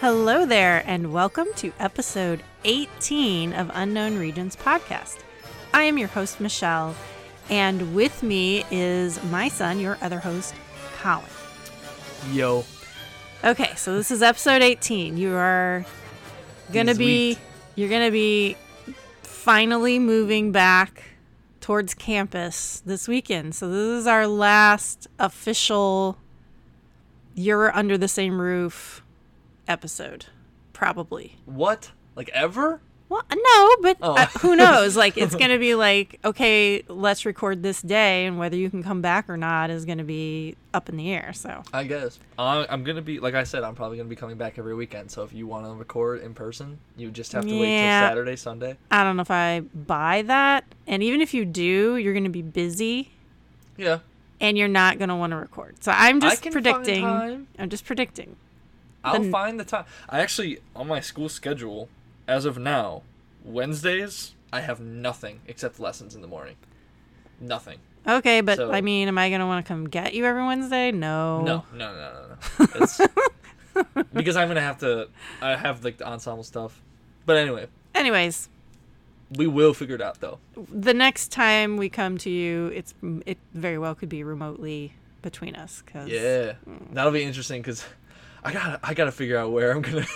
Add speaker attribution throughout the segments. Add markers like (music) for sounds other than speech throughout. Speaker 1: Hello there, and welcome to episode 18 of Unknown Regions podcast. I am your host, Michelle, and with me is my son, your other host, Colin.
Speaker 2: Yo.
Speaker 1: Okay, so this is episode 18. You are going to
Speaker 2: He's
Speaker 1: be
Speaker 2: weak.
Speaker 1: you're going to be finally moving back towards campus this weekend. So this is our last official you're under the same roof episode probably.
Speaker 2: What? Like ever?
Speaker 1: Well, no, but uh,
Speaker 2: Oh.
Speaker 1: who knows? Like
Speaker 2: (laughs)
Speaker 1: it's going to be like okay, let's record this day and whether you can come back or not is going to be up in the air. So
Speaker 2: I guess. I- I'm gonna be like I said. I'm probably gonna be coming back every weekend. So if you want to record in person, you just have to wait till
Speaker 1: Yeah.
Speaker 2: Saturday, Sunday.
Speaker 1: I don't know if I buy that. And even if you do, you're going to be busy
Speaker 2: Yeah.
Speaker 1: and you're not going to want to record. So I'm just
Speaker 2: can find
Speaker 1: predicting.
Speaker 2: time.
Speaker 1: I'm just predicting.
Speaker 2: I'll
Speaker 1: Then-
Speaker 2: find the time. I actually on my school schedule as of now, Wednesdays I have nothing except lessons in the morning. Nothing.
Speaker 1: Okay, but
Speaker 2: So-
Speaker 1: I mean, am I going to want to come get you every Wednesday? No.
Speaker 2: No, no, no, no, no. It's,
Speaker 1: (laughs)
Speaker 2: because I'm gonna have to. I have like the ensemble stuff. But anyway,
Speaker 1: Anyways,
Speaker 2: we will figure it out though.
Speaker 1: the next time we come to you, it's it very well could be remotely between us cuz
Speaker 2: Yeah,
Speaker 1: Mm.
Speaker 2: that'll be interesting because I gotta I gotta figure out where I'm gonna (laughs)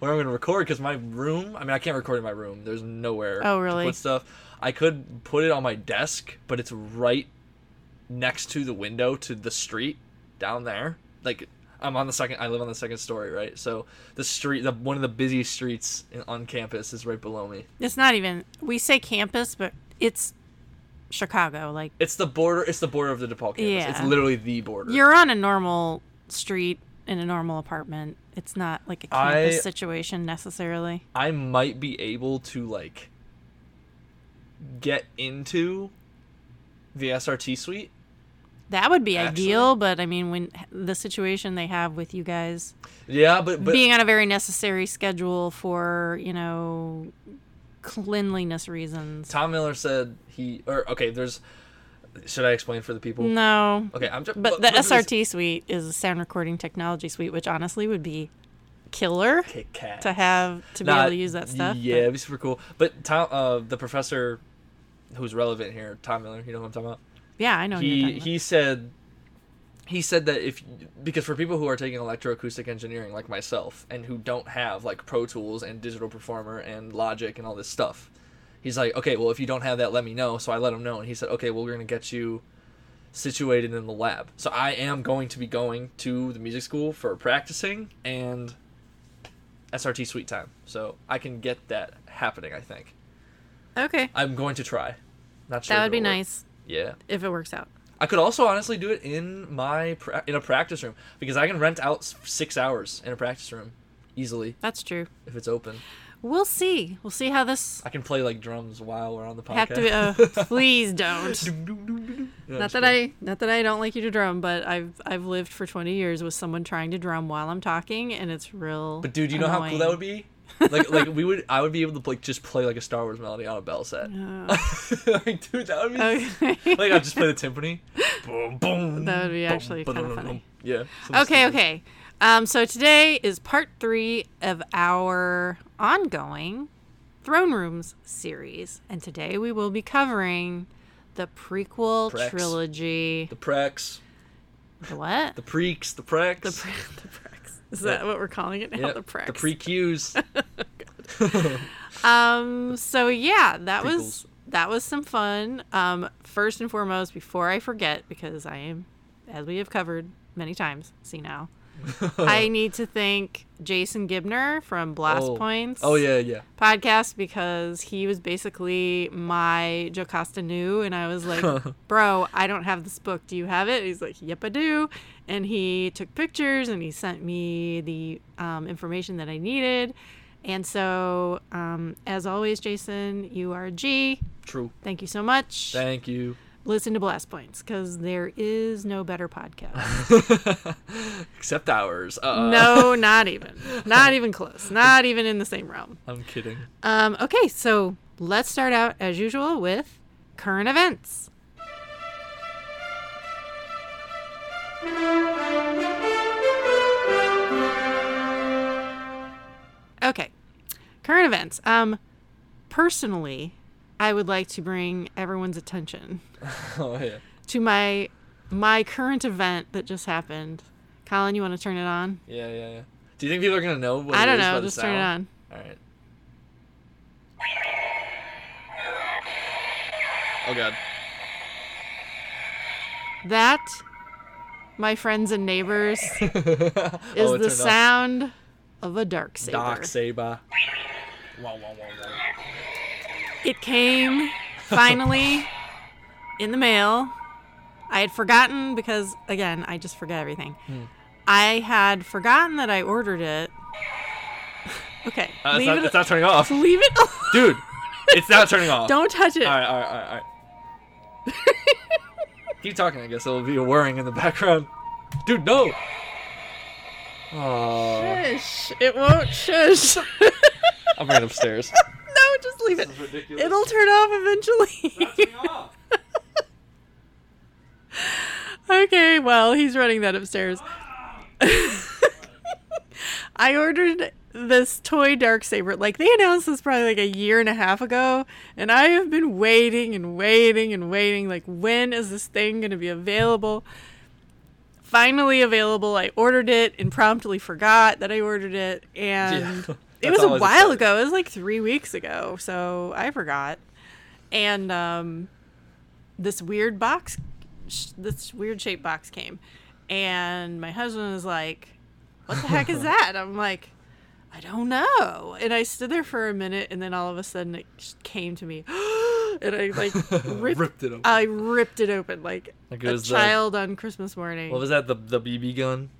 Speaker 2: where I'm gonna record because my room. I mean, I can't record in my room. There's nowhere.
Speaker 1: Oh,
Speaker 2: to
Speaker 1: really?
Speaker 2: put stuff. I could put it on my desk, but it's right next to the window to the street down there. Like I'm on the second. I live on the second story, right? So the street, the one of the busiest streets in, on campus, is right below me.
Speaker 1: it's not even we say campus, but it's Chicago like
Speaker 2: It's the border. It's the border of the DePaul campus. It's
Speaker 1: Yeah.
Speaker 2: literally the border.
Speaker 1: You're on a normal street in a normal apartment. It's not like a campus
Speaker 2: I-
Speaker 1: situation necessarily.
Speaker 2: I might be able to like get into the SRT suite.
Speaker 1: That would be
Speaker 2: Actually-
Speaker 1: ideal, but I mean, when the situation they have with you guys
Speaker 2: Yeah, but but
Speaker 1: being on a very necessary schedule for you know cleanliness reasons.
Speaker 2: Tom Miller said he or okay, there's should I explain for the people?
Speaker 1: no,
Speaker 2: Okay, I'm just
Speaker 1: but the SRT suite is a sound recording technology suite, which honestly would be killer
Speaker 2: Kit Kat.
Speaker 1: to have to be
Speaker 2: Nah,
Speaker 1: able to use that stuff.
Speaker 2: Yeah, it'd be super cool. But Tom uh the professor who's relevant here, Tom Miller, you know who I'm talking about?
Speaker 1: but, yeah, I know. what you're
Speaker 2: he
Speaker 1: talking about.
Speaker 2: he said he said that if because for people who are taking electroacoustic engineering like myself and who don't have like pro tools and digital performer and logic and all this stuff he's like okay well if you don't have that let me know so i let him know and he said okay well we're going to get you situated in the lab so i am going to be going to the music school for practicing and srt suite time so i can get that happening i think
Speaker 1: okay,
Speaker 2: i'm going to try not sure
Speaker 1: that
Speaker 2: if
Speaker 1: would be
Speaker 2: it'll work.
Speaker 1: nice
Speaker 2: yeah
Speaker 1: if it works out.
Speaker 2: I could also honestly do it in my pra- in a practice room because I can rent out s- six hours in a practice room easily
Speaker 1: That's true.
Speaker 2: if it's open.
Speaker 1: We'll see. We'll see how this.
Speaker 2: I can play like drums while we're on the podcast.
Speaker 1: Have
Speaker 2: (laughs)
Speaker 1: to. Uh, please don't.
Speaker 2: Doom, doom, doom, doom, doom. Yeah,
Speaker 1: Not
Speaker 2: just
Speaker 1: that
Speaker 2: kidding.
Speaker 1: I. Not that I don't like you to drum, but I've I've lived for 20 years with someone trying to drum while I'm talking, and it's real.
Speaker 2: But dude, you know how cool that
Speaker 1: (laughs)
Speaker 2: would be? Like like we would I would be able to like just play like a Star Wars melody on a bell set. (laughs) like dude, that would be
Speaker 1: Uh, Okay.
Speaker 2: like I'd just play the timpani. boom boom.
Speaker 1: That would be actually kinda
Speaker 2: ba-dum-dum-dum.
Speaker 1: funny.
Speaker 2: Yeah.
Speaker 1: (laughs)
Speaker 2: something
Speaker 1: okay.
Speaker 2: stupid.
Speaker 1: Okay. Um, so today is part three of our ongoing Throne Rooms series, and today we will be covering the prequel
Speaker 2: Prex.
Speaker 1: trilogy.
Speaker 2: The prex,
Speaker 1: The what?
Speaker 2: the preeks, the prex.
Speaker 1: The, pre- (laughs) the Prex. Is that what we're calling it now?
Speaker 2: Yep,
Speaker 1: The Prex. (laughs)
Speaker 2: The pre-cues.
Speaker 1: Um. So yeah, that was
Speaker 2: Prequels.
Speaker 1: that was some fun. Um. First and foremost, before I forget, because I am, as we have covered many times, see
Speaker 2: (laughs)
Speaker 1: now, I need to thank Jason Gibner from Blast
Speaker 2: Oh.
Speaker 1: Points.
Speaker 2: Oh yeah, yeah.
Speaker 1: Podcast because he was basically my Jocasta new, and I was like,
Speaker 2: (laughs)
Speaker 1: "Bro, I don't have this book. Do you have it?" He's like, "Yep, I do." And he took pictures and he sent me the um, information that I needed. And so, um, as always, Jason, you are a G.
Speaker 2: True.
Speaker 1: Thank you so much.
Speaker 2: Thank you.
Speaker 1: Listen to Blast Points because there is no better podcast.
Speaker 2: (laughs) Except ours. (laughs) Uh,
Speaker 1: no, not even. Not even close. Not even in the same realm.
Speaker 2: (laughs) I'm kidding.
Speaker 1: Um, okay, so let's start out as usual with current events. Okay. Current events. Um, personally, I would like to bring everyone's attention
Speaker 2: (laughs) oh yeah.
Speaker 1: to my my current event that just happened. Colin, you want to turn it on?
Speaker 2: Yeah, yeah, yeah. Do you think people are gonna know? What
Speaker 1: I
Speaker 2: it
Speaker 1: don't
Speaker 2: is by
Speaker 1: know.
Speaker 2: the
Speaker 1: Just turn it
Speaker 2: sound?
Speaker 1: on.
Speaker 2: All right. Oh god.
Speaker 1: That, my friends and
Speaker 2: (laughs)
Speaker 1: neighbors, is
Speaker 2: oh, it
Speaker 1: the
Speaker 2: Oh, turned off.
Speaker 1: sound of a dark saber.
Speaker 2: Doc Saber. Wow, wow, wow, wow.
Speaker 1: It came
Speaker 2: (laughs)
Speaker 1: finally in the mail. I had forgotten because, again, I just forget everything.
Speaker 2: Hmm.
Speaker 1: I had forgotten that I ordered it. (laughs) okay,
Speaker 2: Uh, it's,
Speaker 1: leave
Speaker 2: not,
Speaker 1: it.
Speaker 2: it's not turning
Speaker 1: (laughs)
Speaker 2: off,
Speaker 1: leave it. alone.
Speaker 2: dude. It's not turning off.
Speaker 1: Don't touch it.
Speaker 2: All right, all right, all
Speaker 1: (laughs)
Speaker 2: right. All right. Keep talking. I guess it'll be a whirring in the background. Dude, no. Oh,
Speaker 1: Shush. It won't shush. (laughs)
Speaker 2: I'm right upstairs.
Speaker 1: no, just leave it.
Speaker 2: ridiculous.
Speaker 1: It'll turn off eventually. okay, well, he's running that upstairs. (laughs) I ordered this toy dark saber. Like they announced this probably like a year and a half ago, and I have been waiting and waiting and waiting. Like, when is this thing going to be available? Finally available. I ordered it and promptly forgot that I ordered it, and
Speaker 2: Yeah. (laughs)
Speaker 1: it
Speaker 2: That's
Speaker 1: was a
Speaker 2: always
Speaker 1: while
Speaker 2: exciting.
Speaker 1: ago. It was like three weeks ago, so I forgot. And um, this weird box, sh- this weird shaped box came, and my husband was like, "What the
Speaker 2: (laughs)
Speaker 1: heck is that?" I'm like, "I don't know." And I stood there for a minute, and then all of a sudden it just came to me, (gasps) and I
Speaker 2: (laughs)
Speaker 1: like ripped,
Speaker 2: Ripped it open.
Speaker 1: I ripped it open like,
Speaker 2: Like it
Speaker 1: a
Speaker 2: was the-
Speaker 1: child on Christmas morning.
Speaker 2: What was that? The the BB gun.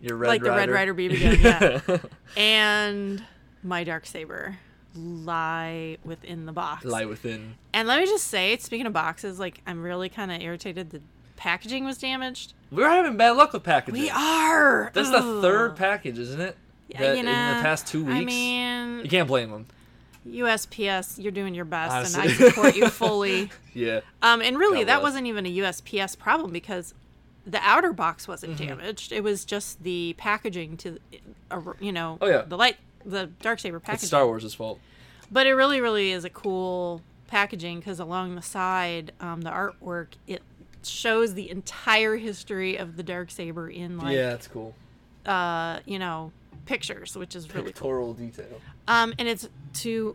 Speaker 2: Your red
Speaker 1: Like the Red
Speaker 2: rider.
Speaker 1: Rider BB
Speaker 2: (laughs)
Speaker 1: gun, yeah. and my dark saber lie within the box.
Speaker 2: Lie within.
Speaker 1: And let me just say, speaking of boxes, like I'm really kind of irritated. The packaging was damaged.
Speaker 2: We're having bad luck with packages.
Speaker 1: We are.
Speaker 2: That's the
Speaker 1: Ugh.
Speaker 2: third package, isn't it?
Speaker 1: Yeah,
Speaker 2: that
Speaker 1: you
Speaker 2: in
Speaker 1: know,
Speaker 2: the past two weeks.
Speaker 1: I
Speaker 2: you
Speaker 1: mean,
Speaker 2: can't blame them.
Speaker 1: USPS, you're doing your best, and I
Speaker 2: Honestly.
Speaker 1: support
Speaker 2: (laughs)
Speaker 1: you fully.
Speaker 2: Yeah.
Speaker 1: Um, and really,
Speaker 2: God
Speaker 1: that
Speaker 2: bless.
Speaker 1: wasn't even a USPS problem because the outer box wasn't
Speaker 2: Mm-hmm.
Speaker 1: damaged. It was just the packaging to, uh, you know,
Speaker 2: Oh, yeah.
Speaker 1: the light, the dark saber
Speaker 2: It's
Speaker 1: packaging.
Speaker 2: Star Wars' fault.
Speaker 1: But it really, really is a cool packaging because along the side, um, the artwork it shows the entire history of the dark saber in like
Speaker 2: yeah, it's cool.
Speaker 1: uh, you know pictures, which is really cool.
Speaker 2: Pictorial detail.
Speaker 1: Um, and it's to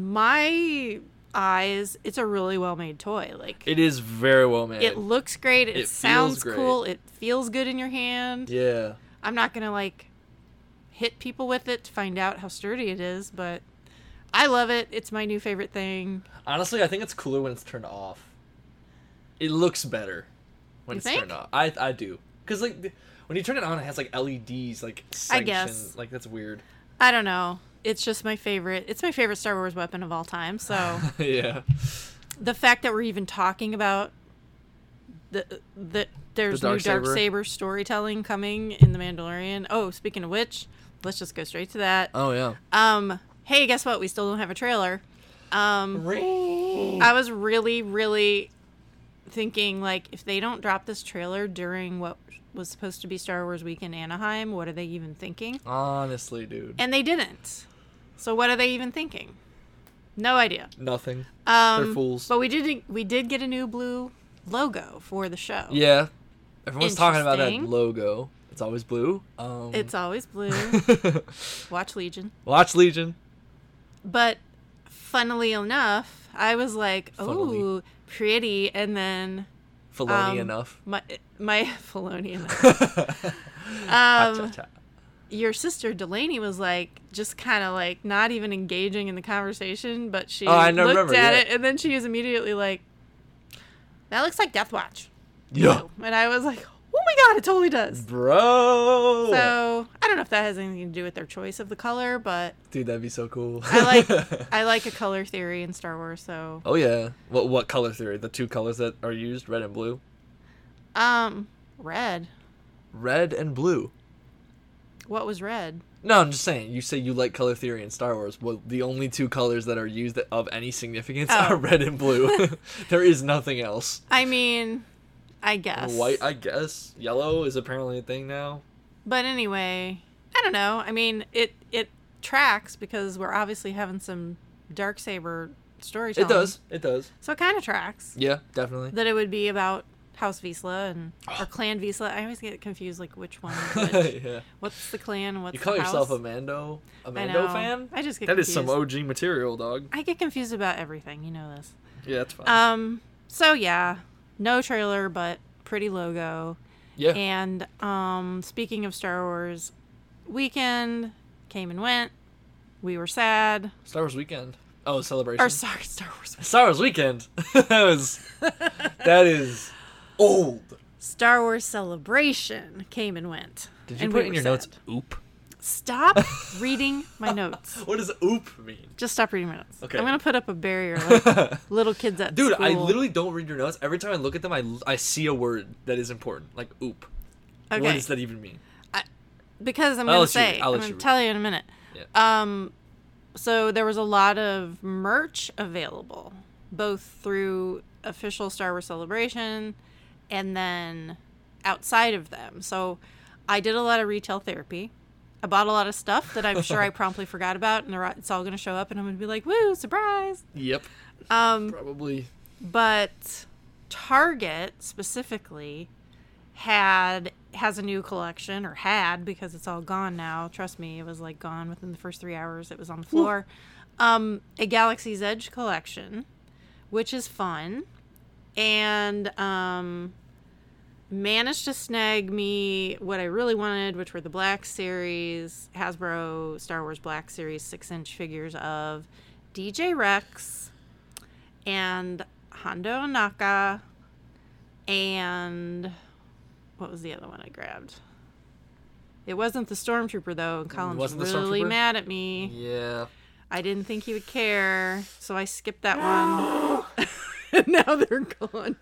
Speaker 1: my eyes, it's a really well made toy. Like it,
Speaker 2: It is very well made.
Speaker 1: looks great. It,
Speaker 2: It feels
Speaker 1: sounds
Speaker 2: great.
Speaker 1: cool. It feels good in your hand.
Speaker 2: yeah.
Speaker 1: I'm not gonna like hit people with it to find out how sturdy it is, but I love it. It's my new favorite thing.
Speaker 2: Honestly, I think it's cooler when it's turned off. It looks better when
Speaker 1: You
Speaker 2: it's
Speaker 1: think?
Speaker 2: turned off. I I do. Cause like th- when you turn it on, it has like LEDs, like
Speaker 1: I
Speaker 2: sanctioned-
Speaker 1: guess.
Speaker 2: Like that's weird.
Speaker 1: I don't know. It's just my favorite. It's my favorite Star Wars weapon of all time.
Speaker 2: (laughs)
Speaker 1: So
Speaker 2: (laughs) yeah.
Speaker 1: the fact that we're even talking about the the there's
Speaker 2: The
Speaker 1: new
Speaker 2: dark
Speaker 1: dark
Speaker 2: saber.
Speaker 1: saber storytelling coming in the Mandalorian. Oh, speaking of which, let's just go straight to that.
Speaker 2: Oh yeah.
Speaker 1: Um, hey, guess what? We still don't have a trailer. Um, (laughs) I was really, really thinking like if they don't drop this trailer during what was supposed to be Star Wars Week in Anaheim, what are they even thinking?
Speaker 2: Honestly, dude.
Speaker 1: And they didn't. So what are they even thinking? No idea.
Speaker 2: Nothing.
Speaker 1: Um,
Speaker 2: They're fools.
Speaker 1: But we did we did get a new blue logo for the show.
Speaker 2: Yeah. Everyone's talking about that
Speaker 1: Interesting.
Speaker 2: logo. It's always blue. Um,
Speaker 1: It's always blue.
Speaker 2: (laughs)
Speaker 1: Watch Legion.
Speaker 2: Watch Legion.
Speaker 1: But funnily enough, I was like,
Speaker 2: Funnily.
Speaker 1: "Oh, pretty," and then
Speaker 2: Filoni
Speaker 1: um,
Speaker 2: enough.
Speaker 1: My my (laughs) Filoni.
Speaker 2: (laughs) um,
Speaker 1: Um, your sister Delaney was like just kind of like not even engaging in the conversation, but she
Speaker 2: Oh, I
Speaker 1: looked
Speaker 2: know- remember,
Speaker 1: at
Speaker 2: yeah.
Speaker 1: it and then she was immediately like, "That looks like Death Watch."
Speaker 2: yeah.
Speaker 1: And I was like, "Oh my god, it totally does."
Speaker 2: Bro.
Speaker 1: So I don't know if that has anything to do with their choice of the color, but
Speaker 2: Dude, that'd be so cool.
Speaker 1: I
Speaker 2: (laughs)
Speaker 1: like I like a color theory in Star Wars. So
Speaker 2: oh yeah. What what color theory? The two colors that are used, red and blue.
Speaker 1: um, red.
Speaker 2: Red and blue.
Speaker 1: What was red?
Speaker 2: No, I'm just saying. You say you like color theory in Star Wars. Well, the only two colors that are used that- of any significance
Speaker 1: Oh.
Speaker 2: are red
Speaker 1: (laughs)
Speaker 2: and blue. (laughs) there is nothing else.
Speaker 1: I mean, I guess
Speaker 2: White, I guess. Yellow is apparently a thing now.
Speaker 1: But anyway, I don't know. I mean, it it tracks because we're obviously having some dark saber
Speaker 2: It
Speaker 1: storytelling.
Speaker 2: does. It does.
Speaker 1: So it kind of tracks
Speaker 2: Yeah, definitely.
Speaker 1: that it would be about House Visla and or Clan Visla. I always get confused, like which
Speaker 2: (laughs)
Speaker 1: one. is Which.
Speaker 2: yeah.
Speaker 1: What's the clan? What's
Speaker 2: You call
Speaker 1: the
Speaker 2: yourself
Speaker 1: house?
Speaker 2: a Mando, a
Speaker 1: I
Speaker 2: Mando
Speaker 1: know.
Speaker 2: fan?
Speaker 1: I just get
Speaker 2: That is
Speaker 1: confused.
Speaker 2: some OG material, dog.
Speaker 1: I get confused about everything. You know this.
Speaker 2: Yeah, that's fine.
Speaker 1: Um. So yeah, no trailer, but pretty logo.
Speaker 2: yeah.
Speaker 1: (laughs) And um, speaking of Star Wars, weekend came and went. We were sad.
Speaker 2: Star Wars weekend. Oh, celebration.
Speaker 1: Or sorry, Star Wars.
Speaker 2: Star Wars weekend. (laughs) that was. That is old.
Speaker 1: Star Wars celebration came and went.
Speaker 2: Did you
Speaker 1: and
Speaker 2: put
Speaker 1: we
Speaker 2: in
Speaker 1: were
Speaker 2: your
Speaker 1: sad.
Speaker 2: notes? Oop.
Speaker 1: Stop
Speaker 2: (laughs)
Speaker 1: reading my notes.
Speaker 2: What does oop mean?
Speaker 1: Just stop reading my notes.
Speaker 2: Okay.
Speaker 1: I'm gonna put up a
Speaker 2: (laughs)
Speaker 1: barrier. Like little kids at
Speaker 2: Dude, I
Speaker 1: school.
Speaker 2: literally don't read your notes. Every time I look at them, I, I see a word that is important, like oop.
Speaker 1: Okay.
Speaker 2: What does that even mean?
Speaker 1: because I'm
Speaker 2: I'll
Speaker 1: going to
Speaker 2: let
Speaker 1: say,
Speaker 2: you read- I'll
Speaker 1: I'm
Speaker 2: let
Speaker 1: going
Speaker 2: you
Speaker 1: to
Speaker 2: read.
Speaker 1: tell you in a minute. Um, so there was a lot of merch available, both through official Star Wars Celebration and then outside of them. So I did a lot of retail therapy. I bought a lot of stuff that I'm
Speaker 2: (laughs)
Speaker 1: sure I promptly forgot about, and they're- it's all going to show up, and I'm going to be like, "Woo, surprise!"
Speaker 2: Yep.
Speaker 1: Um,
Speaker 2: Probably.
Speaker 1: but Target specifically had has a new collection or had because it's all gone now. Trust me, it was like gone within the first 3 hours it was on the floor. Um a Galaxy's Edge collection, which is fun. And um managed to snag me what I really wanted, which were the Black Series, Hasbro Star Wars Black Series 6-inch figures of DJ Rex and Hondo Naka and what was the other one I grabbed? It wasn't the stormtrooper though, and Colin's
Speaker 2: wasn't the
Speaker 1: really
Speaker 2: Stormtrooper?
Speaker 1: mad at me.
Speaker 2: Yeah.
Speaker 1: I didn't think he would care, so I skipped
Speaker 2: (gasps)
Speaker 1: that one. (laughs) and now they're gone.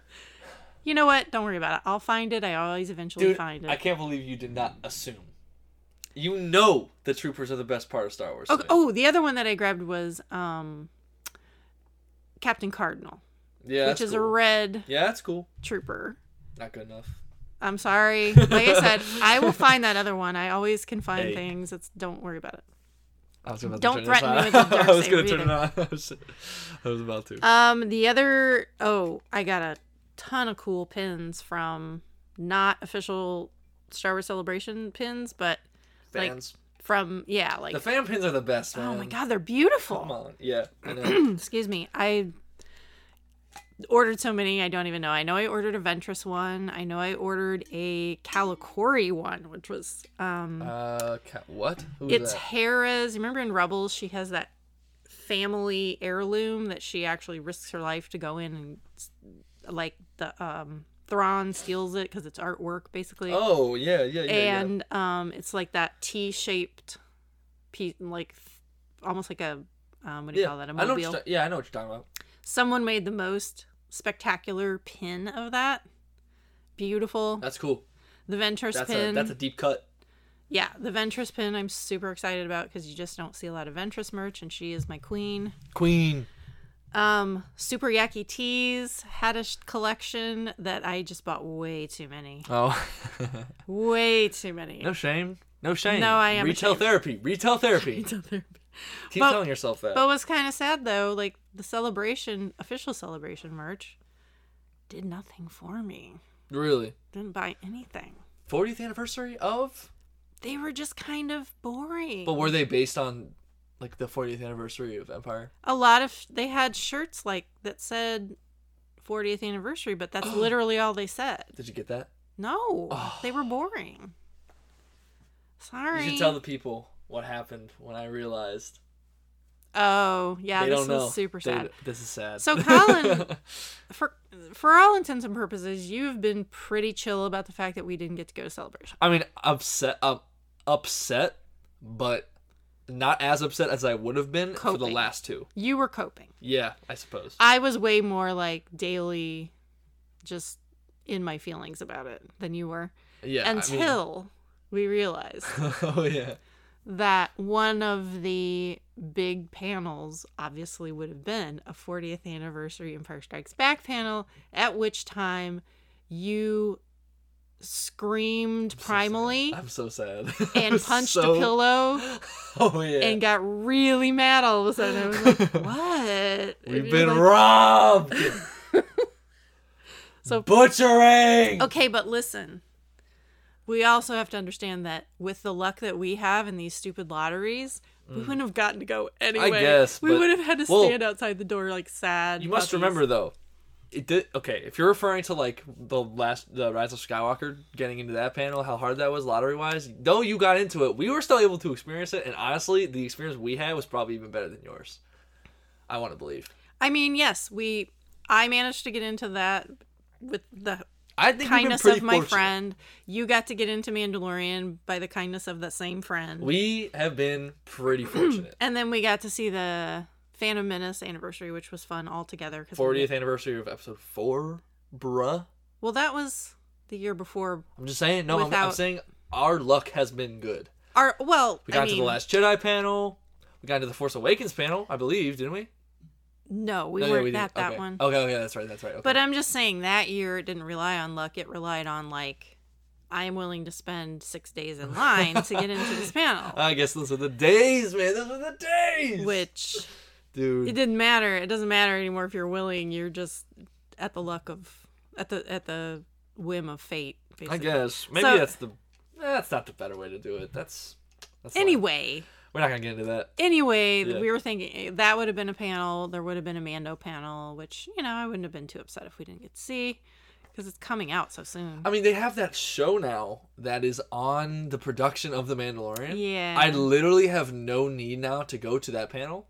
Speaker 1: You know what? Don't worry about it. I'll find it. I always eventually
Speaker 2: Dude,
Speaker 1: find it.
Speaker 2: I can't believe you did not assume. You know the troopers are the best part of Star Wars. to
Speaker 1: Okay,
Speaker 2: me.
Speaker 1: oh, the other one that I grabbed was um, Captain Cardinal,
Speaker 2: yeah,
Speaker 1: which
Speaker 2: that's
Speaker 1: is a
Speaker 2: cool.
Speaker 1: red
Speaker 2: yeah, that's cool.
Speaker 1: trooper.
Speaker 2: Not good enough.
Speaker 1: I'm
Speaker 2: (laughs)
Speaker 1: sorry. Like I said, I will find that other one. I always can find
Speaker 2: Hey.
Speaker 1: things. It's don't worry about it.
Speaker 2: I was about
Speaker 1: to Don't turn this threaten me on. with
Speaker 2: (laughs)
Speaker 1: the dark
Speaker 2: I was gonna
Speaker 1: saber
Speaker 2: turn it on. I was, (laughs) I was about to.
Speaker 1: Um, the other oh, I got a ton of cool pins from not official Star Wars Celebration pins, but like-
Speaker 2: Fans,
Speaker 1: from yeah, like
Speaker 2: the fan pins are the best, man.
Speaker 1: oh my god, they're
Speaker 2: Come
Speaker 1: beautiful.
Speaker 2: on, yeah. I
Speaker 1: (clears throat)
Speaker 2: know.
Speaker 1: Excuse me, I ordered so many I don't even know. I know I ordered a Ventress one. I know I ordered a Calicori one, which was um
Speaker 2: uh, ca- what? Who's
Speaker 1: it's
Speaker 2: that?
Speaker 1: Hera's. Remember in Rebels, she has that family heirloom that she actually risks her life to go in and s- like the um Thrawn steals it because it's artwork basically,
Speaker 2: Oh yeah, yeah, yeah.
Speaker 1: and um it's like that T-shaped piece, like th- almost like a um, what do
Speaker 2: yeah.
Speaker 1: you
Speaker 2: yeah.
Speaker 1: call that? A
Speaker 2: I know what
Speaker 1: mobile.
Speaker 2: you're ta- yeah, I know what you're talking about.
Speaker 1: Someone made the most spectacular pin of that. Beautiful.
Speaker 2: That's cool.
Speaker 1: The Ventress
Speaker 2: Uh, That's
Speaker 1: pin.
Speaker 2: a that's a deep cut.
Speaker 1: Yeah, the Ventress pin I'm super excited about because you just don't see a lot of Ventress merch, and she is my queen.
Speaker 2: Queen.
Speaker 1: Um, Super Yaki Tees had a sh- collection that I just bought way too many,
Speaker 2: Oh, (laughs)
Speaker 1: way too many. (laughs)
Speaker 2: no shame, no shame.
Speaker 1: No, I am
Speaker 2: Retail
Speaker 1: ashamed.
Speaker 2: therapy. Retail
Speaker 1: (laughs)
Speaker 2: therapy. Keep
Speaker 1: But-
Speaker 2: telling yourself that.
Speaker 1: But what's kind of sad though, like the celebration, official celebration merch, did nothing for me.
Speaker 2: really.
Speaker 1: Didn't buy anything.
Speaker 2: 40th anniversary of
Speaker 1: They were just kind of boring.
Speaker 2: but were they based on like the 40th anniversary of empire
Speaker 1: a lot of they had shirts like that said 40th anniversary, but that's literally all they said.
Speaker 2: did you get that
Speaker 1: No, they were boring. Sorry.
Speaker 2: you should tell the people what happened when i realized
Speaker 1: oh, yeah,
Speaker 2: they
Speaker 1: this
Speaker 2: don't
Speaker 1: was
Speaker 2: know
Speaker 1: super
Speaker 2: They-
Speaker 1: sad.
Speaker 2: this is sad
Speaker 1: So,
Speaker 2: (laughs)
Speaker 1: Colin- For for all intents and purposes, you've been pretty chill about the fact that we didn't get to go to celebration.
Speaker 2: i mean upset um, upset but not as upset as i would have been for the
Speaker 1: Coping.
Speaker 2: last two
Speaker 1: You were coping.
Speaker 2: yeah i suppose
Speaker 1: I was way more like daily just in my feelings about it than you were
Speaker 2: yeah I mean-
Speaker 1: until we realized
Speaker 2: (laughs) oh yeah
Speaker 1: that one of the big panels obviously would have been a 40th anniversary Empire Strikes Back panel, at which time you screamed primally
Speaker 2: (laughs) I'm so sad. (laughs)
Speaker 1: and punched
Speaker 2: So-
Speaker 1: a pillow
Speaker 2: Oh (laughs) yeah.
Speaker 1: and got really mad all of a sudden. I
Speaker 2: (laughs)
Speaker 1: was like, what?
Speaker 2: We've
Speaker 1: You're
Speaker 2: been
Speaker 1: like,
Speaker 2: robbed.
Speaker 1: (laughs) So- (laughs)
Speaker 2: butchering.
Speaker 1: Okay, but listen. We also have to understand that with the luck that we have in these stupid lotteries, we wouldn't have gotten to go anyway.
Speaker 2: Mm. guess,
Speaker 1: we
Speaker 2: but-
Speaker 1: would have had to
Speaker 2: well,
Speaker 1: stand outside the door like sad.
Speaker 2: You must
Speaker 1: puppies.
Speaker 2: remember though, it did. Okay, if you're referring to like the last, the Rise of Skywalker, getting into that panel, how hard that was lottery wise. Though you got into it, we were still able to experience it, and honestly, the experience we had was probably even better than yours. I want to believe.
Speaker 1: I mean, yes, we. I managed to get into that with the
Speaker 2: I think we've been
Speaker 1: kindness
Speaker 2: pretty
Speaker 1: of my
Speaker 2: fortunate.
Speaker 1: friend. You got to get into Mandalorian by the kindness of that same friend.
Speaker 2: We have been
Speaker 1: (clears throat)
Speaker 2: pretty fortunate.
Speaker 1: and then we got to see the Phantom Menace anniversary, which was fun altogether. 'cause we-
Speaker 2: 40th anniversary of episode four, bruh.
Speaker 1: Well, that was the year before
Speaker 2: I'm just saying. No, I'm- I'm,
Speaker 1: Without-
Speaker 2: saying our luck has been good.
Speaker 1: our. Well,
Speaker 2: We
Speaker 1: I
Speaker 2: got to
Speaker 1: mean,
Speaker 2: the Last Jedi panel. We got to the Force Awakens panel, I believe, didn't we?
Speaker 1: No, we
Speaker 2: No, no,
Speaker 1: weren't
Speaker 2: didn't.
Speaker 1: at that
Speaker 2: okay.
Speaker 1: one.
Speaker 2: Okay, okay, that's right, that's right. Okay.
Speaker 1: But uh, I'm just saying that year it didn't rely on luck. It relied on like I am willing to spend six days in line to get into
Speaker 2: (laughs)
Speaker 1: this panel,
Speaker 2: I guess those are the days, man. Those are the days.
Speaker 1: which it
Speaker 2: dude,
Speaker 1: didn't matter. It doesn't matter anymore if you're willing. You're just at the luck of at the at the whim of fate.
Speaker 2: I
Speaker 1: Basically.
Speaker 2: guess maybe
Speaker 1: So-
Speaker 2: that's the that's not the better way to do it. That's that's lame.
Speaker 1: Anyway,
Speaker 2: We're not gonna get into that.
Speaker 1: anyway,
Speaker 2: Yeah.
Speaker 1: we were thinking eh, that would have been a panel. There would have been a Mando panel, which you know I wouldn't have been too upset if we didn't get to see because it's coming out so soon.
Speaker 2: I mean, they have that show now that is on the production of The Mandalorian.
Speaker 1: Yeah.
Speaker 2: I literally have no need now to go to that panel.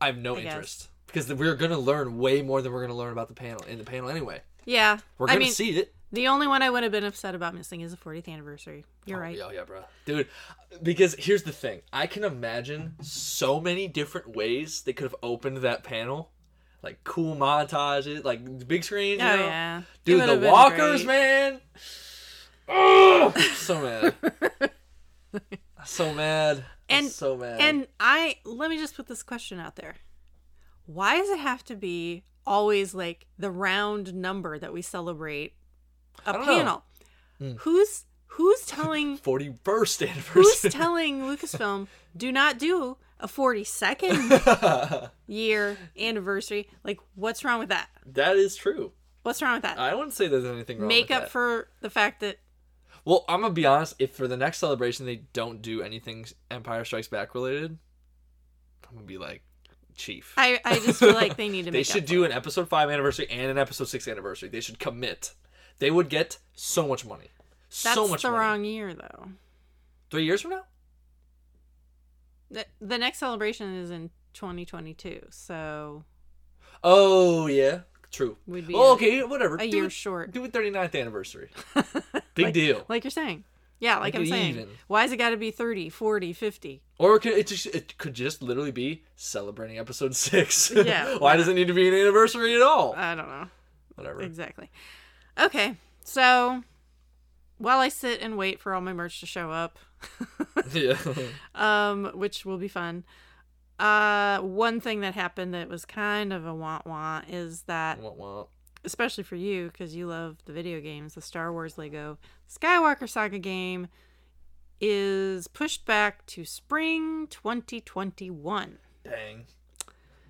Speaker 2: I have no
Speaker 1: I guess.
Speaker 2: interest because we're gonna learn way more than we're gonna learn about the panel in the panel anyway.
Speaker 1: yeah,
Speaker 2: We're
Speaker 1: I
Speaker 2: gonna
Speaker 1: mean,
Speaker 2: see it.
Speaker 1: The only one I would have been upset about missing is the 40th anniversary. You're right.
Speaker 2: Oh yeah, bro, dude. Because here's the thing: I can imagine so many different ways they could have opened that panel, like cool montages, like big screens. You
Speaker 1: Oh,
Speaker 2: know?
Speaker 1: yeah. It
Speaker 2: dude,
Speaker 1: would
Speaker 2: the
Speaker 1: have been
Speaker 2: walkers,
Speaker 1: great.
Speaker 2: man. Ugh, so mad.
Speaker 1: (laughs)
Speaker 2: I'm so mad. I'm
Speaker 1: And-
Speaker 2: so mad.
Speaker 1: And I let me just put this question out there. Why does it have to be always like the round number that we celebrate a
Speaker 2: don't know.
Speaker 1: panel?
Speaker 2: Hmm.
Speaker 1: Who's who's
Speaker 2: (laughs)
Speaker 1: telling
Speaker 2: forty first
Speaker 1: who's
Speaker 2: anniversary.
Speaker 1: telling Lucasfilm do not do a
Speaker 2: (laughs)
Speaker 1: 42nd year anniversary? Like what's wrong with that?
Speaker 2: (laughs) that is true.
Speaker 1: What's wrong with that?
Speaker 2: I wouldn't say there's anything wrong.
Speaker 1: Make
Speaker 2: with
Speaker 1: up
Speaker 2: that.
Speaker 1: for the fact that
Speaker 2: Well, I'm gonna be honest. If for the next celebration they don't do anything Empire Strikes Back related, I'm gonna be like, Chief.
Speaker 1: I, I just feel like they need to
Speaker 2: (laughs) they
Speaker 1: make up
Speaker 2: should do an episode five anniversary and an episode six anniversary. They should commit. They would get so much money.
Speaker 1: That's
Speaker 2: so much
Speaker 1: the
Speaker 2: money.
Speaker 1: wrong year though.
Speaker 2: Three years from now.
Speaker 1: The, the next celebration is in 2022, so
Speaker 2: Oh yeah, true.
Speaker 1: Would be
Speaker 2: oh,
Speaker 1: a-
Speaker 2: okay, whatever.
Speaker 1: a
Speaker 2: do
Speaker 1: year
Speaker 2: it,
Speaker 1: short.
Speaker 2: Do it 39th
Speaker 1: (laughs)
Speaker 2: anniversary. Big deal.
Speaker 1: like you're saying. Yeah, like
Speaker 2: Make
Speaker 1: I'm
Speaker 2: it
Speaker 1: saying.
Speaker 2: even.
Speaker 1: Why has it got to be 30, 40, 50?
Speaker 2: Or it could, it, just, it could just literally be celebrating episode six.
Speaker 1: Yeah,
Speaker 2: (laughs)
Speaker 1: Uh,
Speaker 2: Why does it need to be an anniversary at all?
Speaker 1: I don't know.
Speaker 2: Whatever.
Speaker 1: Exactly. Okay. So while I sit and wait for all my merch to show up, (laughs)
Speaker 2: yeah.
Speaker 1: um, which will be fun. Uh, one thing that happened that was kind of a want want is that
Speaker 2: Womp womp.
Speaker 1: especially for you because you love the video games the star wars lego skywalker saga game is pushed back to spring 2021
Speaker 2: Dang.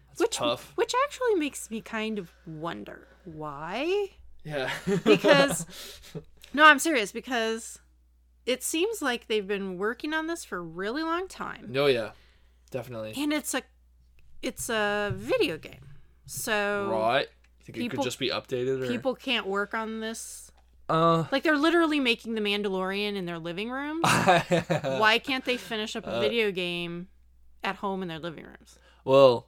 Speaker 2: That's
Speaker 1: which
Speaker 2: tough.
Speaker 1: which actually makes me kind of wonder why
Speaker 2: Yeah. (laughs)
Speaker 1: because no i'm serious because it seems like they've been working on this for a really long time
Speaker 2: no, Oh, yeah, definitely.
Speaker 1: and it's a it's a video game so
Speaker 2: Right. Think it
Speaker 1: people-
Speaker 2: could just be updated or
Speaker 1: people can't work on this
Speaker 2: (laughs) Uh.
Speaker 1: Like they're literally making the Mandalorian in their living rooms.
Speaker 2: Uh,
Speaker 1: Why can't they finish up a video game at home in their living rooms
Speaker 2: (laughs) well,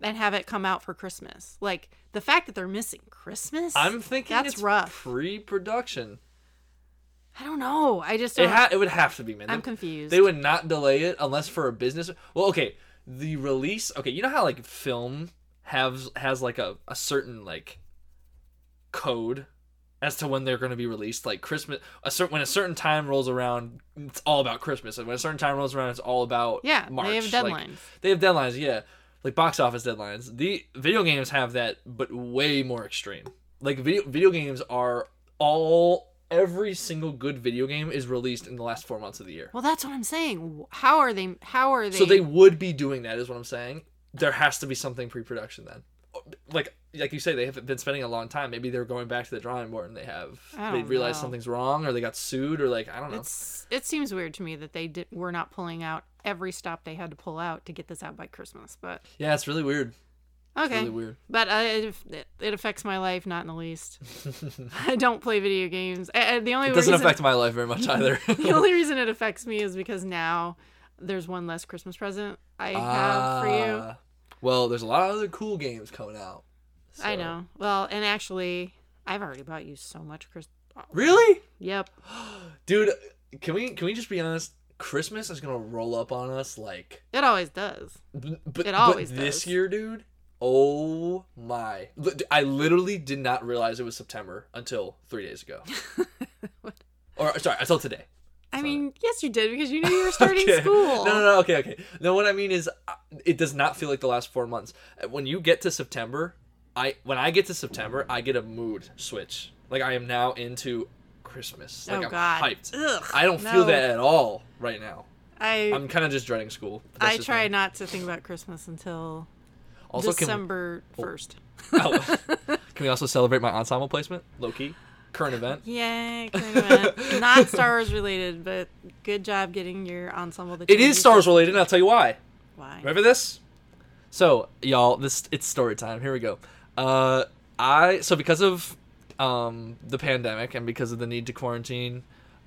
Speaker 1: and have it come out for Christmas? Like the fact that they're missing Christmas.
Speaker 2: I'm thinking
Speaker 1: That's
Speaker 2: it's
Speaker 1: rough.
Speaker 2: pre-production.
Speaker 1: I don't know. I just
Speaker 2: It
Speaker 1: don't.
Speaker 2: ha- it would have to be man.
Speaker 1: I'm
Speaker 2: They-
Speaker 1: confused.
Speaker 2: They would not delay it unless for a business. Well, okay, the release. Okay, you know how like film has has like a a certain like code as to when they're going to be released. Like Christmas, a certain when a certain time rolls around, it's all about Christmas, and when a certain time rolls around, it's all about
Speaker 1: yeah,
Speaker 2: March.
Speaker 1: they have
Speaker 2: Like,
Speaker 1: deadlines.
Speaker 2: they have deadlines, yeah. Like box office deadlines. The video games have that, but way more extreme. Like video video games are all every single good video game is released in the last four months of the year.
Speaker 1: Well, that's what I'm saying. How are they? How are they?
Speaker 2: So they would be doing that, is what I'm saying. There has to be something pre-production then. Like like you say, they have been spending a long time. Maybe they're going back to the drawing board and they have
Speaker 1: I
Speaker 2: they
Speaker 1: don't
Speaker 2: realized
Speaker 1: know.
Speaker 2: something's wrong or they got sued or like I don't know.
Speaker 1: It's it seems weird to me that they did were not pulling out every stop they had to pull out to get this out by Christmas. But
Speaker 2: yeah, it's really weird.
Speaker 1: okay, (laughs)
Speaker 2: Really weird. (laughs)
Speaker 1: but I, it, it affects my life not in the least. (laughs) I don't play video games. I, I- the only
Speaker 2: It doesn't
Speaker 1: reason,
Speaker 2: affect my life
Speaker 1: (laughs)
Speaker 2: very much either.
Speaker 1: the only reason it affects me is because now there's one less Christmas present I have for you.
Speaker 2: Ah. Well, there's a lot of other cool games coming out.
Speaker 1: I
Speaker 2: so-
Speaker 1: know. Well, and actually, I've already bought you so much Chris.
Speaker 2: Really?
Speaker 1: Yep.
Speaker 2: Dude, can we can we just be honest? Christmas is gonna roll up on us like
Speaker 1: It always does.
Speaker 2: B- But,
Speaker 1: It
Speaker 2: but
Speaker 1: always
Speaker 2: this
Speaker 1: does.
Speaker 2: year, dude. Oh my! Li- d- I literally did not realize it was September until three
Speaker 1: (laughs)
Speaker 2: days ago. or sorry, until today.
Speaker 1: I mean, yes, you did because you knew you
Speaker 2: (laughs)
Speaker 1: were (laughs) starting
Speaker 2: Okay.
Speaker 1: school.
Speaker 2: No, no, no. Okay, okay. No, what I mean is, uh, it does not feel like the last four months. Uh, When you get to September, I when I get to September, I get a mood switch. Like I am now into Christmas. Like
Speaker 1: oh
Speaker 2: I'm
Speaker 1: God.
Speaker 2: hyped.
Speaker 1: Ugh,
Speaker 2: I don't feel
Speaker 1: no.
Speaker 2: that at all right now.
Speaker 1: I
Speaker 2: I'm kind of just dreading school. but that's
Speaker 1: I
Speaker 2: just
Speaker 1: try
Speaker 2: me.
Speaker 1: not to think about Christmas until
Speaker 2: Also, can we-
Speaker 1: December first.
Speaker 2: Oh. (laughs) Can we also celebrate my ensemble placement? Low key. Current event.
Speaker 1: Yay! kind of
Speaker 2: (laughs)
Speaker 1: went. Not Star Wars related, but good job getting your ensemble. The
Speaker 2: It is Star Wars related, and I'll tell you why.
Speaker 1: Why?
Speaker 2: Remember this? So, y'all, this it's story time. Here we go. Uh I so because of um the pandemic and because of the need to quarantine,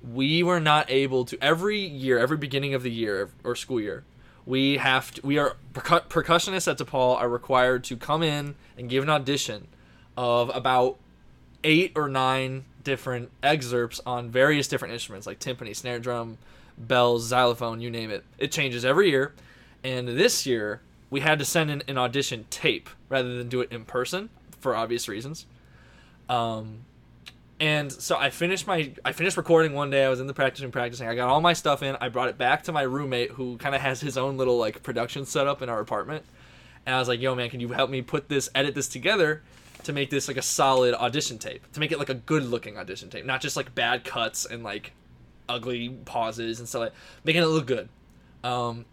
Speaker 2: we were not able to every year, every beginning of the year or school year, we have to, we are percu- percussionists at DePaul are required to come in and give an audition of about eight or nine different excerpts on various different instruments like timpani, snare drum, bells, xylophone, you name it. It changes every year. And this year, we had to send in an audition tape rather than do it in person for obvious reasons. Um, and so I finished my I finished recording one day. I was in the practicing practicing. I got all my stuff in. I brought it back to my roommate who kind of has his own little like production setup in our apartment. And I was like, "Yo, man, can you help me put this edit this together to make this like a solid audition tape? To make it like a good looking audition tape, not just like bad cuts and like ugly pauses and stuff like making it look good." Um,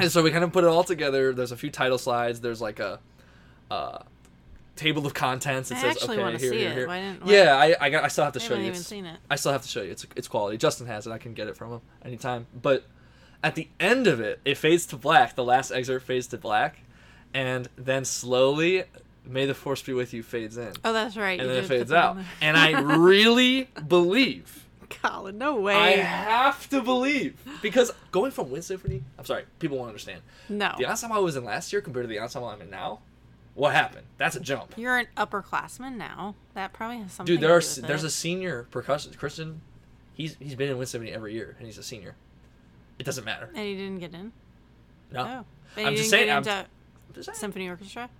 Speaker 2: and so we kind of put it all together. There's a few title slides. There's like a uh, table of contents. It
Speaker 1: I
Speaker 2: says,
Speaker 1: actually
Speaker 2: "Okay,
Speaker 1: wanna
Speaker 2: here,
Speaker 1: see
Speaker 2: here,
Speaker 1: it.
Speaker 2: here."
Speaker 1: Why didn't- why-
Speaker 2: yeah, I, I, got, I still have to
Speaker 1: I
Speaker 2: show
Speaker 1: haven't
Speaker 2: you.
Speaker 1: even
Speaker 2: It's-
Speaker 1: seen it.
Speaker 2: I still have to show you. It's it's quality. Justin has it. I can get it from him anytime. But at the end of it, it fades to black. The last excerpt fades to black, and then slowly, "May the Force be with you" fades in,
Speaker 1: Oh, that's right. you
Speaker 2: and then it
Speaker 1: did put
Speaker 2: fades
Speaker 1: that
Speaker 2: out.
Speaker 1: in
Speaker 2: And I really
Speaker 1: (laughs)
Speaker 2: believe.
Speaker 1: there. Colin, no
Speaker 2: I
Speaker 1: way.
Speaker 2: have to believe because going from wind symphony. I'm sorry, people won't understand.
Speaker 1: no.
Speaker 2: The ensemble I was in last year compared to the ensemble I'm in now. What happened? That's a jump.
Speaker 1: You're an upperclassman now. That probably has something.
Speaker 2: Dude,
Speaker 1: to
Speaker 2: there are
Speaker 1: do with
Speaker 2: there's
Speaker 1: it.
Speaker 2: a senior percussion Christian. He's he's been in Win Symphony every year, and he's a senior. It doesn't matter.
Speaker 1: And he didn't get in.
Speaker 2: No,
Speaker 1: Oh. And
Speaker 2: Uh, I'm
Speaker 1: he didn't
Speaker 2: just saying,
Speaker 1: get
Speaker 2: I'm-
Speaker 1: into
Speaker 2: I'm just saying.
Speaker 1: symphony orchestra.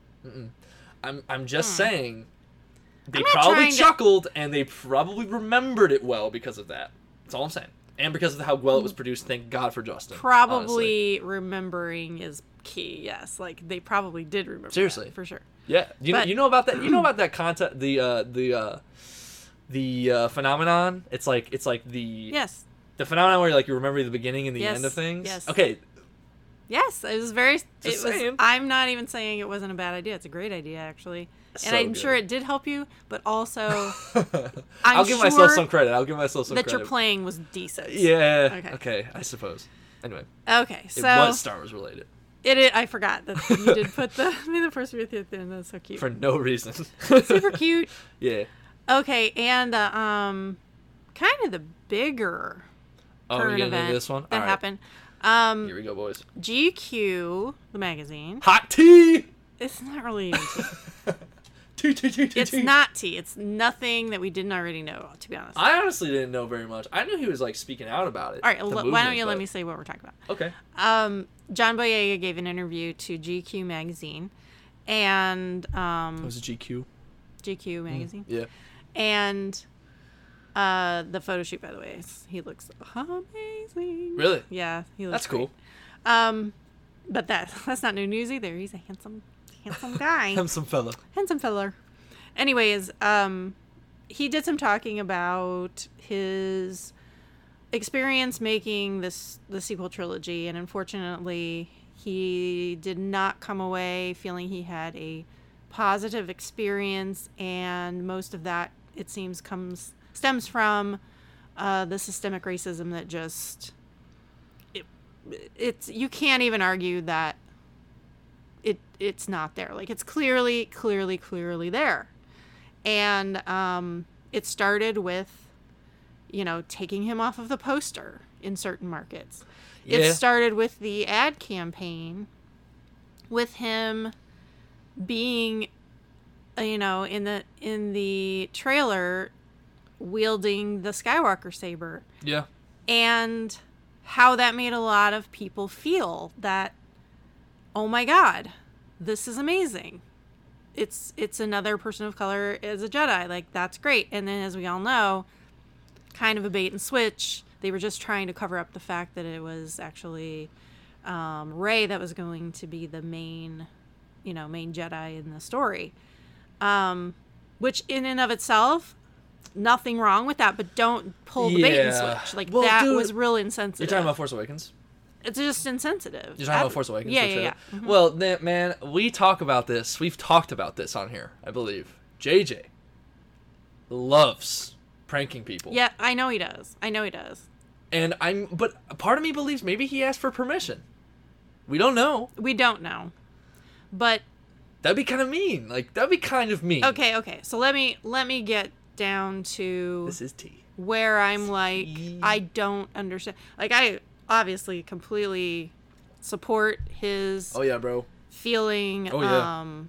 Speaker 2: I'm, I'm just saying. They
Speaker 1: Hmm. I'm not
Speaker 2: probably
Speaker 1: trying to-
Speaker 2: chuckled, and they probably remembered it well because of that. That's all I'm saying, and because of how well it was produced. Thank God for Justin. honestly.
Speaker 1: Hmm. Probably remembering is key. Yes, like they probably did remember. that,
Speaker 2: Seriously.
Speaker 1: for sure.
Speaker 2: Yeah, you know,
Speaker 1: But-
Speaker 2: you know
Speaker 1: (clears throat)
Speaker 2: about that. You know about that content. The uh, the uh, the uh, phenomenon. It's like it's like the
Speaker 1: Yes,
Speaker 2: the phenomenon where like you remember the beginning and the
Speaker 1: Yes,
Speaker 2: end of things.
Speaker 1: yes.
Speaker 2: Okay,
Speaker 1: Yes, it was very. it was.
Speaker 2: saying.
Speaker 1: I'm not even saying it wasn't a bad idea. It's a great idea, actually, and
Speaker 2: So
Speaker 1: I'm sure
Speaker 2: good.
Speaker 1: it did help you. But
Speaker 2: (laughs)
Speaker 1: also I'm
Speaker 2: I'll give myself
Speaker 1: sure
Speaker 2: some credit. I'll give myself some
Speaker 1: that
Speaker 2: credit.
Speaker 1: your playing was decent.
Speaker 2: Yeah.
Speaker 1: Okay.
Speaker 2: Okay. I suppose. Anyway,
Speaker 1: Okay.
Speaker 2: it
Speaker 1: So
Speaker 2: was Star Wars related
Speaker 1: it, i- I forgot that you
Speaker 2: (laughs)
Speaker 1: did put the (laughs) me the first with you at the end. That's so cute.
Speaker 2: for no reason.
Speaker 1: Super cute.
Speaker 2: (laughs) yeah.
Speaker 1: Okay, and the um, kind of the bigger
Speaker 2: Oh, we're
Speaker 1: current
Speaker 2: getting
Speaker 1: event
Speaker 2: into this one.
Speaker 1: that
Speaker 2: All right.
Speaker 1: happened. Um,
Speaker 2: Here we go, boys.
Speaker 1: GQ, the magazine.
Speaker 2: Hot tea.
Speaker 1: It's not really.
Speaker 2: (laughs) Tea, tea, tea, tea,
Speaker 1: It's
Speaker 2: tea.
Speaker 1: not tea. It's nothing that we didn't already know. To be honest.
Speaker 2: I honestly didn't know very much. I knew he was like speaking out about it.
Speaker 1: All right,
Speaker 2: the
Speaker 1: l- why don't
Speaker 2: movement,
Speaker 1: you let
Speaker 2: but-
Speaker 1: me say what we're talking about?
Speaker 2: Okay.
Speaker 1: Um, John Boyega gave an interview to GQ magazine, and um,
Speaker 2: was a GQ. Mm.
Speaker 1: GQ magazine,
Speaker 2: Yeah.
Speaker 1: and uh, the photo shoot. By the way, is- he looks amazing.
Speaker 2: Really?
Speaker 1: Yeah, he looks.
Speaker 2: That's cool.
Speaker 1: great. Um, but that (laughs) that's not new news either. He's a handsome, handsome guy,
Speaker 2: some fella.
Speaker 1: handsome feller. Anyways, um, he did some talking about his experience making this the sequel trilogy and unfortunately he did not come away feeling he had a positive experience and most of that it seems comes stems from uh, the systemic racism that just it, it's you can't even argue that it it's not there like it's clearly clearly clearly there and um, it started with you know taking him off of the poster in certain markets
Speaker 2: Yeah.
Speaker 1: it started with the ad campaign with him being uh, you know in the in the trailer wielding the skywalker saber
Speaker 2: Yeah.
Speaker 1: and how that made a lot of people feel that oh my god this is amazing it's it's another person of color as a jedi like that's great and then as we all know kind of a bait and switch they were just trying to cover up the fact that it was actually um, ray that was going to be the main you know main jedi in the story um, which in and of itself nothing wrong with that but don't pull the bait and
Speaker 2: Yeah.
Speaker 1: switch like
Speaker 2: Well,
Speaker 1: that
Speaker 2: dude,
Speaker 1: was real
Speaker 2: You're
Speaker 1: insensitive
Speaker 2: talking about Force Awakens.
Speaker 1: it's just insensitive
Speaker 2: You're talking about Force Awakens.
Speaker 1: yeah
Speaker 2: for
Speaker 1: yeah,
Speaker 2: sure.
Speaker 1: yeah. Mm-hmm.
Speaker 2: Well, then, man, we talk about this. We've talked about this on here, I believe. JJ loves pranking people.
Speaker 1: yeah i know he does i know he does
Speaker 2: And I'm, but a part of me believes maybe he asked for permission. We don't know.
Speaker 1: we don't know but
Speaker 2: That'd be kind of mean. Like that'd be kind of mean.
Speaker 1: okay okay so let me let me get down to
Speaker 2: This is tea.
Speaker 1: where i'm like
Speaker 2: Ye-
Speaker 1: i don't understand like i obviously completely support his
Speaker 2: Oh yeah, bro.
Speaker 1: feeling
Speaker 2: Oh, yeah.
Speaker 1: um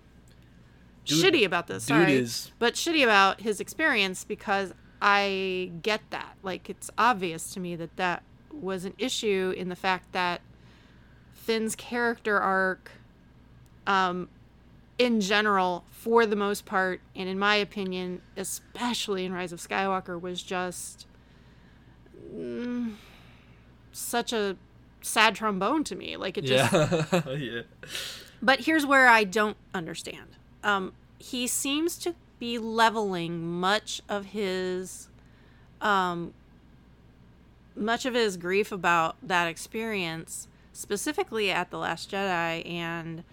Speaker 2: Dude-
Speaker 1: shitty about this
Speaker 2: dude
Speaker 1: sorry
Speaker 2: is-
Speaker 1: but shitty about his experience because i get that like it's obvious to me that that was an issue in the fact that finn's character arc um in general for the most part and in my opinion especially in rise of skywalker was just mm, such a sad trombone to me like it just (laughs)
Speaker 2: Oh, Yeah. (laughs) yeah.
Speaker 1: but here's where I don't understand. Um, he seems to be leveling much of his, um, much of his grief about that experience, specifically at the Last Jedi, and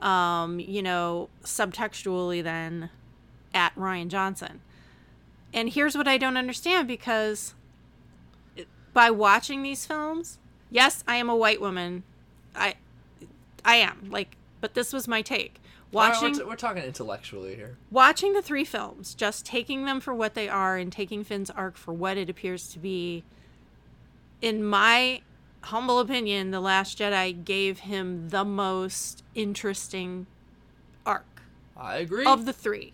Speaker 1: um, you know, subtextually then at Ryan Johnson. And here's what I don't understand because it- by watching these films, yes, I am a white woman. I I am. Like but this was my take.
Speaker 2: Watching...
Speaker 1: Watching
Speaker 2: we're, talking intellectually here.
Speaker 1: watching the three films, just taking them for what they are and taking Finn's arc for what it appears to be, in my humble opinion, The Last Jedi gave him the most interesting arc
Speaker 2: I agree.
Speaker 1: of the three.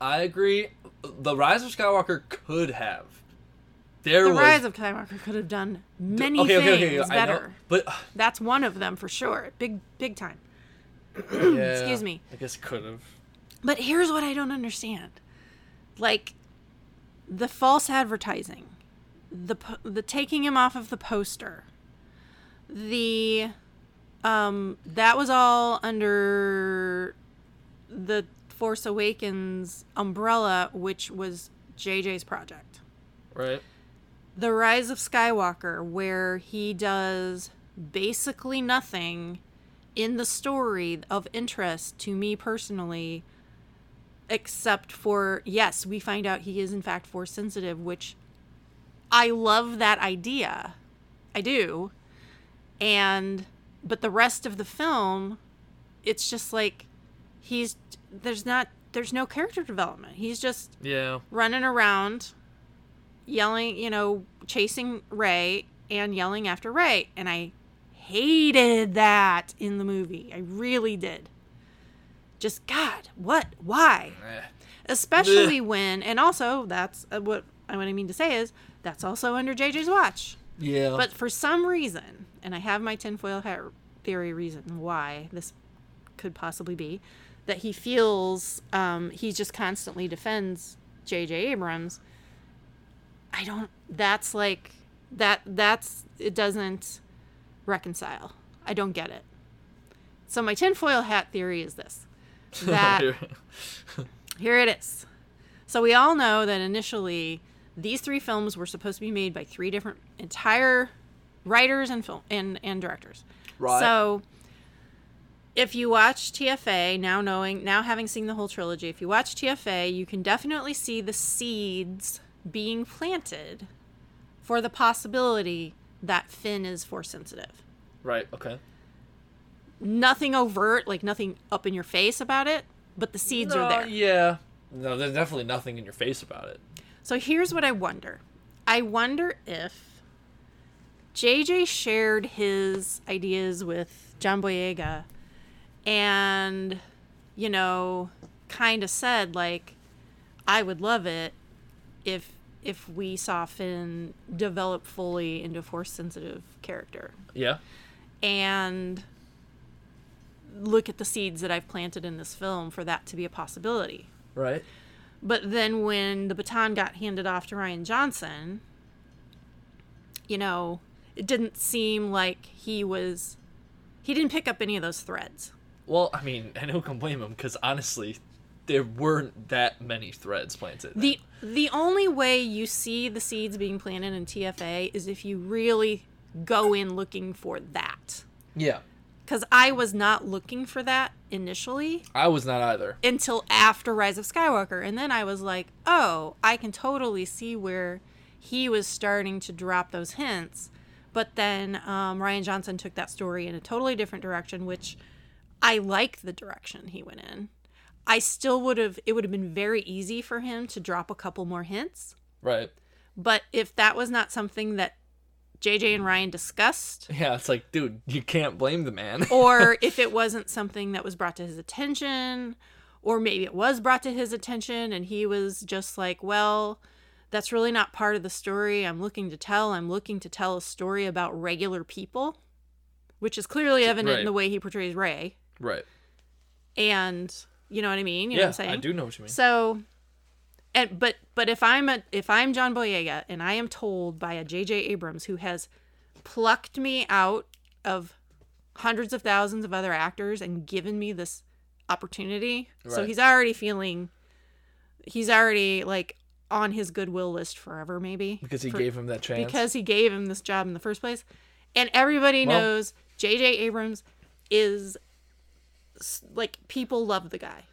Speaker 2: I agree. The Rise of Skywalker could have. There
Speaker 1: The
Speaker 2: was
Speaker 1: Rise of Skywalker could have done many
Speaker 2: okay, okay,
Speaker 1: things
Speaker 2: okay, I know,
Speaker 1: better.
Speaker 2: but
Speaker 1: That's one of them for sure. Big, big time. Excuse me.
Speaker 2: I guess could have.
Speaker 1: But here's what I don't understand. Like the false advertising, the po- the taking him off of the poster. The um that was all under the Force Awakens umbrella which was JJ's project.
Speaker 2: Right.
Speaker 1: The Rise of Skywalker, where he does basically nothing in the story of interest to me personally, except for, yes, we find out he is in fact force sensitive, which I love that idea. I do. And, but the rest of the film, it's just like he's, there's not, there's no character development. He's just
Speaker 2: Yeah.
Speaker 1: running around yelling, you know, chasing Ray and yelling after Ray. And I hated that in the movie. I really did. Just God, what? Why?
Speaker 2: Eh.
Speaker 1: Especially when, and also that's uh, what I what I mean to say is that's also under JJ's watch. (laughs)
Speaker 2: Yeah.
Speaker 1: But for some reason, and I have my tinfoil hat theory reason why this could possibly be, that he feels um, he just constantly defends J.J. Abrams. I don't. That's like that. That's it doesn't reconcile. I don't get it. So my tinfoil hat theory is this: that here it is. So we all know that initially these three films were supposed to be made by three different entire writers and film and, and directors.
Speaker 2: Right.
Speaker 1: So if you watch TFA, now knowing now having seen the whole trilogy, if you watch TFA, you can definitely see the seeds being planted for the possibility that Finn is force sensitive
Speaker 2: Right. Okay.
Speaker 1: nothing overt, like nothing up in your face about it, but the seeds are there.
Speaker 2: Yeah. No, there's definitely nothing in your face about it.
Speaker 1: So here's what I wonder. I wonder if JJ shared his ideas with John Boyega and, you know, kind of said like I would love it if if we saw Finn develop fully into force sensitive character.
Speaker 2: Yeah.
Speaker 1: and look at the seeds that I've planted in this film for that to be a possibility.
Speaker 2: Right.
Speaker 1: But then when the baton got handed off to Ryan Johnson, you know, it didn't seem like he was he didn't pick up any of those threads.
Speaker 2: Well, I mean, and who can blame him? Because honestly, there weren't that many threads planted.
Speaker 1: The the only way you see the seeds being planted in TFA is if you really go in looking for that.
Speaker 2: yeah.
Speaker 1: Cuz I was not looking for that initially.
Speaker 2: I was not either.
Speaker 1: until after Rise of Skywalker. And then I was like, oh, I can totally see where he was starting to drop those hints. But then um, Ryan Johnson took that story in a totally different direction, which I like the direction he went in. I still would have, it would have been very easy for him to drop a couple more hints.
Speaker 2: Right.
Speaker 1: But if that was not something that JJ and Ryan discussed,
Speaker 2: Yeah, it's like, dude, you can't blame
Speaker 1: (laughs)
Speaker 2: the man.
Speaker 1: or if it wasn't something that was brought to his attention, or maybe it was brought to his attention and he was just like, well, that's really not part of the story I'm looking to tell. I'm looking to tell a story about regular people, which is clearly evident
Speaker 2: Right.
Speaker 1: in the way he portrays Ray.
Speaker 2: (laughs) right.
Speaker 1: And you know what I mean? You know what
Speaker 2: yeah,
Speaker 1: I'm saying?
Speaker 2: I do know what you mean.
Speaker 1: So, and but but if I'm a if I'm John Boyega and I am told by a J.J. Abrams who has plucked me out of hundreds of thousands of other actors and given me this opportunity, so
Speaker 2: Right.
Speaker 1: he's already feeling, he's already like on his goodwill list forever, maybe
Speaker 2: Because he
Speaker 1: For-
Speaker 2: gave him that chance. (laughs)
Speaker 1: because he gave him this job in the first place. And everybody
Speaker 2: Well-
Speaker 1: knows J.J. Abrams is s- like people love the guy.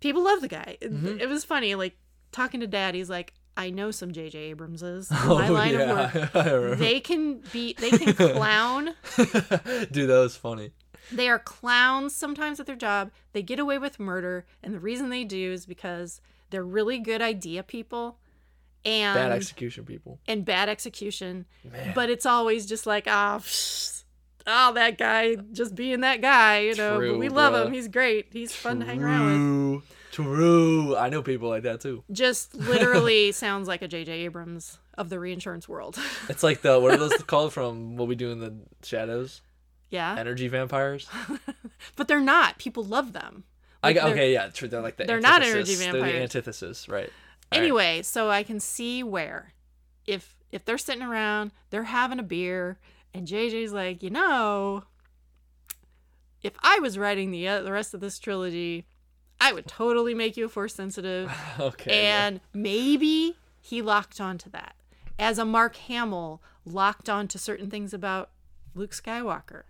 Speaker 1: People love the guy. It-
Speaker 2: Mm-hmm.
Speaker 1: It was funny, like talking to Dad. He's like, "I know some J.J.
Speaker 2: (laughs)
Speaker 1: Abramses. in
Speaker 2: oh,
Speaker 1: my line
Speaker 2: yeah.
Speaker 1: of work.
Speaker 2: (laughs) I remember.
Speaker 1: They can be. They
Speaker 2: (laughs)
Speaker 1: can clown.
Speaker 2: dude, that was funny.
Speaker 1: They are clowns sometimes at their job. They get away with murder, and the reason they do is because they're really good idea people." And
Speaker 2: Bad execution people.
Speaker 1: and bad execution.
Speaker 2: Man.
Speaker 1: But it's always just like, ah, psh, oh, that guy, just being that guy, you know.
Speaker 2: True,
Speaker 1: but we love
Speaker 2: bruh.
Speaker 1: him. He's great. He's fun to hang
Speaker 2: (laughs)
Speaker 1: around with.
Speaker 2: True. True. I know people like that too.
Speaker 1: Just literally sounds like a J.J. Abrams of the reinsurance world. (laughs)
Speaker 2: It's like the what are those (laughs) called from what we do in the shadows?
Speaker 1: yeah.
Speaker 2: Energy vampires.
Speaker 1: But they're not. People love them.
Speaker 2: I
Speaker 1: Like,
Speaker 2: got
Speaker 1: they're-
Speaker 2: okay, yeah, true. They're like the
Speaker 1: they're not
Speaker 2: antithesis.
Speaker 1: energy
Speaker 2: They're the
Speaker 1: vampires.
Speaker 2: antithesis, right? All right.
Speaker 1: Anyway, so I can see where if if they're sitting around, they're having a beer, and JJ's like, you know, if I was writing the uh, the rest of this trilogy, I would totally make you force sensitive,
Speaker 2: (laughs) Okay. yeah.
Speaker 1: and maybe he locked onto that as a Mark Hamill locked onto certain things about Luke Skywalker,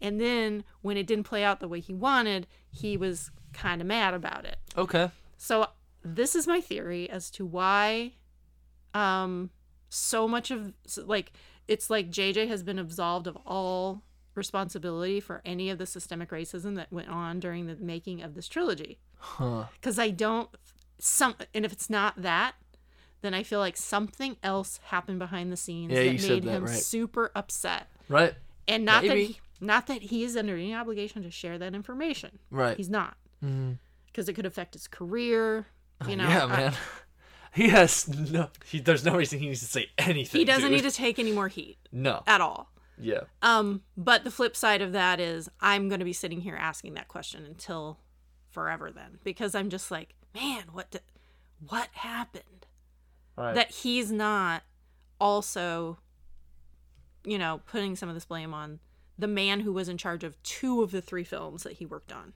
Speaker 1: and then when it didn't play out the way he wanted, he was kind of mad about it.
Speaker 2: Okay.
Speaker 1: So this is my theory as to why um so much of so, like it's like JJ has been absolved of all responsibility for any of the systemic racism that went on during the making of this trilogy
Speaker 2: Huh.
Speaker 1: cuz I don't some and if it's not that then I feel like something else happened behind the scenes
Speaker 2: Yeah,
Speaker 1: that
Speaker 2: you
Speaker 1: made
Speaker 2: said that,
Speaker 1: him
Speaker 2: right.
Speaker 1: super upset.
Speaker 2: Right.
Speaker 1: And not
Speaker 2: Maybe.
Speaker 1: that he, not that he is under any obligation to share that information.
Speaker 2: Right.
Speaker 1: He's not
Speaker 2: Mhm.
Speaker 1: because it could affect his career. You know,
Speaker 2: Oh, yeah,
Speaker 1: uh,
Speaker 2: man. (laughs) He has no. He, there's no reason he needs to say anything.
Speaker 1: he doesn't
Speaker 2: dude.
Speaker 1: need to take any more heat
Speaker 2: No.
Speaker 1: at all.
Speaker 2: Yeah.
Speaker 1: Um, but the flip side of that is I'm going to be sitting here asking that question until forever then because I'm just like, man, what did, what happened
Speaker 2: All right.
Speaker 1: that he's not also you know, putting some of this blame on the man who was in charge of two of the three films that he worked on.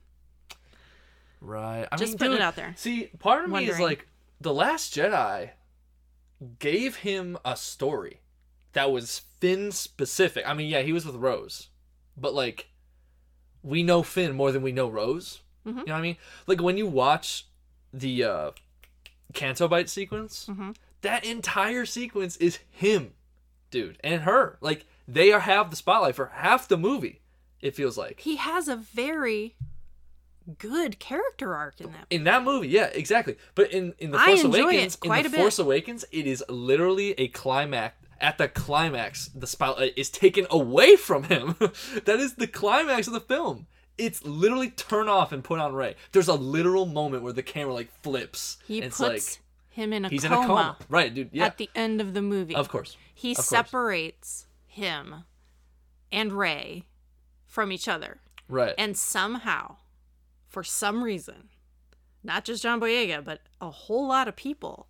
Speaker 2: right. I
Speaker 1: Just
Speaker 2: mean,
Speaker 1: putting
Speaker 2: dude,
Speaker 1: it out there.
Speaker 2: See, part of me is
Speaker 1: Wondering.
Speaker 2: like, The Last Jedi gave him a story that was Finn specific. I mean, yeah, he was with Rose, but like, we know Finn more than we know Rose.
Speaker 1: Mhm.
Speaker 2: You know what I mean? Like when you watch the uh, Canto Bite sequence,
Speaker 1: Mhm.
Speaker 2: that entire sequence is him, dude, and her. Like they are have the spotlight for half the movie. It feels like
Speaker 1: He has a very good character arc in that.
Speaker 2: in that movie, yeah, exactly. But in in the
Speaker 1: I
Speaker 2: Force
Speaker 1: enjoy it
Speaker 2: Awakens,
Speaker 1: quite a
Speaker 2: in the
Speaker 1: bit.
Speaker 2: Force Awakens, it is literally a climax. At the climax, the spotlight is taken away from him. (laughs) that is the climax of the film. It's literally turn off and put on Ray. There's a literal moment where the camera like flips.
Speaker 1: He
Speaker 2: and it's
Speaker 1: puts
Speaker 2: like
Speaker 1: him in a
Speaker 2: he's
Speaker 1: coma,
Speaker 2: in a coma, right, dude? Yeah,
Speaker 1: at the end of the movie.
Speaker 2: of course.
Speaker 1: He
Speaker 2: of course.
Speaker 1: separates him and Ray from each other.
Speaker 2: Right.
Speaker 1: And somehow, for some reason, not just John Boyega, but a whole lot of people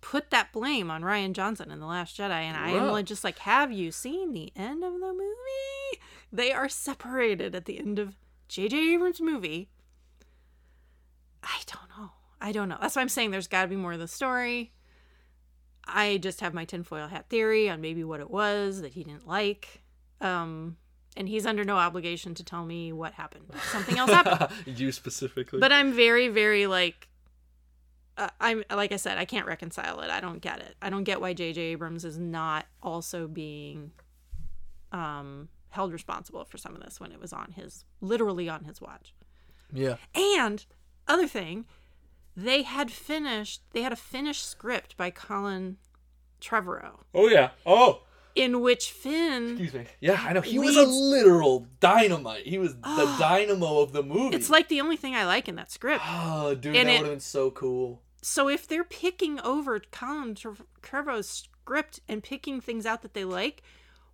Speaker 1: put that blame on Ryan Johnson in The Last Jedi. And I
Speaker 2: Wow.
Speaker 1: am just like, have you seen the end of the movie? They are separated at the end of J.J. Abrams' movie. I don't know. I don't know. That's why I'm saying there's got to be more of the story. I just have my tinfoil hat theory on maybe what it was that he didn't like. Um, and he's under no obligation to tell me what happened. Something else happened.
Speaker 2: (laughs) you specifically.
Speaker 1: But I'm very, very like, uh, I'm like I said, I can't reconcile it. I don't get it. I don't get why J.J. Abrams is not also being um, held responsible for some of this when it was on his, literally on his watch.
Speaker 2: yeah.
Speaker 1: And other thing, they had finished. They had a finished script by Colin Trevorrow
Speaker 2: Oh yeah. Oh.
Speaker 1: in which Finn.
Speaker 2: Excuse me. Yeah, I know. He was a
Speaker 1: Leads-
Speaker 2: literal dynamite. He
Speaker 1: (gasps)
Speaker 2: was the dynamo of the movie.
Speaker 1: It's like the only thing I like in that script.
Speaker 2: Oh, dude,
Speaker 1: And
Speaker 2: that
Speaker 1: it-
Speaker 2: would have been
Speaker 1: (sighs)
Speaker 2: so cool.
Speaker 1: So if they're picking over Colin Tre- Trevorrow's script and picking things out that they like,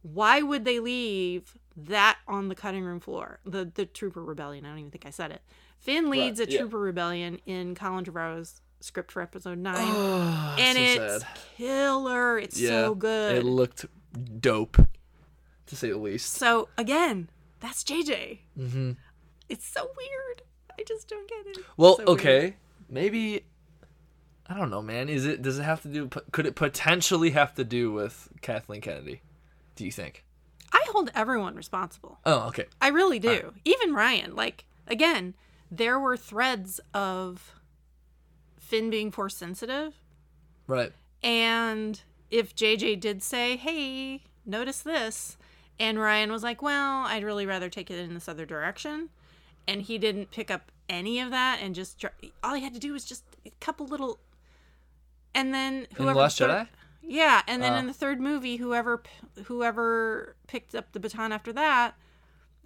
Speaker 1: why would they leave that on the cutting room floor? The the Trooper Rebellion. I don't even think I said it. Finn leads a
Speaker 2: yeah.
Speaker 1: Trooper Rebellion in Colin Trevorrow's script for Episode
Speaker 2: Oh, (sighs)
Speaker 1: Nine. and it's killer. It's so good.
Speaker 2: It looked dope, to say the least.
Speaker 1: so again, that's JJ. Mm-hmm. It's so weird. I just don't get it.
Speaker 2: Well,
Speaker 1: So
Speaker 2: okay,
Speaker 1: weird.
Speaker 2: maybe. I don't know, man. Is it? Does it have to do? Could it potentially have to do with Kathleen Kennedy? Do you think?
Speaker 1: I hold everyone responsible.
Speaker 2: Oh, okay.
Speaker 1: I really do. Even Ryan. Like again, there were threads of Finn being force sensitive,
Speaker 2: Right.
Speaker 1: and if JJ did say, "Hey, notice this," and Ryan was like, "Well, I'd really rather take it in this other direction," and he didn't pick up any of that, and just dr- all he had to do was just a couple little, and then
Speaker 2: In
Speaker 1: whoever
Speaker 2: the Last
Speaker 1: sort
Speaker 2: Jedi.
Speaker 1: of- yeah, and then
Speaker 2: Uh.
Speaker 1: in the third movie, whoever p- whoever picked up the baton after that,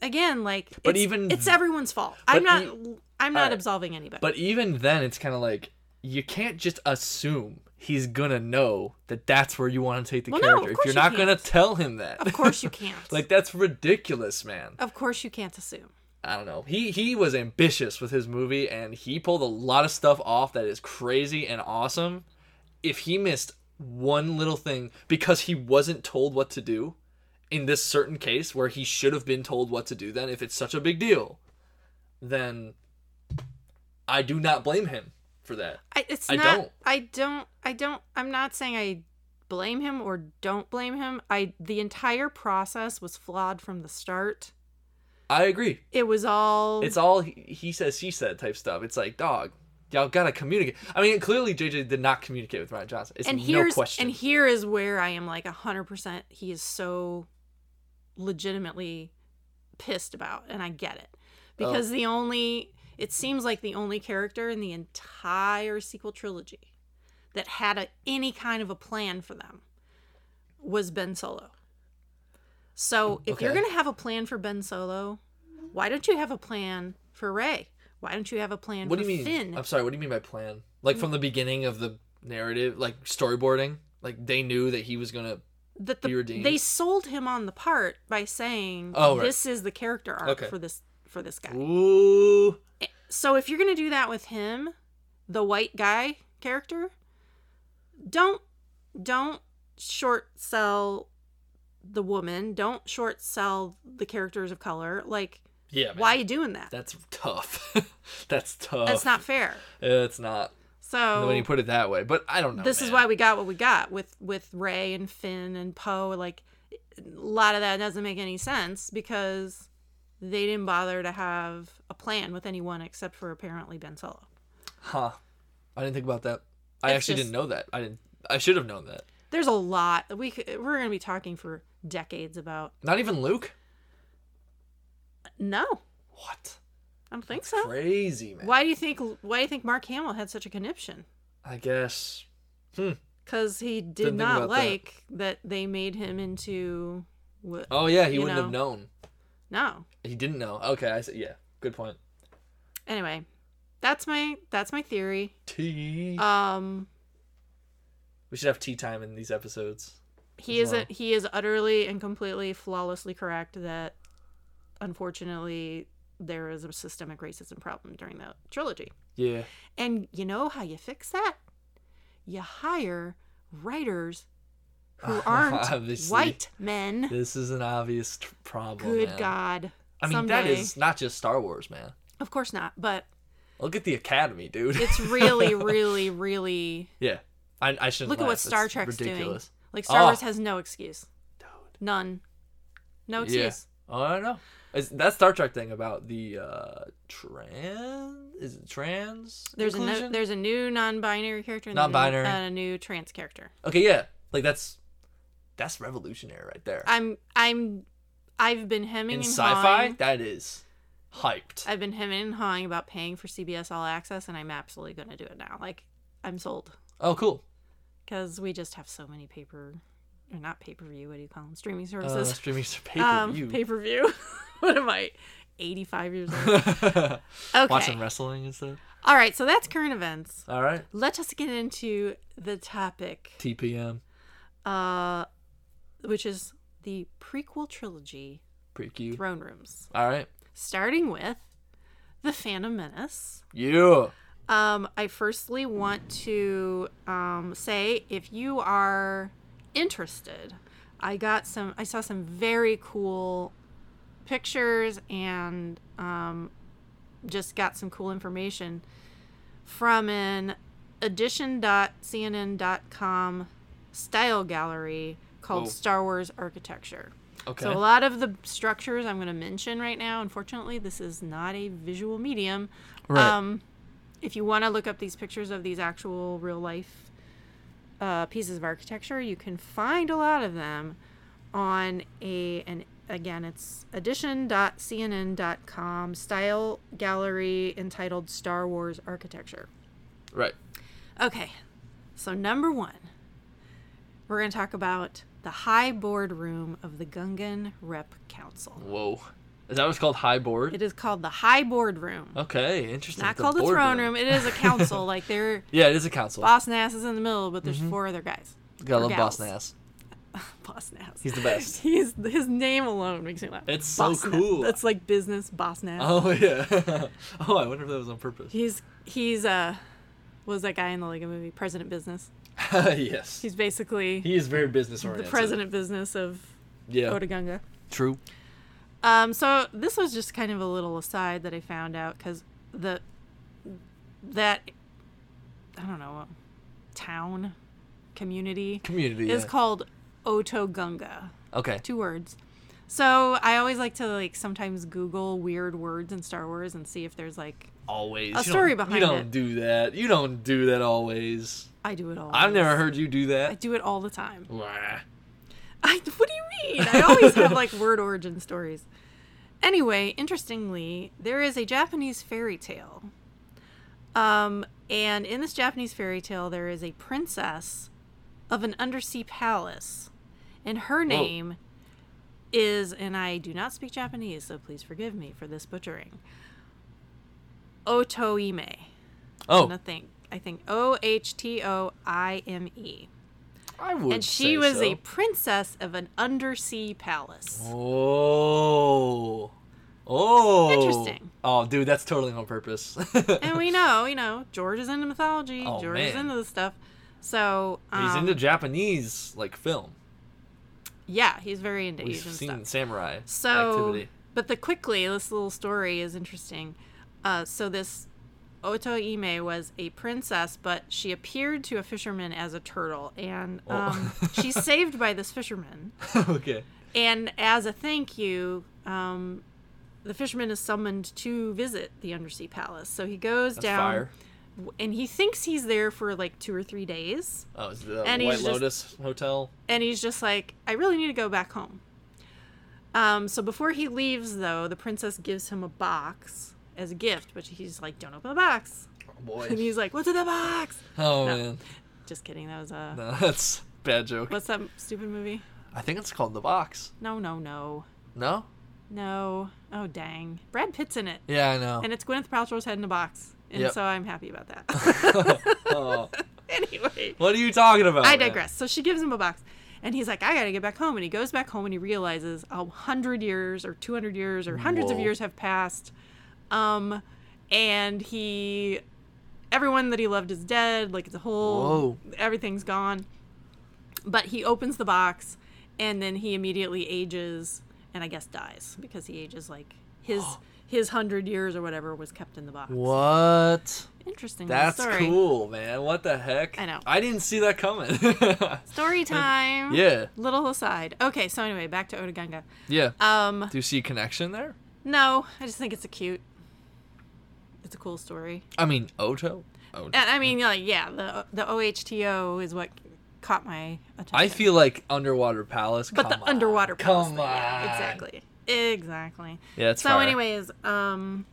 Speaker 1: again, like,
Speaker 2: But
Speaker 1: it's,
Speaker 2: even-
Speaker 1: it's everyone's fault. I'm
Speaker 2: but e-,
Speaker 1: not, I'm not
Speaker 2: Alright.
Speaker 1: absolving anybody.
Speaker 2: But even then, it's kind of like you can't just assume he's gonna know that that's where you want to take the
Speaker 1: Well, no, of
Speaker 2: character if
Speaker 1: course
Speaker 2: you're
Speaker 1: you
Speaker 2: not gonna
Speaker 1: can't.
Speaker 2: tell him that.
Speaker 1: of course you can't.
Speaker 2: (laughs) like that's ridiculous, man.
Speaker 1: of course you can't assume.
Speaker 2: I don't know. He he was ambitious with his movie, and he pulled a lot of stuff off that is crazy and awesome. If he missed one little thing because he wasn't told what to do in this certain case where he should have been told what to do then if it's such a big deal then i do not blame him for that
Speaker 1: I, it's
Speaker 2: I
Speaker 1: not.
Speaker 2: don't.
Speaker 1: I don't. I don't. I'm not saying I blame him or don't blame him. I the entire process was flawed from the start.
Speaker 2: I agree.
Speaker 1: It was all.
Speaker 2: It's all he, he says, she said type stuff. It's like, dog, y'all gotta communicate. I mean, clearly JJ did not communicate with Ryan Johnson. It's
Speaker 1: and
Speaker 2: no
Speaker 1: here's
Speaker 2: question.
Speaker 1: and here is where I am like hundred percent. He is so legitimately pissed about, and I get it because
Speaker 2: Oh.
Speaker 1: the only it seems like the only character in the entire sequel trilogy that had a, any kind of a plan for them was Ben Solo. So if you're
Speaker 2: Okay.
Speaker 1: gonna have a plan for Ben Solo, why don't you have a plan for Ray? Why don't you have a plan
Speaker 2: what do
Speaker 1: for
Speaker 2: you mean?
Speaker 1: Finn? Mm.
Speaker 2: I'm sorry. What do you mean by plan? Like from the beginning of the narrative, like storyboarding, like they knew that he was gonna.
Speaker 1: that the,
Speaker 2: be redeemed.
Speaker 1: they sold him on the part by saying
Speaker 2: Oh, right.
Speaker 1: this is the character arc
Speaker 2: Okay.
Speaker 1: for this for this guy.
Speaker 2: Ooh.
Speaker 1: So if you're going to do that with him, the white guy character, don't don't short sell the woman, don't short sell the characters of color. Like
Speaker 2: Yeah. Man.
Speaker 1: why are you doing that?
Speaker 2: (laughs) That's tough. That's tough.
Speaker 1: That's not fair.
Speaker 2: It's not.
Speaker 1: So
Speaker 2: when you put it that way, but I don't know.
Speaker 1: this is
Speaker 2: man.
Speaker 1: why we got what we got with with Ray and Finn and Poe. Like a lot of that doesn't make any sense because they didn't bother to have a plan with anyone except for apparently Ben Solo.
Speaker 2: Huh. I didn't think about that. I
Speaker 1: It's
Speaker 2: actually
Speaker 1: just-
Speaker 2: didn't know that. I didn't. I should have known that.
Speaker 1: There's a lot we could, we're going to be talking for decades about.
Speaker 2: Not even Luke.
Speaker 1: No,
Speaker 2: What?
Speaker 1: I don't think so.
Speaker 2: Crazy man.
Speaker 1: Why do you think why do you think Mark Hamill had such a conniption?
Speaker 2: I guess.
Speaker 1: Because he did
Speaker 2: Didn't think
Speaker 1: not
Speaker 2: about that.
Speaker 1: like that. they made him into what?
Speaker 2: Oh yeah, he
Speaker 1: You
Speaker 2: wouldn't
Speaker 1: know.
Speaker 2: have known.
Speaker 1: No.
Speaker 2: He didn't know. Okay, I said yeah. Good point.
Speaker 1: Anyway, that's my that's my theory.
Speaker 2: Tea.
Speaker 1: Um,
Speaker 2: we should have tea time in these episodes.
Speaker 1: he
Speaker 2: as
Speaker 1: is
Speaker 2: well.
Speaker 1: a, he is utterly and completely flawlessly correct that unfortunately there is a systemic racism problem during the trilogy.
Speaker 2: Yeah.
Speaker 1: And you know how you fix that? You hire writers
Speaker 2: (laughs)
Speaker 1: who aren't
Speaker 2: Obviously.
Speaker 1: white men.
Speaker 2: This is an obvious t- problem.
Speaker 1: Good
Speaker 2: man.
Speaker 1: God.
Speaker 2: I mean, that
Speaker 1: Someday.
Speaker 2: is not just Star Wars, man.
Speaker 1: Of course not, but
Speaker 2: Look at the Academy, dude.
Speaker 1: it's really, really, really.
Speaker 2: (laughs) yeah. I, I shouldn't
Speaker 1: Look at what
Speaker 2: laugh.
Speaker 1: Star
Speaker 2: It's
Speaker 1: Trek's
Speaker 2: ridiculous.
Speaker 1: doing. Like Star
Speaker 2: Oh.
Speaker 1: Wars has no excuse,
Speaker 2: Dude.
Speaker 1: none, no
Speaker 2: Yeah.
Speaker 1: excuse.
Speaker 2: Oh, I don't know. It's that Star Trek thing about the uh trans is it trans?
Speaker 1: There's a no,
Speaker 2: inclusion?
Speaker 1: there's a new non-binary character, and
Speaker 2: Non-binary.
Speaker 1: and a new trans character.
Speaker 2: Okay, yeah. Like that's that's revolutionary right there.
Speaker 1: I'm I'm I've been hemming
Speaker 2: In
Speaker 1: and
Speaker 2: sci-fi,
Speaker 1: hawing.
Speaker 2: that is hyped.
Speaker 1: I've been hemming and hawing about paying for CBS All Access, and I'm absolutely gonna do it now. Like I'm sold
Speaker 2: oh, cool.
Speaker 1: because we just have so many paper, or not pay per view. What do you call them? Streaming
Speaker 2: Uh,
Speaker 1: services.
Speaker 2: streaming to
Speaker 1: um,
Speaker 2: pay-per-view.
Speaker 1: pay per view. (laughs) what am I? 85 years old. Okay.
Speaker 2: (laughs) Watching wrestling and stuff.
Speaker 1: All right, so that's current events.
Speaker 2: All right.
Speaker 1: Let us get into the topic,
Speaker 2: TPM
Speaker 1: uh, which is the prequel trilogy
Speaker 2: pre-Q.
Speaker 1: throne rooms,
Speaker 2: All right.
Speaker 1: starting with the Phantom Menace.
Speaker 2: Yeah.
Speaker 1: Um, I firstly want to um, say if you are interested, I got some. I saw some very cool pictures and um, just got some cool information from an edition.cnn.com style gallery called
Speaker 2: Whoa.
Speaker 1: Star Wars Architecture.
Speaker 2: Okay.
Speaker 1: So a lot of the structures I'm going to mention right now, unfortunately, this is not a visual medium.
Speaker 2: Right.
Speaker 1: Um, if you want to look up these pictures of these actual real life uh, pieces of architecture, you can find a lot of them on a and again it's edition.cnn.com style gallery entitled Star Wars Architecture.
Speaker 2: right.
Speaker 1: Okay, so number one, we're going to talk about the high boardroom of the Gungan Rep Council.
Speaker 2: Whoa. Is that what's called high board?
Speaker 1: It is called the high boardroom.
Speaker 2: okay, interesting.
Speaker 1: Not
Speaker 2: Oh, The
Speaker 1: called a
Speaker 2: board
Speaker 1: throne room. It is a
Speaker 2: (laughs)
Speaker 1: council. like they're
Speaker 2: Yeah, it is a council.
Speaker 1: Boss Nass is in the middle, but
Speaker 2: Mm-hmm.
Speaker 1: there's four other guys. (laughs)
Speaker 2: Gotta
Speaker 1: or
Speaker 2: love Boss
Speaker 1: gals.
Speaker 2: Nass.
Speaker 1: Boss Nass.
Speaker 2: He's the best.
Speaker 1: (laughs) He's his name alone makes me laugh.
Speaker 2: It's so
Speaker 1: Boss Nass.
Speaker 2: cool.
Speaker 1: That's like business Boss Nass.
Speaker 2: (laughs) Oh yeah. (laughs) oh, I wonder if that was on purpose.
Speaker 1: He's he's uh what was that guy in the Lego movie President Business?
Speaker 2: (laughs) yes.
Speaker 1: He's basically
Speaker 2: he is very business
Speaker 1: the
Speaker 2: oriented.
Speaker 1: President Business of
Speaker 2: Yeah.
Speaker 1: Otagunga.
Speaker 2: True.
Speaker 1: Um, so this was just kind of a little aside that I found out because the that I don't know uh, town community
Speaker 2: Community.
Speaker 1: is
Speaker 2: yeah.
Speaker 1: called Otogunga.
Speaker 2: okay.
Speaker 1: Two words. So I always like to like sometimes Google weird words in Star Wars and see if there's like
Speaker 2: Always.
Speaker 1: a
Speaker 2: You
Speaker 1: story
Speaker 2: don't-
Speaker 1: behind
Speaker 2: You don't
Speaker 1: it.
Speaker 2: do that. You don't do that always.
Speaker 1: I do it all.
Speaker 2: I've never heard you do
Speaker 1: I
Speaker 2: that.
Speaker 1: do it all the time.
Speaker 2: Wah.
Speaker 1: I, what do you mean? I always have like word origin stories. Anyway, interestingly, there is a Japanese fairy tale. Um, and in this Japanese fairy tale, there is a princess of an undersea palace. And her name is, and I do not speak Japanese, so please forgive me for this butchering Otoime.
Speaker 2: Oh,
Speaker 1: I think, I think O H T O I M E
Speaker 2: I would.
Speaker 1: and
Speaker 2: say
Speaker 1: she was
Speaker 2: so.
Speaker 1: a princess of an undersea palace.
Speaker 2: Oh. Oh.
Speaker 1: Interesting.
Speaker 2: Oh, dude, that's totally on purpose. (laughs)
Speaker 1: and we know, you know, George is into mythology.
Speaker 2: Oh,
Speaker 1: George is
Speaker 2: man.
Speaker 1: into this stuff. So um,
Speaker 2: He's into Japanese like film.
Speaker 1: yeah, he's very into
Speaker 2: We've
Speaker 1: Asian
Speaker 2: seen
Speaker 1: stuff.
Speaker 2: samurai
Speaker 1: So,
Speaker 2: activity. (laughs)
Speaker 1: but the quickly, this little story is interesting. Uh, so this Otoime was a princess, but she appeared to a fisherman as a turtle, and
Speaker 2: Oh.
Speaker 1: um,
Speaker 2: (laughs)
Speaker 1: she's saved by this fisherman.
Speaker 2: okay.
Speaker 1: And as a thank you, um, the fisherman is summoned to visit the undersea palace. So he goes
Speaker 2: That's
Speaker 1: down,
Speaker 2: fire.
Speaker 1: w- and he thinks he's there for like two or three days,
Speaker 2: Oh, is the
Speaker 1: And
Speaker 2: White
Speaker 1: he's just-
Speaker 2: Lotus
Speaker 1: (laughs)
Speaker 2: Hotel?
Speaker 1: and he's just like, "I really need to go back home." Um, so before he leaves, though, the princess gives him a box as a gift, but he's like, "Don't open the box,"
Speaker 2: Oh, boy.
Speaker 1: and he's like, "What's in the box?"
Speaker 2: oh
Speaker 1: No.
Speaker 2: man,
Speaker 1: Just kidding. That was a
Speaker 2: no, (laughs) that's a bad joke.
Speaker 1: what's that stupid movie?
Speaker 2: I think it's called The Box.
Speaker 1: No, no, no,
Speaker 2: No?
Speaker 1: no. Oh dang! Brad Pitt's in it.
Speaker 2: Yeah, I know.
Speaker 1: and it's Gwyneth Paltrow's head in a box, and
Speaker 2: Yep.
Speaker 1: so I'm happy about that.
Speaker 2: (laughs)
Speaker 1: (laughs)
Speaker 2: Oh,
Speaker 1: anyway,
Speaker 2: what are you talking about?
Speaker 1: I
Speaker 2: man?
Speaker 1: digress. So she gives him a box, and he's like, "I gotta get back home." And he goes back home, and he realizes a hundred years, or two hundred years, or hundreds of
Speaker 2: Whoa.
Speaker 1: years have passed, um, and he, everyone that he loved is dead. Like the whole,
Speaker 2: Whoa.
Speaker 1: everything's gone. But he opens the box, and then he immediately ages, and I guess dies because he ages like
Speaker 2: (gasps)
Speaker 1: his. His hundred years or whatever was kept in the box.
Speaker 2: What?
Speaker 1: Interesting. little
Speaker 2: That's
Speaker 1: story.
Speaker 2: cool, man. What the heck?
Speaker 1: I know.
Speaker 2: I didn't see
Speaker 1: (laughs)
Speaker 2: that coming. (laughs)
Speaker 1: Story time.
Speaker 2: yeah,
Speaker 1: Little aside. Okay, so anyway, back to Odaganga.
Speaker 2: yeah.
Speaker 1: Um,
Speaker 2: Do you see a connection there?
Speaker 1: no, I just think it's a cute. It's a cool story.
Speaker 2: I mean, Oto. Oto.
Speaker 1: And I mean, like, yeah, the the OHTO is what caught my attention.
Speaker 2: I feel like Underwater Palace.
Speaker 1: but the
Speaker 2: come on.
Speaker 1: underwater. palace
Speaker 2: Come
Speaker 1: thing, yeah,
Speaker 2: on.
Speaker 1: exactly. Exactly.
Speaker 2: Yeah, that's
Speaker 1: so,
Speaker 2: fire.
Speaker 1: anyways, um,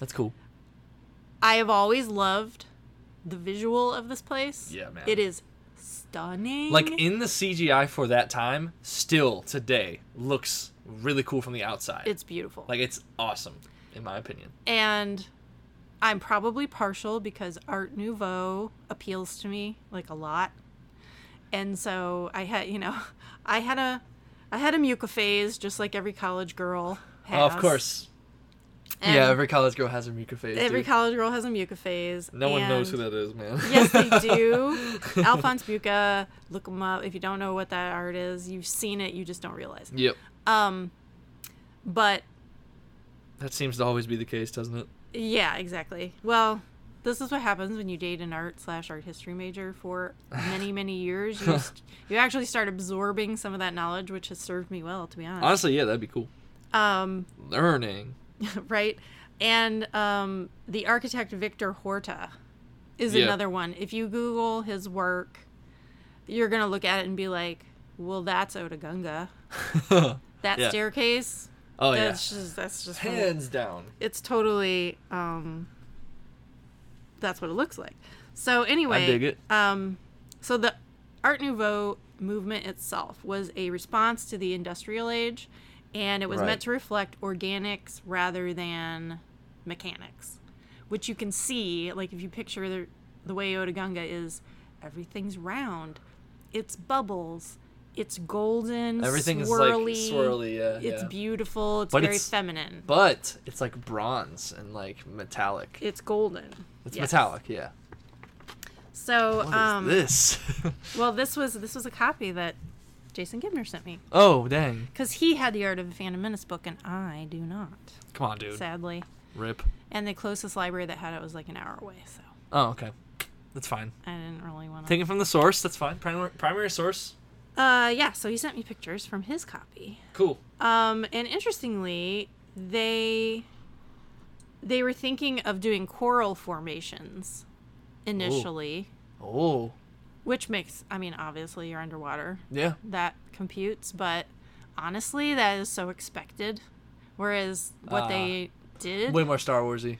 Speaker 2: That's cool.
Speaker 1: I have always loved the visual of this place.
Speaker 2: Yeah, man.
Speaker 1: It is stunning.
Speaker 2: Like in the CGI for that time, still today looks really cool from the outside.
Speaker 1: it's beautiful.
Speaker 2: like it's awesome, in my opinion.
Speaker 1: and I'm probably partial because Art Nouveau appeals to me like a lot, and so I had you know, (laughs) I had a, I had a mucus phase just like every college girl. Has.
Speaker 2: Oh, of course.
Speaker 1: And
Speaker 2: yeah, every college girl has a Mika face.
Speaker 1: every
Speaker 2: dude.
Speaker 1: college girl has a mucus phase.
Speaker 2: no one knows who
Speaker 1: and-
Speaker 2: that is, man.
Speaker 1: yes, they
Speaker 2: (laughs)
Speaker 1: do. Alphonse Buca, look him up. If you don't know what that art is, you've seen it, you just don't realize.
Speaker 2: Yep.
Speaker 1: Um, but
Speaker 2: That seems to always be the case, doesn't it?
Speaker 1: Yeah, exactly. Well, this is what happens when you date an art slash art history major for many,
Speaker 2: (laughs)
Speaker 1: many years. You, st- you actually start absorbing some of that knowledge, which has served me well, to be honest.
Speaker 2: Honestly, yeah, that'd be cool.
Speaker 1: Um, (laughs)
Speaker 2: Learning. (laughs)
Speaker 1: right? And um, the architect Victor Horta is
Speaker 2: Yeah.
Speaker 1: another one. If you Google his work, you're going to look at it and be like, well, that's Otagunga.
Speaker 2: oh
Speaker 1: That
Speaker 2: Yeah. Oh,
Speaker 1: staircase,
Speaker 2: yeah.
Speaker 1: that's just, that's just from-
Speaker 2: Hands down.
Speaker 1: it's totally um that's what it looks like so anyway
Speaker 2: dig it.
Speaker 1: um so the art nouveau movement itself was a response to the industrial age and it was
Speaker 2: Right.
Speaker 1: meant to reflect organics rather than mechanics which you can see like if you picture the, the way otagunga is everything's round it's bubbles it's golden
Speaker 2: Everything is like
Speaker 1: swirly,
Speaker 2: swirly, yeah.
Speaker 1: it's
Speaker 2: yeah.
Speaker 1: beautiful it's
Speaker 2: But
Speaker 1: very
Speaker 2: it's-
Speaker 1: feminine
Speaker 2: but it's like bronze and like metallic.
Speaker 1: it's golden.
Speaker 2: It's
Speaker 1: Yes.
Speaker 2: metallic, yeah.
Speaker 1: So,
Speaker 2: What is
Speaker 1: um,
Speaker 2: this? (laughs)
Speaker 1: well, this was this was a copy that Jason Gibner sent me
Speaker 2: oh dang!
Speaker 1: because he had the Art of the Phantom Menace book and I do not,
Speaker 2: Come on, dude.
Speaker 1: sadly.
Speaker 2: Rip.
Speaker 1: And the closest library that had it was like an hour away, so
Speaker 2: Oh okay, that's fine.
Speaker 1: I didn't really want to.
Speaker 2: Taken from the source, that's fine. Primary, primary source.
Speaker 1: Uh, yeah. So he sent me pictures from his copy.
Speaker 2: Cool.
Speaker 1: Um, and interestingly, they they were thinking of doing coral formations initially,
Speaker 2: Oh
Speaker 1: which makes I mean obviously you're underwater,
Speaker 2: yeah.
Speaker 1: that computes, but honestly, that is so expected. Whereas what
Speaker 2: Ah.
Speaker 1: they did, uh,
Speaker 2: Way more Star Warsy.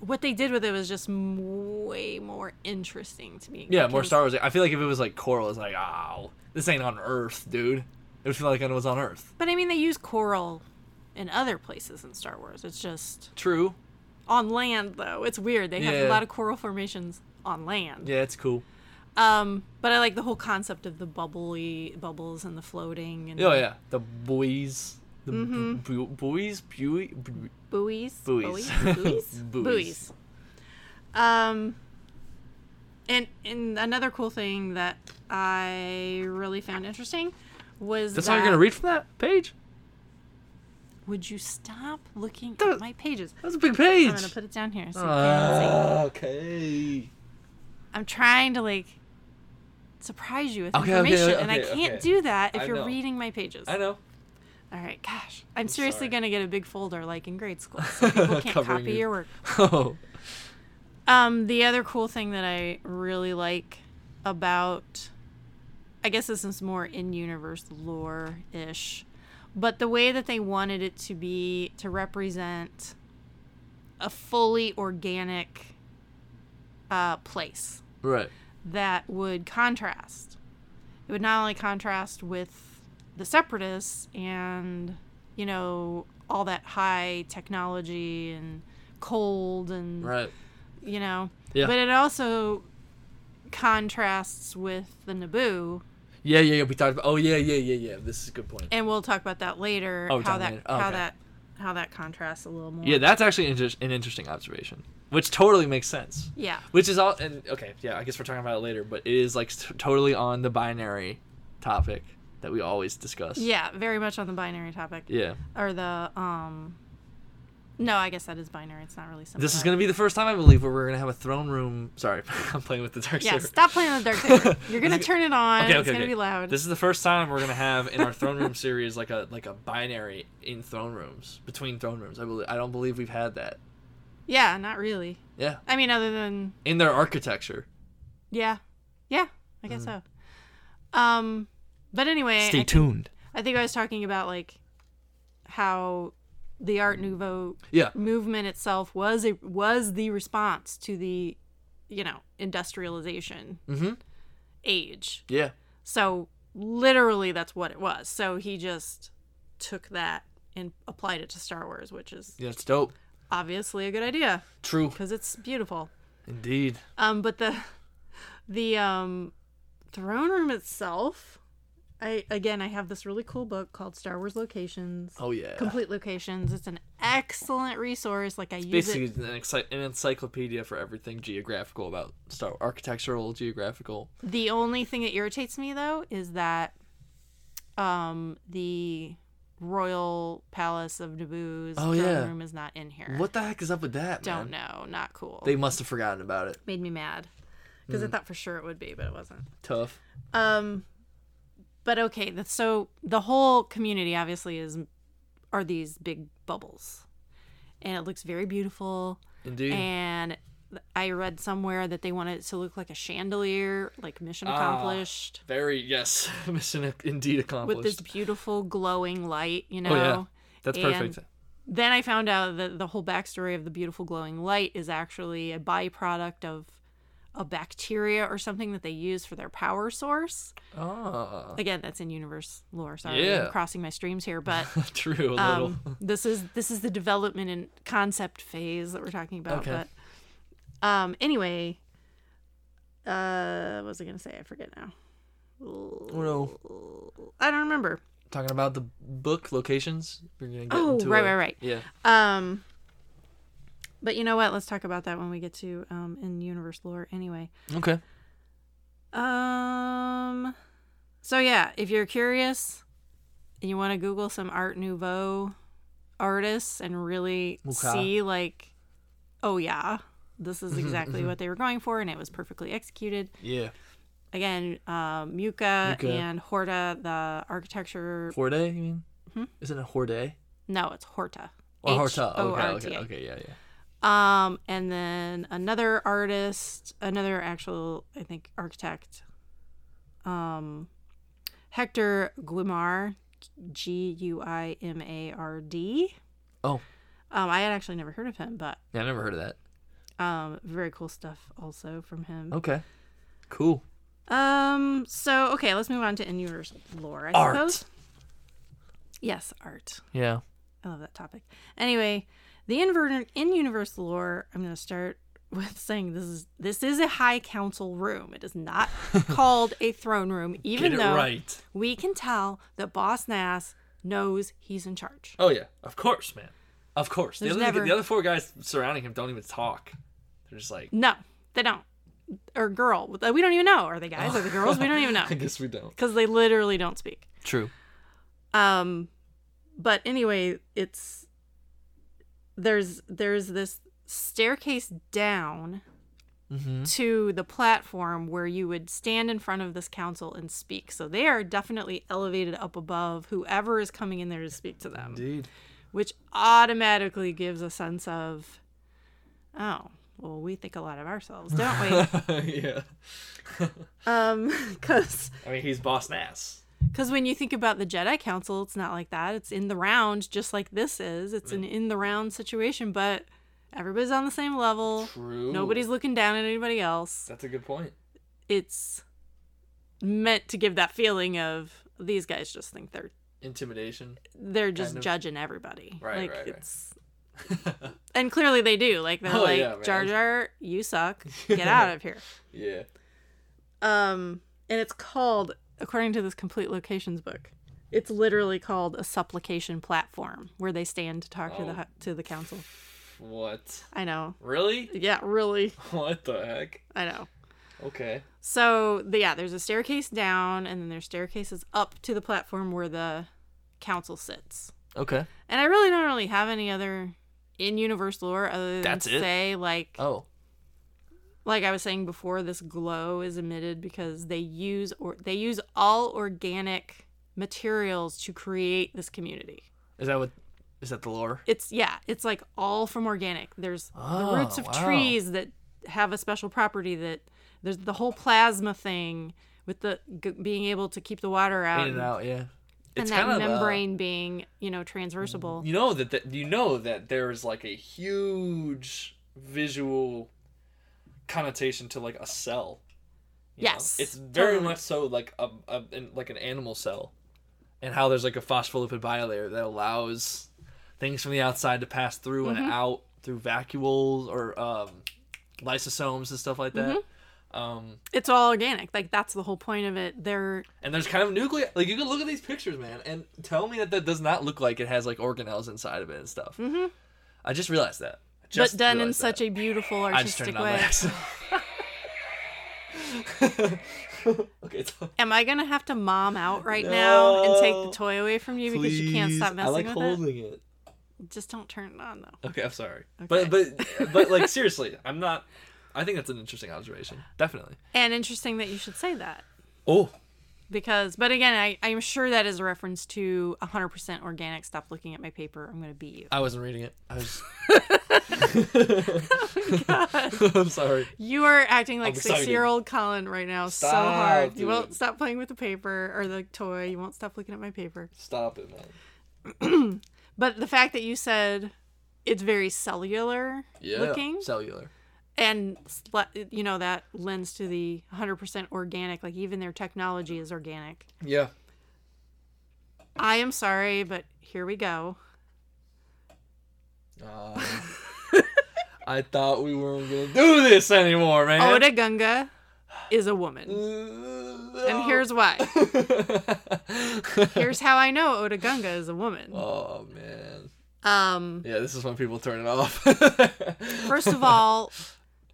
Speaker 1: what they did with it was just m- way more interesting to me.
Speaker 2: Yeah, more
Speaker 1: because-
Speaker 2: Star Warsy. I feel like if it was like coral, it's like, oh, this ain't on Earth, dude. It would feel like it was on Earth.
Speaker 1: But I mean, they use coral in other places in Star Wars. It's just
Speaker 2: True.
Speaker 1: on land, though. It's weird. They have
Speaker 2: Yeah.
Speaker 1: a lot of coral formations on land.
Speaker 2: Yeah, it's cool.
Speaker 1: Um, but I like the whole concept of the bubbly bubbles and the floating and
Speaker 2: Oh yeah, the buoys, the
Speaker 1: Mm-hmm.
Speaker 2: bu- bu- buoys, buoy, bu-
Speaker 1: buoys
Speaker 2: Buoys.
Speaker 1: (laughs) buoys buoys,
Speaker 2: Buoys.
Speaker 1: buoys. um and and another cool thing that i really found interesting was
Speaker 2: That's
Speaker 1: that
Speaker 2: all you're gonna read from that page.
Speaker 1: Would you stop looking
Speaker 2: That-
Speaker 1: at my pages?
Speaker 2: That's a big
Speaker 1: I'm gonna
Speaker 2: page.
Speaker 1: put it down here. So you can see.
Speaker 2: Ah, okay.
Speaker 1: I'm trying to like surprise you with
Speaker 2: Okay, okay,
Speaker 1: information, and I
Speaker 2: okay,
Speaker 1: can't
Speaker 2: okay.
Speaker 1: do that if
Speaker 2: I
Speaker 1: you're
Speaker 2: know.
Speaker 1: reading my pages.
Speaker 2: I know.
Speaker 1: All right, gosh, I'm, seriously
Speaker 2: sorry.
Speaker 1: gonna get a big folder like in grade school,
Speaker 2: (laughs)
Speaker 1: so people can't
Speaker 2: Covering
Speaker 1: copy
Speaker 2: you.
Speaker 1: your work.
Speaker 2: (laughs) Oh.
Speaker 1: Um, the other cool thing that I really like about, I guess this is more in-universe lore ish, but the way that they wanted it to be to represent a fully organic uh, place
Speaker 2: Right.
Speaker 1: that would contrast. It would not only contrast with the separatists and, you know, all that high technology and cold and
Speaker 2: Right.
Speaker 1: you know.
Speaker 2: Yeah.
Speaker 1: But it also contrasts with the Naboo,
Speaker 2: Yeah, yeah, yeah. We talked about. Oh, yeah, yeah, yeah, yeah. This is a good point.
Speaker 1: and we'll talk about that later.
Speaker 2: Oh,
Speaker 1: how
Speaker 2: talk
Speaker 1: that
Speaker 2: later. Oh,
Speaker 1: how
Speaker 2: okay.
Speaker 1: that how that contrasts a little more.
Speaker 2: Yeah, that's actually inter- an interesting observation, which totally makes sense.
Speaker 1: yeah.
Speaker 2: Which is all. And okay, yeah. I guess we're talking about it later, but it is like t- totally on the binary topic that we always discuss.
Speaker 1: Yeah, very much on the binary topic
Speaker 2: Yeah.
Speaker 1: or the um. No, I guess that is binary. It's not really similar.
Speaker 2: This is gonna be the first time I believe where we're gonna have a throne room. Sorry, (laughs) I'm playing with the
Speaker 1: (laughs)
Speaker 2: dark
Speaker 1: Yeah,
Speaker 2: saber.
Speaker 1: stop playing with the dark
Speaker 2: (laughs)
Speaker 1: saber. You're gonna
Speaker 2: This is-
Speaker 1: turn it on.
Speaker 2: Okay,
Speaker 1: it's
Speaker 2: okay,
Speaker 1: gonna
Speaker 2: okay.
Speaker 1: be loud.
Speaker 2: This is the first time we're gonna have in our throne room series like a like a binary in throne rooms between throne rooms. I believe I don't believe we've had that.
Speaker 1: yeah, not really.
Speaker 2: Yeah,
Speaker 1: I mean, other than
Speaker 2: in their architecture.
Speaker 1: yeah, yeah, I
Speaker 2: Mm.
Speaker 1: guess so. Um, but anyway, I
Speaker 2: tuned.
Speaker 1: I think I was talking about like how the Art Nouveau
Speaker 2: Yeah,
Speaker 1: movement itself was a was the response to the you know industrialization
Speaker 2: Mhm.
Speaker 1: age.
Speaker 2: yeah,
Speaker 1: So literally that's what it was. So he just took that and applied it to Star Wars, which is
Speaker 2: yeah. It's dope.
Speaker 1: obviously a good idea
Speaker 2: True,
Speaker 1: because it's beautiful.
Speaker 2: indeed.
Speaker 1: Um, but the the um throne room itself, I again I have this really cool book called Star Wars Locations.
Speaker 2: Oh yeah.
Speaker 1: Complete Locations. It's an excellent resource. Like I use
Speaker 2: Basically,
Speaker 1: it.
Speaker 2: an, ency- an encyclopedia for everything geographical about Star architectural, geographical.
Speaker 1: The only thing that irritates me though is that um the royal palace of Naboo's
Speaker 2: Oh,
Speaker 1: throne
Speaker 2: yeah.
Speaker 1: room is not in here.
Speaker 2: What the heck is up with that, man?
Speaker 1: Don't know. Not cool.
Speaker 2: They Hmm. must have forgotten about it.
Speaker 1: Made me mad because I thought for sure it would be, but it wasn't.
Speaker 2: Tough.
Speaker 1: Um, but okay, th- so the whole community obviously is are these big bubbles, and it looks very beautiful.
Speaker 2: Indeed.
Speaker 1: And I read somewhere that they wanted it to look like a chandelier, like mission
Speaker 2: Ah.
Speaker 1: accomplished,
Speaker 2: Very yes, (laughs) mission indeed accomplished.
Speaker 1: with this beautiful glowing light. You know.
Speaker 2: Oh, yeah. That's
Speaker 1: and-
Speaker 2: perfect.
Speaker 1: Then I found out that the whole backstory of the beautiful glowing light is actually a byproduct of a bacteria or something that they use for their power source.
Speaker 2: Ah,
Speaker 1: again that's in universe lore sorry
Speaker 2: Yeah.
Speaker 1: i'm crossing my streams here but
Speaker 2: (laughs) true. A little.
Speaker 1: um, this is this is the development and concept phase that we're talking about
Speaker 2: Okay.
Speaker 1: but um anyway uh what was i gonna say i forget now
Speaker 2: Oh, no.
Speaker 1: i don't remember
Speaker 2: Talking about the book locations. We're gonna get
Speaker 1: Oh,
Speaker 2: into
Speaker 1: right,
Speaker 2: a-
Speaker 1: right, right.
Speaker 2: Yeah.
Speaker 1: um but you know what let's talk about that when we get to um in universe lore anyway
Speaker 2: Okay.
Speaker 1: Um. So yeah, if you're curious and you want to Google some Art Nouveau artists and really
Speaker 2: Okay.
Speaker 1: see, like, oh yeah, this
Speaker 2: Mm-hmm,
Speaker 1: is exactly what they were going for, and it was perfectly executed.
Speaker 2: Yeah.
Speaker 1: Again, uh, Muka,
Speaker 2: Muka.
Speaker 1: and Horta, the architecture.
Speaker 2: Horde. You mean? Isn't it Horde?
Speaker 1: No, it's Horta.
Speaker 2: Or Horta? Okay.
Speaker 1: Hmm? H O R T
Speaker 2: Okay.
Speaker 1: A.
Speaker 2: Okay. Yeah. Yeah.
Speaker 1: Um, and then another artist, another actual, I think, architect, um, Hector Guimard, G U I M A R D.
Speaker 2: Oh.
Speaker 1: Um, I had actually never heard of him, but
Speaker 2: Yeah. I never heard of that.
Speaker 1: um, very cool stuff also from him.
Speaker 2: Okay. Cool.
Speaker 1: Um, so okay, let's move on to in-universe lore. I
Speaker 2: Art.
Speaker 1: suppose. Yes, art.
Speaker 2: Yeah.
Speaker 1: I love that topic. Anyway, the inverted in universe lore, I'm gonna start (laughs) with saying this is this is a high council room. It is
Speaker 2: (laughs)
Speaker 1: not called a throne room, even
Speaker 2: Get
Speaker 1: though
Speaker 2: it right.
Speaker 1: we can tell that Boss Nass knows he's in charge.
Speaker 2: Oh yeah. Of course, man. Of course. The
Speaker 1: There's
Speaker 2: other,
Speaker 1: never-
Speaker 2: the other four guys surrounding him don't even talk. They're
Speaker 1: (laughs)
Speaker 2: just like.
Speaker 1: No, they don't. Or girl. We don't even know. Are they guys? Are they
Speaker 2: (laughs)
Speaker 1: girls? We don't even know.
Speaker 2: guess we don't.
Speaker 1: Because they literally don't speak.
Speaker 2: True.
Speaker 1: Um, but anyway, it's there's there's this staircase down
Speaker 2: Mm-hmm.
Speaker 1: to the platform where you would stand in front of this council and speak. So they are definitely elevated up above whoever is coming in there to speak to them,
Speaker 2: Indeed.
Speaker 1: which automatically gives a sense of, oh, well, we think a lot of ourselves, don't we?
Speaker 2: (laughs) yeah.
Speaker 1: um, (laughs) because
Speaker 2: I mean, he's boss nass.
Speaker 1: because when you think about the Jedi Council, it's not like that. It's in the round, just like this is. It's an in the round situation, but everybody's on the same level.
Speaker 2: True.
Speaker 1: Nobody's looking down at anybody else.
Speaker 2: That's a good point.
Speaker 1: it's meant to give that feeling of these guys just think they're
Speaker 2: Intimidation.
Speaker 1: they're just
Speaker 2: Kind of.
Speaker 1: judging everybody.
Speaker 2: Right,
Speaker 1: like
Speaker 2: right, right.
Speaker 1: (laughs) it's and clearly they do. Like they're
Speaker 2: Oh,
Speaker 1: like
Speaker 2: yeah, man.
Speaker 1: Jar Jar, you suck. Get out of here.
Speaker 2: yeah.
Speaker 1: (laughs) Um and it's called according to this complete locations book. It's literally called a supplication platform where they stand to talk to the
Speaker 2: Oh.
Speaker 1: hu- to the council.
Speaker 2: What?
Speaker 1: I know.
Speaker 2: Really? (laughs)
Speaker 1: Yeah, really.
Speaker 2: What the heck?
Speaker 1: I know.
Speaker 2: Okay.
Speaker 1: So the, yeah, there's a staircase down, and then there's staircases up to the platform where the council sits.
Speaker 2: Okay.
Speaker 1: And I really don't really have any other in universe lore other than
Speaker 2: That's it?
Speaker 1: say like
Speaker 2: Oh.
Speaker 1: like I was saying before, this glow is emitted because they use or they use all organic materials to create this community.
Speaker 2: Is that what? Is that the lore?
Speaker 1: It's yeah, it's like all from organic. There's the
Speaker 2: Oh,
Speaker 1: roots of
Speaker 2: wow.
Speaker 1: trees that have a special property that there's the whole plasma thing with the g- being able to keep the water out
Speaker 2: In and out. Yeah.
Speaker 1: and that membrane being you know transversible.
Speaker 2: uh, you know that, that you know that there is like a huge visual connotation to like a cell. you know?
Speaker 1: Yes,
Speaker 2: it's very
Speaker 1: totally.
Speaker 2: much so like a, a an- like an animal cell, and how there's like a phospholipid bilayer that allows things from the outside to pass through
Speaker 1: Mm-hmm.
Speaker 2: and out through vacuoles or um, lysosomes and stuff like that.
Speaker 1: Mm-hmm.
Speaker 2: Um,
Speaker 1: It's all organic. Like that's the whole point of it. They're
Speaker 2: and there's kind of nuclei. Like you can look at these pictures, man, and tell me that that does not look like it has like organelles inside of it and stuff. Mm-hmm. I just realized that. I just
Speaker 1: but done in
Speaker 2: realized
Speaker 1: such
Speaker 2: that.
Speaker 1: a beautiful
Speaker 2: I just turned
Speaker 1: artistic
Speaker 2: it on by
Speaker 1: way.
Speaker 2: accident. (laughs)
Speaker 1: (laughs)
Speaker 2: okay, so,
Speaker 1: Am I gonna have to mom out right now and take the
Speaker 2: No.
Speaker 1: toy away from you because you can't
Speaker 2: please.
Speaker 1: stop
Speaker 2: I
Speaker 1: messing
Speaker 2: like
Speaker 1: with
Speaker 2: holding it.
Speaker 1: it? Just don't turn it on though.
Speaker 2: Okay, I'm sorry,
Speaker 1: Okay.
Speaker 2: but but but (laughs) like seriously, I'm not. I think that's an interesting observation. Definitely.
Speaker 1: And interesting that you should say that.
Speaker 2: Oh,
Speaker 1: because but again I, i'm sure that is a reference to 100% organic stop looking at my paper i'm gonna beat you
Speaker 2: I wasn't reading it. I was. (laughs) I'm sorry.
Speaker 1: you are acting like
Speaker 2: I'm excited.
Speaker 1: six year old colin right now so
Speaker 2: Stop,
Speaker 1: hard you won't
Speaker 2: dude.
Speaker 1: stop playing with the paper or the toy you won't stop looking at my paper
Speaker 2: Stop it, man.
Speaker 1: but the fact that you said it's very cellular
Speaker 2: Yeah.
Speaker 1: looking
Speaker 2: Cellular.
Speaker 1: and sle- you know that lends to the 100% organic like even their technology is organic
Speaker 2: Yeah.
Speaker 1: i am sorry but here we go
Speaker 2: Uh, (laughs) I thought we weren't gonna do this anymore, man.
Speaker 1: oda gunga is a woman
Speaker 2: (laughs)
Speaker 1: and here's why Here's how I know Oda Gunga is a woman.
Speaker 2: oh man.
Speaker 1: Um,
Speaker 2: Yeah, this is when people turn it off.
Speaker 1: first
Speaker 2: (laughs)
Speaker 1: of all,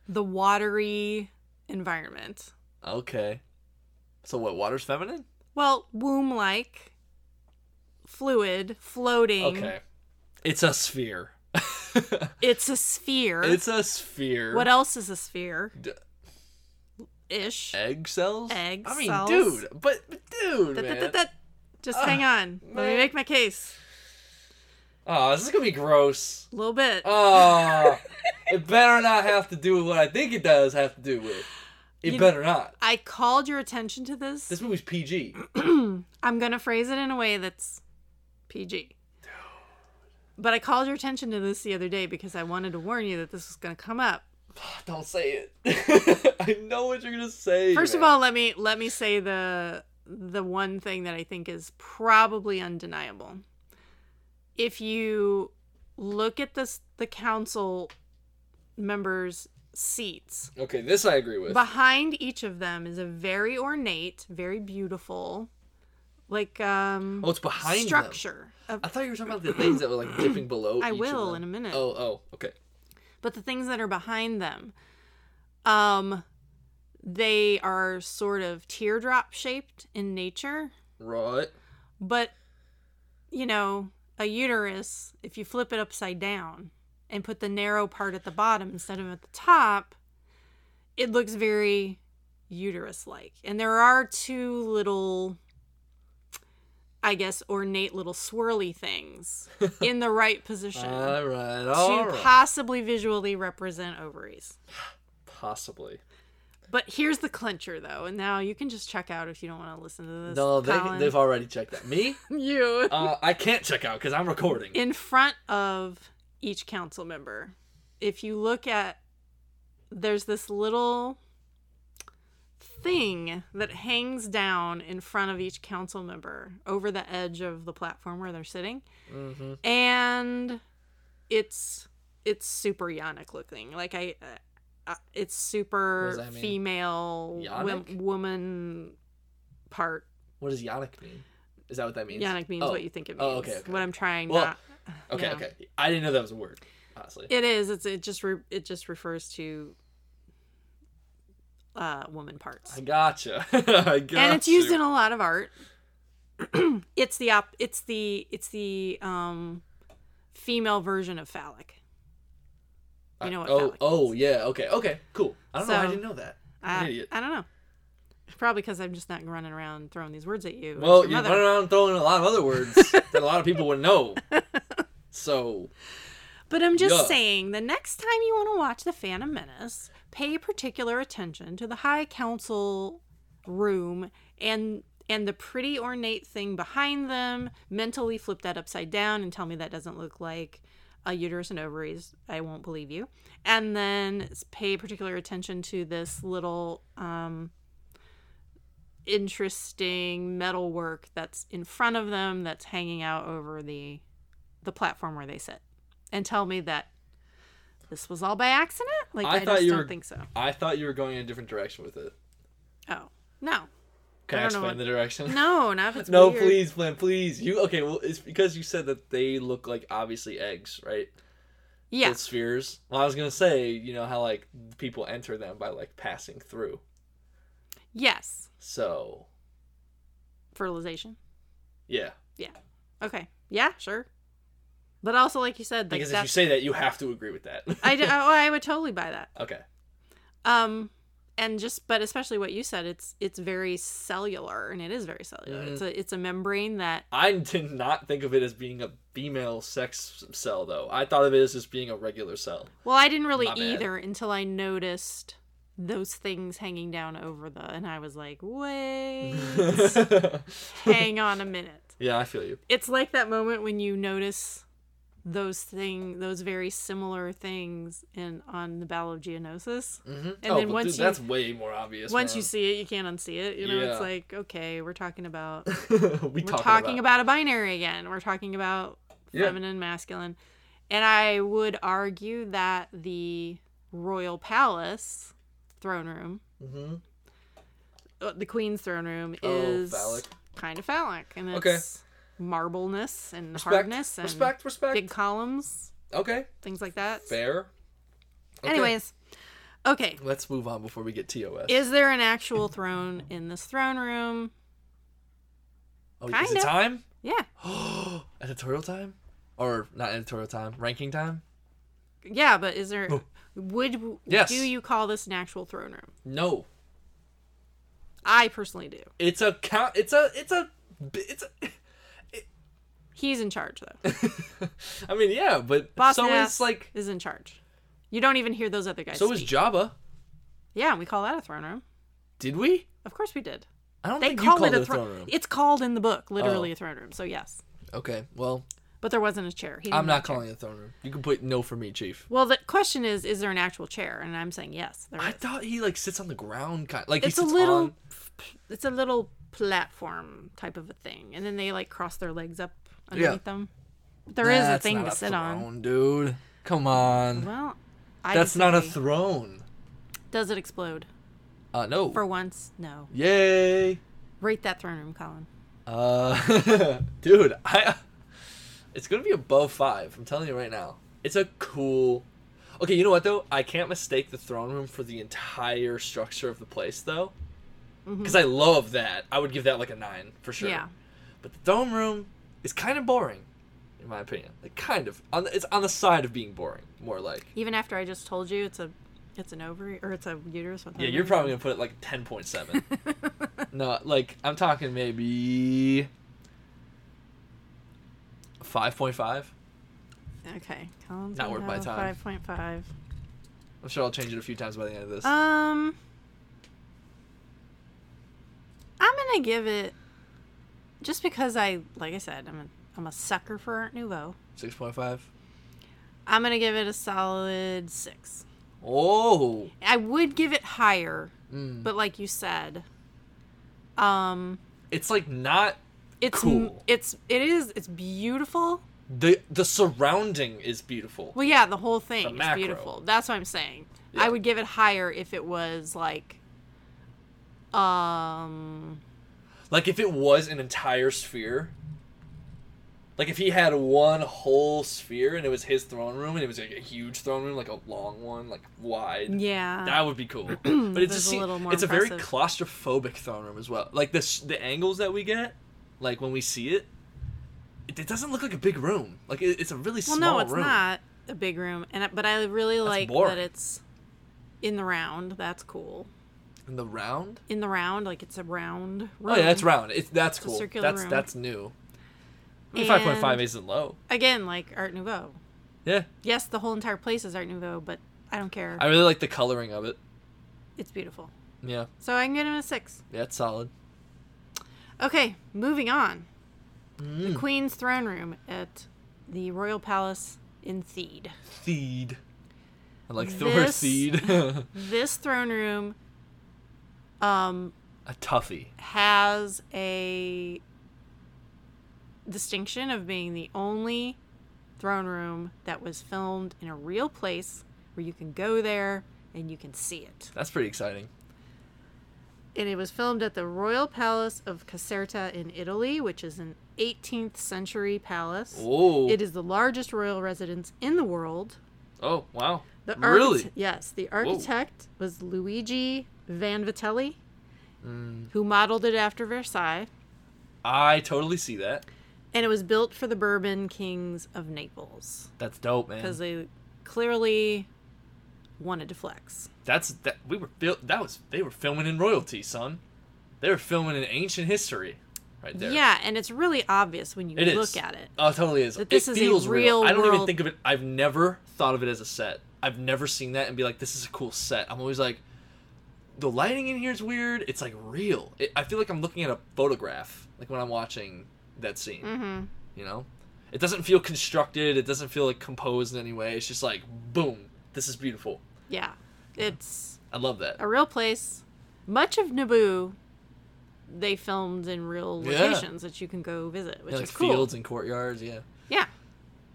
Speaker 1: the watery environment.
Speaker 2: Okay. So what? Water's feminine?
Speaker 1: Well, womb like, fluid, floating.
Speaker 2: Okay. It's
Speaker 1: (laughs)
Speaker 2: a sphere.
Speaker 1: It's a sphere.
Speaker 2: it's a sphere.
Speaker 1: What else is a sphere?
Speaker 2: D-
Speaker 1: Ish.
Speaker 2: Egg cells?
Speaker 1: Egg
Speaker 2: I mean,
Speaker 1: cells.
Speaker 2: dude, but, but dude,
Speaker 1: Da- da-
Speaker 2: man. Ah,
Speaker 1: da- da. Just hang on. Let me
Speaker 2: man.
Speaker 1: make my case.
Speaker 2: Oh, this is gonna be gross.
Speaker 1: A little bit. (laughs)
Speaker 2: Oh, it better not have to do with what I think it does have to do with. It
Speaker 1: You-
Speaker 2: better not.
Speaker 1: I called your attention to this.
Speaker 2: This movie's PG.
Speaker 1: I'm gonna phrase it in a way that's PG. But I called your attention to this the other day because I wanted to warn you that this was gonna come up.
Speaker 2: Ah, Don't say it. (laughs) I know what you're gonna say.
Speaker 1: First of
Speaker 2: man.
Speaker 1: all, let me let me say the the one thing that I think is probably undeniable. If you look at this the council members' seats,
Speaker 2: okay, this I agree with.
Speaker 1: behind each of them is a very ornate, very beautiful like um
Speaker 2: oh, it's behind them.
Speaker 1: structure of
Speaker 2: I thought you were talking about the things that were like dipping below.
Speaker 1: I
Speaker 2: each of
Speaker 1: will
Speaker 2: them.
Speaker 1: in a minute.
Speaker 2: Oh, oh, okay.
Speaker 1: but the things that are behind them um they are sort of teardrop shaped in nature
Speaker 2: Right.
Speaker 1: but you know a uterus, if you flip it upside down and put the narrow part at the bottom instead of at the top, it looks very uterus like. And there are two little, I guess, ornate little swirly things in the right position
Speaker 2: All right,
Speaker 1: to
Speaker 2: all right.
Speaker 1: possibly visually represent ovaries.
Speaker 2: Possibly.
Speaker 1: But here's the clincher, though, and now you can just check out if you don't want to listen to this.
Speaker 2: No, they,
Speaker 1: Colin. (laughs)
Speaker 2: they've already checked out. (laughs) Me?
Speaker 1: you
Speaker 2: Uh, I can't check out because I'm recording.
Speaker 1: in front of each council member. If you look at, there's this little thing that hangs down in front of each council member over the edge of the platform where they're sitting,
Speaker 2: Mm-hmm.
Speaker 1: and it's it's super yonic looking. Like I. Uh, uh, it's
Speaker 2: What
Speaker 1: super
Speaker 2: does that mean?
Speaker 1: female
Speaker 2: Yonic?
Speaker 1: wom- woman part
Speaker 2: What does Yannick mean? Is that what that means?
Speaker 1: Yonic means
Speaker 2: Oh.
Speaker 1: what you think it means.
Speaker 2: Oh, okay, okay.
Speaker 1: What I'm trying
Speaker 2: Well,
Speaker 1: not.
Speaker 2: Okay,
Speaker 1: yeah.
Speaker 2: okay. I didn't know that was a word. Honestly.
Speaker 1: It is. It's it just re- it just refers to uh woman parts.
Speaker 2: I gotcha. (laughs) I gotcha.
Speaker 1: and it's used in a lot of art. (clears throat) it's the op it's the it's the um female version of phallic. You know what
Speaker 2: Oh,
Speaker 1: phallic
Speaker 2: oh
Speaker 1: means.
Speaker 2: yeah. Okay, okay. Cool. I don't know. why I
Speaker 1: So- uh,
Speaker 2: didn't know that. I'm an
Speaker 1: I,
Speaker 2: idiot.
Speaker 1: I don't know. Probably because I'm just not running around throwing these words at you. and
Speaker 2: Well,
Speaker 1: your
Speaker 2: you're
Speaker 1: mother.
Speaker 2: running around throwing a lot of
Speaker 1: (laughs)
Speaker 2: other words that a lot of people would know. So
Speaker 1: But I'm just
Speaker 2: Yeah.
Speaker 1: saying, the next time you want to watch The Phantom Menace, pay particular attention to the High Council room and and the pretty ornate thing behind them. Mentally flip that upside down and tell me that doesn't look like a uterus and ovaries. I won't believe you. And then s- pay particular attention to this little um, interesting metal work that's in front of them that's hanging out over the the platform where they sit and tell me that this was all by accident? Like
Speaker 2: I
Speaker 1: I,
Speaker 2: thought
Speaker 1: just
Speaker 2: you
Speaker 1: don't
Speaker 2: were-
Speaker 1: think so.
Speaker 2: I thought you were going in a different direction with it.
Speaker 1: Oh no,
Speaker 2: Can
Speaker 1: I don't
Speaker 2: I,
Speaker 1: know
Speaker 2: explain
Speaker 1: what-
Speaker 2: the direction?
Speaker 1: no, not if it's
Speaker 2: No,
Speaker 1: weird.
Speaker 2: please, Flynn, please. You okay? Well, it's because you said that they look like obviously eggs, right?
Speaker 1: Yeah,
Speaker 2: With spheres. Well, I was gonna say, you know how like people enter them by like passing through.
Speaker 1: yes,
Speaker 2: So
Speaker 1: fertilization.
Speaker 2: yeah,
Speaker 1: Okay, yeah, sure. But also, like you said, like
Speaker 2: because if you
Speaker 1: that's
Speaker 2: say that, you have to agree with that. (laughs)
Speaker 1: I, d- oh, I would totally buy that.
Speaker 2: okay.
Speaker 1: Um, and just but especially what you said, it's it's very cellular, and it is very cellular.
Speaker 2: Mhm.
Speaker 1: It's a it's a membrane that
Speaker 2: I did not think of it as being a female sex cell, though. I thought of it as just being a regular cell.
Speaker 1: Well, I didn't really
Speaker 2: My bad.
Speaker 1: either until I noticed those things hanging down over the, and I was like, wait,
Speaker 2: (laughs)
Speaker 1: hang on a minute.
Speaker 2: yeah, I feel you.
Speaker 1: It's like that moment when you notice those thing, those very similar things in on the Battle of Geonosis.
Speaker 2: Mm-hmm.
Speaker 1: And then once you-
Speaker 2: that's way more obvious.
Speaker 1: Once you
Speaker 2: man.
Speaker 1: see it, you can't unsee it. You know,
Speaker 2: Yeah.
Speaker 1: it's like, okay, we're talking
Speaker 2: (laughs)
Speaker 1: about
Speaker 2: we
Speaker 1: we're talking about. a binary again. We're talking about
Speaker 2: Yeah.
Speaker 1: feminine, masculine. And I would argue that the royal palace throne room,
Speaker 2: hmm
Speaker 1: uh, the queen's throne room,
Speaker 2: Oh,
Speaker 1: is
Speaker 2: phallic.
Speaker 1: kind of phallic, and it's
Speaker 2: Okay.
Speaker 1: marbleness and
Speaker 2: Respect.
Speaker 1: hardness and
Speaker 2: respect. Respect.
Speaker 1: big columns,
Speaker 2: Okay.
Speaker 1: things like that.
Speaker 2: Fair. Okay.
Speaker 1: Anyways, okay.
Speaker 2: Let's move on before we get TOS.
Speaker 1: Is there an actual throne in this throne room?
Speaker 2: oh, is
Speaker 1: kinda.
Speaker 2: it time?
Speaker 1: Yeah,
Speaker 2: editorial time? Or not editorial time, ranking time?
Speaker 1: yeah, but is
Speaker 2: (gasps)
Speaker 1: there? Would
Speaker 2: Yes.
Speaker 1: do you call this an actual throne room?
Speaker 2: No.
Speaker 1: I personally do.
Speaker 2: It's a count it's a it's a it's a (laughs)
Speaker 1: He's in charge though.
Speaker 2: I mean, yeah, but
Speaker 1: Boss
Speaker 2: so
Speaker 1: Nass
Speaker 2: is like
Speaker 1: is in charge. You don't even hear those other guys.
Speaker 2: so is
Speaker 1: speak.
Speaker 2: Jabba.
Speaker 1: yeah. We call that a throne room.
Speaker 2: Did we?
Speaker 1: Of course we did.
Speaker 2: I don't
Speaker 1: They
Speaker 2: think
Speaker 1: call
Speaker 2: you called
Speaker 1: it a
Speaker 2: a
Speaker 1: throne.
Speaker 2: throne room.
Speaker 1: It's called in the book literally
Speaker 2: Oh.
Speaker 1: a throne room. So yes,
Speaker 2: Okay. Well,
Speaker 1: but there wasn't a chair. He didn't
Speaker 2: I'm
Speaker 1: have
Speaker 2: not
Speaker 1: a chair.
Speaker 2: calling it a throne room. You can put no for me, chief.
Speaker 1: Well, the question is: Is there an actual chair? And I'm saying yes. There
Speaker 2: I
Speaker 1: is.
Speaker 2: thought he like sits on the ground kind like
Speaker 1: It's
Speaker 2: he
Speaker 1: a
Speaker 2: sits
Speaker 1: little.
Speaker 2: on
Speaker 1: It's a little platform type of a thing, and then they like cross their legs up underneath them. There is a
Speaker 2: That's
Speaker 1: thing
Speaker 2: not
Speaker 1: to
Speaker 2: a
Speaker 1: sit on.
Speaker 2: throne, Dude. Come on.
Speaker 1: Well, I
Speaker 2: That's not a
Speaker 1: disagree.
Speaker 2: throne.
Speaker 1: Does it explode?
Speaker 2: Uh no.
Speaker 1: For once, no.
Speaker 2: Yay.
Speaker 1: Rate that throne room, Colin.
Speaker 2: Uh, (laughs) dude, I. It's gonna be above five. I'm telling you right now. It's a cool. Okay, you know what though? I can't mistake the throne room for the entire structure of the place though, because I love that. I would give that like a nine for sure.
Speaker 1: Yeah.
Speaker 2: But the throne room is kind of boring. It in my opinion. Like kind of on the, it's on the side of being boring, more like.
Speaker 1: Even after I just told you it's a it's an ovary or it's a uterus. what the
Speaker 2: Yeah,
Speaker 1: hell
Speaker 2: you're
Speaker 1: is
Speaker 2: probably gonna put it like ten
Speaker 1: (laughs)
Speaker 2: point seven.
Speaker 1: it?
Speaker 2: no, like I'm talking maybe five point five.
Speaker 1: okay, Colin's
Speaker 2: Not worth my time.
Speaker 1: Five point five.
Speaker 2: I'm sure I'll change it a few times by the end of this.
Speaker 1: Um, I'm gonna give it just because I, like I said, I'm a, I'm a sucker for Art Nouveau.
Speaker 2: Six point five.
Speaker 1: I'm gonna give it a solid six.
Speaker 2: Oh.
Speaker 1: I would give it higher,
Speaker 2: Mm.
Speaker 1: but like you said, um,
Speaker 2: It's like not
Speaker 1: it's
Speaker 2: Cool.
Speaker 1: it's it is it's beautiful.
Speaker 2: the the surrounding is beautiful.
Speaker 1: Well, yeah, the whole
Speaker 2: The
Speaker 1: thing is
Speaker 2: macro.
Speaker 1: beautiful. That's what I'm saying.
Speaker 2: Yeah.
Speaker 1: I would give it higher if it was like, um,
Speaker 2: Like if it was an entire sphere. Like if he had one whole sphere and it was his throne room and it was like a huge throne room, like a long one, like wide.
Speaker 1: yeah,
Speaker 2: That
Speaker 1: (clears throat)
Speaker 2: would be cool. but it's
Speaker 1: That's
Speaker 2: just
Speaker 1: Uh-huh. a
Speaker 2: see-
Speaker 1: little more
Speaker 2: it's a very
Speaker 1: impressive.
Speaker 2: claustrophobic throne room as well. Like the s- the angles that we get, like when we see it, it, it doesn't look like a big room. Like it, it's a really
Speaker 1: Well,
Speaker 2: small
Speaker 1: no, it's
Speaker 2: room.
Speaker 1: not a big room, and I- but I really like
Speaker 2: boring.
Speaker 1: that it's in the round. That's cool.
Speaker 2: And the round?
Speaker 1: In the round, like it's a round room.
Speaker 2: Oh yeah, that's round. It's that's
Speaker 1: Mm. a
Speaker 2: cool.
Speaker 1: circular
Speaker 2: that's
Speaker 1: room.
Speaker 2: that's new. I mean, five point five
Speaker 1: And-
Speaker 2: isn't low.
Speaker 1: Again, like Art Nouveau.
Speaker 2: Yeah,
Speaker 1: Yes, the whole entire place is Art Nouveau, but I don't care.
Speaker 2: I really like the coloring of it.
Speaker 1: It's beautiful.
Speaker 2: Yeah,
Speaker 1: So I can give him a six.
Speaker 2: yeah, it's solid.
Speaker 1: Okay, moving on.
Speaker 2: Mm.
Speaker 1: The Queen's throne room at the royal palace in Theed.
Speaker 2: Theed. I like the word
Speaker 1: This- (laughs)
Speaker 2: Theed.
Speaker 1: This throne room, um,
Speaker 2: a toughie.
Speaker 1: has a distinction of being the only throne room that was filmed in a real place where you can go there and you can see it.
Speaker 2: That's pretty exciting.
Speaker 1: And it was filmed at the Royal Palace of Caserta in Italy, which is an 18th century palace.
Speaker 2: Oh.
Speaker 1: It is the largest royal residence in the world.
Speaker 2: Oh wow.
Speaker 1: The archite-
Speaker 2: Really?
Speaker 1: Yes. The architect was Luigi Vanvitelli, who modeled it after Versailles.
Speaker 2: I totally see that.
Speaker 1: and it was built for the Bourbon kings of Naples
Speaker 2: That's dope, man.
Speaker 1: because they clearly wanted to flex.
Speaker 2: That's that we were fil- that was they were filming in royalty, son. They were filming in ancient history, right there.
Speaker 1: Yeah, and it's really obvious when you
Speaker 2: It is.
Speaker 1: look at it.
Speaker 2: Oh, it totally is.
Speaker 1: That this
Speaker 2: it
Speaker 1: is a
Speaker 2: feels real.
Speaker 1: real
Speaker 2: I don't even
Speaker 1: world-
Speaker 2: think of it. I've never thought of it as a set. I've never seen that and be like, this is a cool set. I'm always like, the lighting in here is weird. It's like real. It, I feel like I'm looking at a photograph, like when I'm watching that scene.
Speaker 1: Mm-hmm.
Speaker 2: You know, it doesn't feel constructed. It doesn't feel like composed in any way. It's just like, boom, this is beautiful.
Speaker 1: Yeah, it's
Speaker 2: I love that.
Speaker 1: a real place. Much of Naboo, they filmed in real
Speaker 2: Yeah.
Speaker 1: locations that you can go visit, which
Speaker 2: Yeah, like
Speaker 1: is cool.
Speaker 2: fields and courtyards. Yeah.
Speaker 1: Yeah,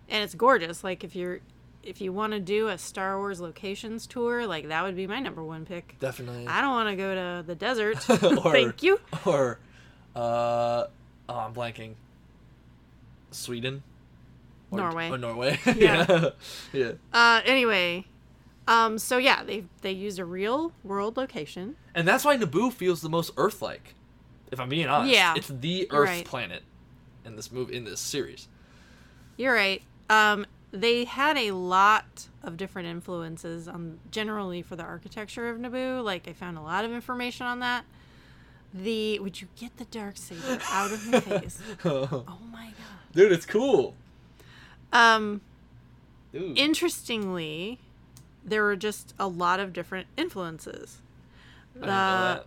Speaker 1: and it's gorgeous. Like if you're if you want to do a Star Wars locations tour, like that would be my number one pick.
Speaker 2: Definitely.
Speaker 1: I don't want to go to the desert.
Speaker 2: (laughs) Or-
Speaker 1: Thank you.
Speaker 2: Or, uh, oh, I'm blanking. Sweden. Or,
Speaker 1: Norway.
Speaker 2: Or Norway. (laughs)
Speaker 1: Yeah.
Speaker 2: yeah. yeah.
Speaker 1: Uh, anyway, um, so yeah, they they used a real world location.
Speaker 2: And that's why Naboo feels the most Earth-like. If I'm being honest.
Speaker 1: Yeah.
Speaker 2: It's the
Speaker 1: You're
Speaker 2: Earth
Speaker 1: right.
Speaker 2: planet in this movie in this series. (laughs)
Speaker 1: You're right. Um, they had a lot of different influences on generally for the architecture of Naboo. Like I found a lot of information on that. The would you get the dark saber out of my face?
Speaker 2: Dude,
Speaker 1: Oh my god.
Speaker 2: it's cool.
Speaker 1: Um,
Speaker 2: Dude.
Speaker 1: interestingly, there were just a lot of different influences.
Speaker 2: I didn't know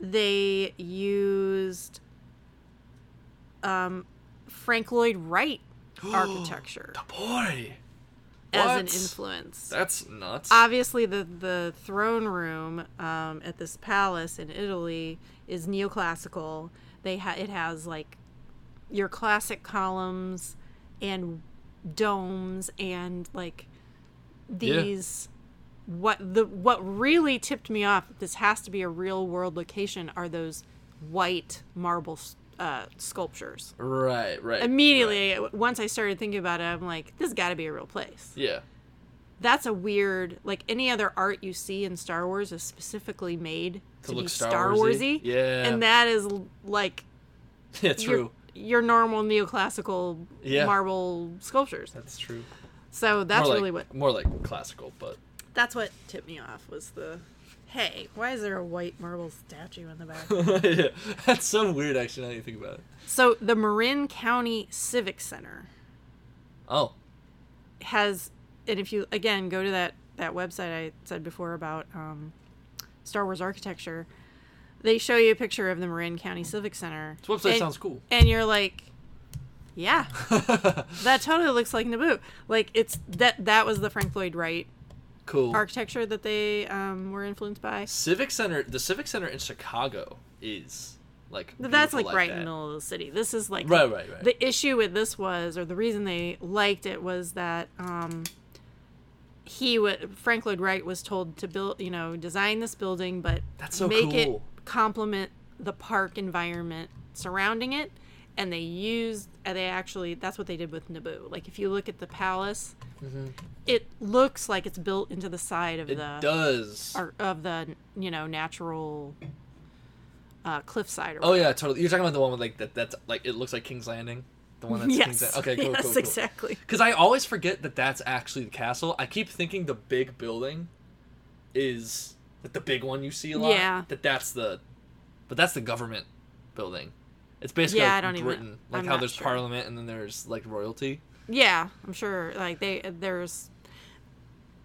Speaker 1: they used um, Frank Lloyd Wright
Speaker 2: that.
Speaker 1: architecture
Speaker 2: the Oh, boy.
Speaker 1: as an
Speaker 2: What?
Speaker 1: influence.
Speaker 2: That's nuts.
Speaker 1: Obviously, the, the throne room um, at this palace in Italy is neoclassical. They ha- it has like your classic columns and domes and like
Speaker 2: Yeah.
Speaker 1: these what the what really tipped me off that this has to be a real world location are those white marble s- uh, sculptures
Speaker 2: right. Right. right.
Speaker 1: immediately w- once i started thinking about it i'm like this has got to be a real place
Speaker 2: Yeah. (laughs)
Speaker 1: that's a weird like any other art you see in star wars is specifically made to,
Speaker 2: To look
Speaker 1: be
Speaker 2: Star
Speaker 1: star
Speaker 2: Warsy?
Speaker 1: warsy
Speaker 2: Yeah.
Speaker 1: and that is l- like
Speaker 2: Yeah. True.
Speaker 1: you're- your normal neoclassical
Speaker 2: Yeah.
Speaker 1: marble sculptures.
Speaker 2: That's true.
Speaker 1: So that's
Speaker 2: more like,
Speaker 1: really what
Speaker 2: more like classical, but
Speaker 1: that's what tipped me off was the hey, why is there a white marble statue in the back?
Speaker 2: yeah, (laughs) that's so weird. Actually, now that you think about it.
Speaker 1: (laughs) so the Marin County Civic Center
Speaker 2: Oh,
Speaker 1: has and if you again go to that that website I said before about um, Star Wars architecture, they show you a picture of the Marin County Civic Center.
Speaker 2: this website
Speaker 1: and-
Speaker 2: sounds cool.
Speaker 1: And you're like, yeah,
Speaker 2: (laughs)
Speaker 1: that totally looks like Naboo. Like it's that that was the Frank Lloyd Wright
Speaker 2: cool.
Speaker 1: architecture that they um, were influenced by.
Speaker 2: Civic Center, the Civic Center in Chicago is like
Speaker 1: But that's
Speaker 2: beautiful
Speaker 1: like right in
Speaker 2: that.
Speaker 1: the middle of the city. This is like
Speaker 2: Right, right, right.
Speaker 1: the issue with this was, or the reason they liked it was that um, he would Frank Lloyd Wright was told to build, you know, design this building, but
Speaker 2: That's so
Speaker 1: make
Speaker 2: cool.
Speaker 1: it complement the park environment surrounding it. And they used, and they actually, that's what they did with Naboo. Like if you look at the palace, it looks like it's built into the side of
Speaker 2: Mm-hmm.
Speaker 1: the
Speaker 2: it does.
Speaker 1: or, of the you know natural uh, cliffside. Or
Speaker 2: Oh yeah, totally. You're talking about the one with like that. That's like it looks like King's Landing. The one that's King's
Speaker 1: (laughs) yes.
Speaker 2: Landing. Okay, cool,
Speaker 1: yes,
Speaker 2: cool, cool.
Speaker 1: exactly.
Speaker 2: Because I always forget that that's actually the castle. I keep thinking the big building is like the big one you see a lot.
Speaker 1: Yeah.
Speaker 2: That that's the, but that's the government building. It's basically
Speaker 1: Yeah,
Speaker 2: like
Speaker 1: I don't even-
Speaker 2: Britain, like
Speaker 1: I'm
Speaker 2: how
Speaker 1: not
Speaker 2: there's
Speaker 1: sure.
Speaker 2: parliament and then there's like royalty.
Speaker 1: Yeah, I'm sure. Like they, there's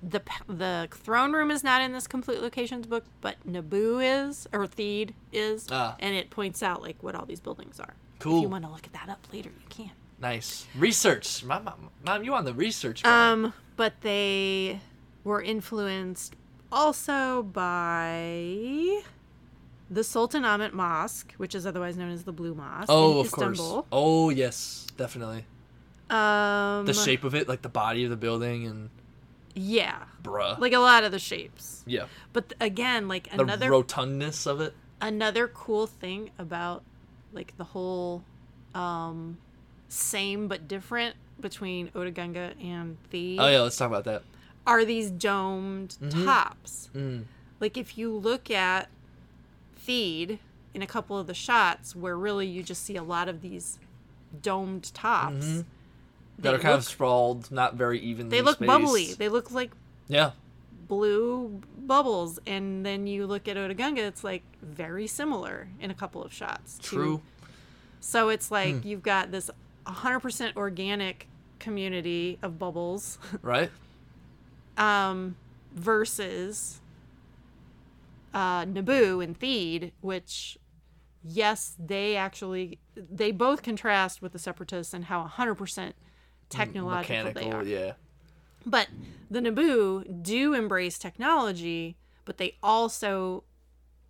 Speaker 1: the p- the throne room is not in this complete locations book, but Naboo is or Theed is,
Speaker 2: Ah.
Speaker 1: and it points out like what all these buildings are. If
Speaker 2: Cool.
Speaker 1: you want to look at that up later, you can.
Speaker 2: Nice research, mom. Mom, mom you on the research? guy.
Speaker 1: Um, but they were influenced also by the Sultan Ahmet Mosque, which is otherwise known as the Blue Mosque
Speaker 2: oh,
Speaker 1: in
Speaker 2: of course.
Speaker 1: Istanbul.
Speaker 2: Oh yes, definitely.
Speaker 1: Um,
Speaker 2: The shape of it, like the body of the building, and
Speaker 1: yeah,
Speaker 2: bruh.
Speaker 1: like a lot of the shapes.
Speaker 2: yeah,
Speaker 1: But th- again, like
Speaker 2: the
Speaker 1: another
Speaker 2: rotundness of it.
Speaker 1: another cool thing about like the whole um, same but different between Otagunga and the
Speaker 2: Oh yeah, let's talk about that.
Speaker 1: are these domed tops.
Speaker 2: Mm.
Speaker 1: Like if you look at feed in a couple of the shots where really you just see a lot of these domed tops.
Speaker 2: Mhm.
Speaker 1: They
Speaker 2: That are
Speaker 1: look,
Speaker 2: kind of sprawled, not very evenly.
Speaker 1: they look
Speaker 2: spaced.
Speaker 1: bubbly. They look like
Speaker 2: Yeah,
Speaker 1: blue bubbles and then you look at Otagunga it's like very similar in a couple of shots. to-
Speaker 2: true.
Speaker 1: So it's like you've got this 100% organic community of bubbles (laughs)
Speaker 2: Right?
Speaker 1: um, versus uh, Naboo and Theed, which yes, they actually they both contrast with the Separatists and how 100% technological they are.
Speaker 2: Mechanical, yeah.
Speaker 1: But the Naboo do embrace technology, but they also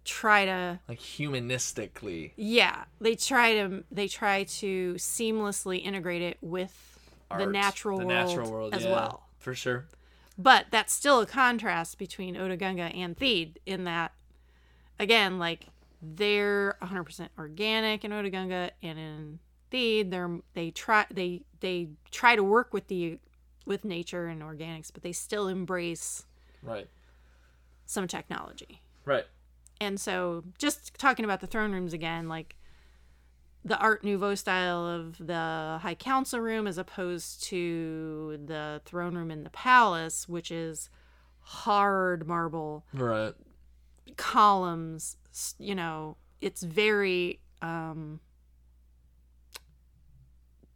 Speaker 1: try to
Speaker 2: Like humanistically
Speaker 1: yeah, they try to they try to seamlessly integrate it with the
Speaker 2: art,
Speaker 1: natural
Speaker 2: the
Speaker 1: world
Speaker 2: natural world
Speaker 1: as
Speaker 2: yeah,
Speaker 1: well.
Speaker 2: For sure.
Speaker 1: But that's still a contrast between Otagunga and Theed in that, again, like they're 100% organic in Otagunga and in Theed, they're they try they they try to work with the with nature and organics, but they still embrace
Speaker 2: Right.
Speaker 1: some technology.
Speaker 2: Right.
Speaker 1: And so, just talking about the throne rooms again, like the Art Nouveau style of the High Council room as opposed to the throne room in the palace, which is hard marble
Speaker 2: Right.
Speaker 1: columns, s- you know, it's very um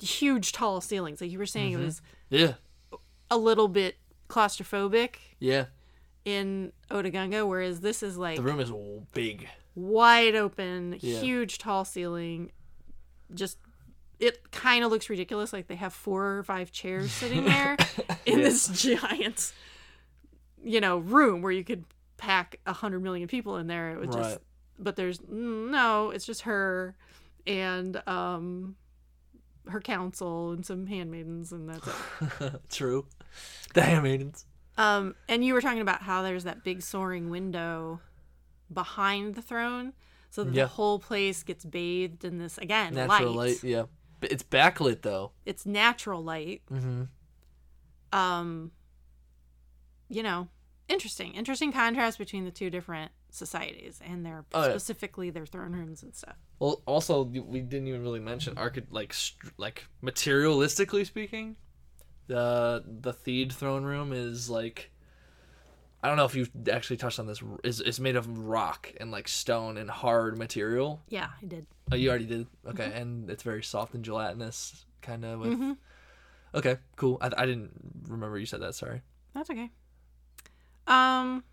Speaker 1: huge tall ceilings. Like you were saying it was
Speaker 2: Yeah.
Speaker 1: a little bit claustrophobic
Speaker 2: Yeah.
Speaker 1: in Otagunga, whereas this is like
Speaker 2: The room is w- big.
Speaker 1: wide open,
Speaker 2: Yeah.
Speaker 1: huge tall ceiling. Just it kind of looks ridiculous. Like they have four or five chairs
Speaker 2: (laughs)
Speaker 1: sitting there in this giant, you know, room where you could pack a hundred million people in there. It would just,
Speaker 2: Right.
Speaker 1: but there's no. It's just her and um her council and some handmaidens and that's it.
Speaker 2: True. (laughs) The handmaidens.
Speaker 1: Um, and you were talking about how there's that big soaring window behind the throne, so that
Speaker 2: Yeah.
Speaker 1: the whole place gets bathed in this again
Speaker 2: Natural
Speaker 1: light.
Speaker 2: light. Yeah. But it's backlit though.
Speaker 1: It's natural light.
Speaker 2: Mm-hmm.
Speaker 1: Um, you know, interesting, interesting contrast between the two different societies and their
Speaker 2: Oh, yeah.
Speaker 1: specifically their throne rooms and stuff.
Speaker 2: Well, also we didn't even really mention archi- like str- like materialistically speaking, the the Theed throne room is like I don't know if you actually touched on this is is made of rock and like stone and hard material.
Speaker 1: Yeah, I did.
Speaker 2: Oh, you already did. Okay, and it's very soft and gelatinous kind of with Okay, cool. I, I didn't remember you said that, sorry.
Speaker 1: That's okay. Um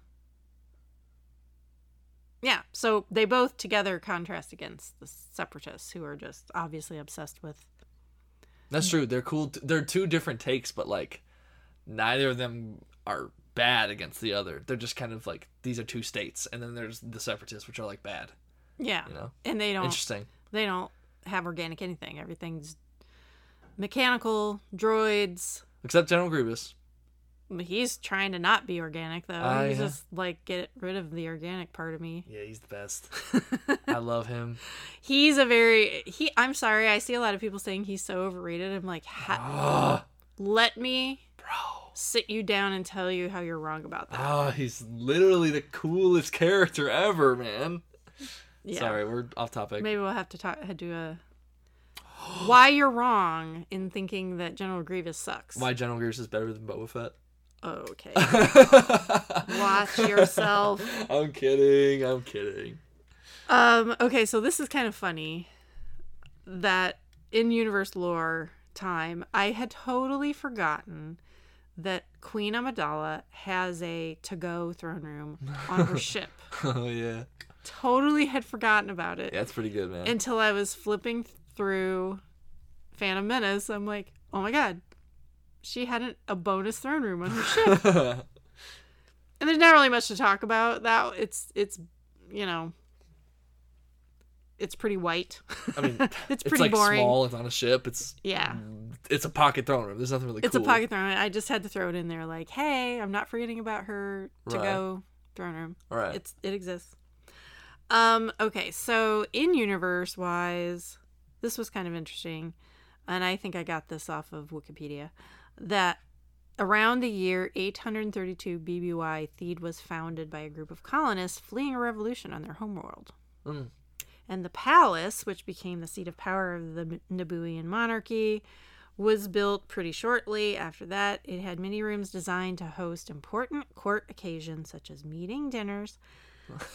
Speaker 1: Yeah, so they both together contrast against the separatists who are just obviously obsessed with
Speaker 2: That's true. They're cool. T- they're two different takes, but like neither of them are bad against the other. They're just kind of like these are two states, and then there's the separatists, which are like bad.
Speaker 1: yeah,
Speaker 2: You know,
Speaker 1: and they don't
Speaker 2: interesting.
Speaker 1: they don't have organic anything. Everything's mechanical droids.
Speaker 2: Except General Grievous.
Speaker 1: He's trying to not be organic though.
Speaker 2: Ah,
Speaker 1: He's
Speaker 2: yeah.
Speaker 1: just like get rid of the organic part of me.
Speaker 2: Yeah, he's the best. I love him.
Speaker 1: (laughs) He's a very he. I'm sorry. I see a lot of people saying he's so overrated. I'm like, ha-
Speaker 2: Ah,
Speaker 1: let me
Speaker 2: bro.
Speaker 1: sit you down and tell you how you're wrong about that.
Speaker 2: Ah, he's literally the coolest character ever, man.
Speaker 1: Yeah.
Speaker 2: Sorry, we're off topic.
Speaker 1: Maybe we'll have to talk. Do a (gasps) why you're wrong in thinking that General Grievous sucks. Oh,
Speaker 2: Why General Grievous is better than Boba Fett?
Speaker 1: Okay. (laughs) Watch yourself.
Speaker 2: (laughs) I'm kidding. I'm kidding. (laughs)
Speaker 1: Um, okay, so this is kind of funny that in universe lore time, I had totally forgotten that Queen Amidala has a to go throne room on
Speaker 2: (laughs)
Speaker 1: her ship.
Speaker 2: oh yeah,
Speaker 1: Totally had forgotten about it
Speaker 2: yeah, that's pretty good, man.
Speaker 1: until I was flipping through Phantom Menace. I'm like, oh my god, she had an, a bonus throne room
Speaker 2: (laughs)
Speaker 1: on her ship. and there's not really much to talk about. That it's it's you know, it's pretty white.
Speaker 2: I mean,
Speaker 1: (laughs) it's
Speaker 2: it's
Speaker 1: pretty
Speaker 2: like
Speaker 1: boring.
Speaker 2: small. It's on a ship. It's
Speaker 1: Yeah.
Speaker 2: it's a pocket throne room. There's nothing really.
Speaker 1: It's
Speaker 2: cool.
Speaker 1: a pocket throne room. I just had to throw it in there like, hey, I'm not forgetting about her to go throne room.
Speaker 2: All right.
Speaker 1: It's it exists. Um, okay, so in universe wise, this was kind of interesting, and I think I got this off of Wikipedia that around the year 832 BBY, Theed was founded by a group of colonists fleeing a revolution on their homeworld.
Speaker 2: Mm.
Speaker 1: And the palace, which became the seat of power of the Nabooian monarchy, was built pretty shortly after that. It had many rooms designed to host important court occasions such as meeting dinners.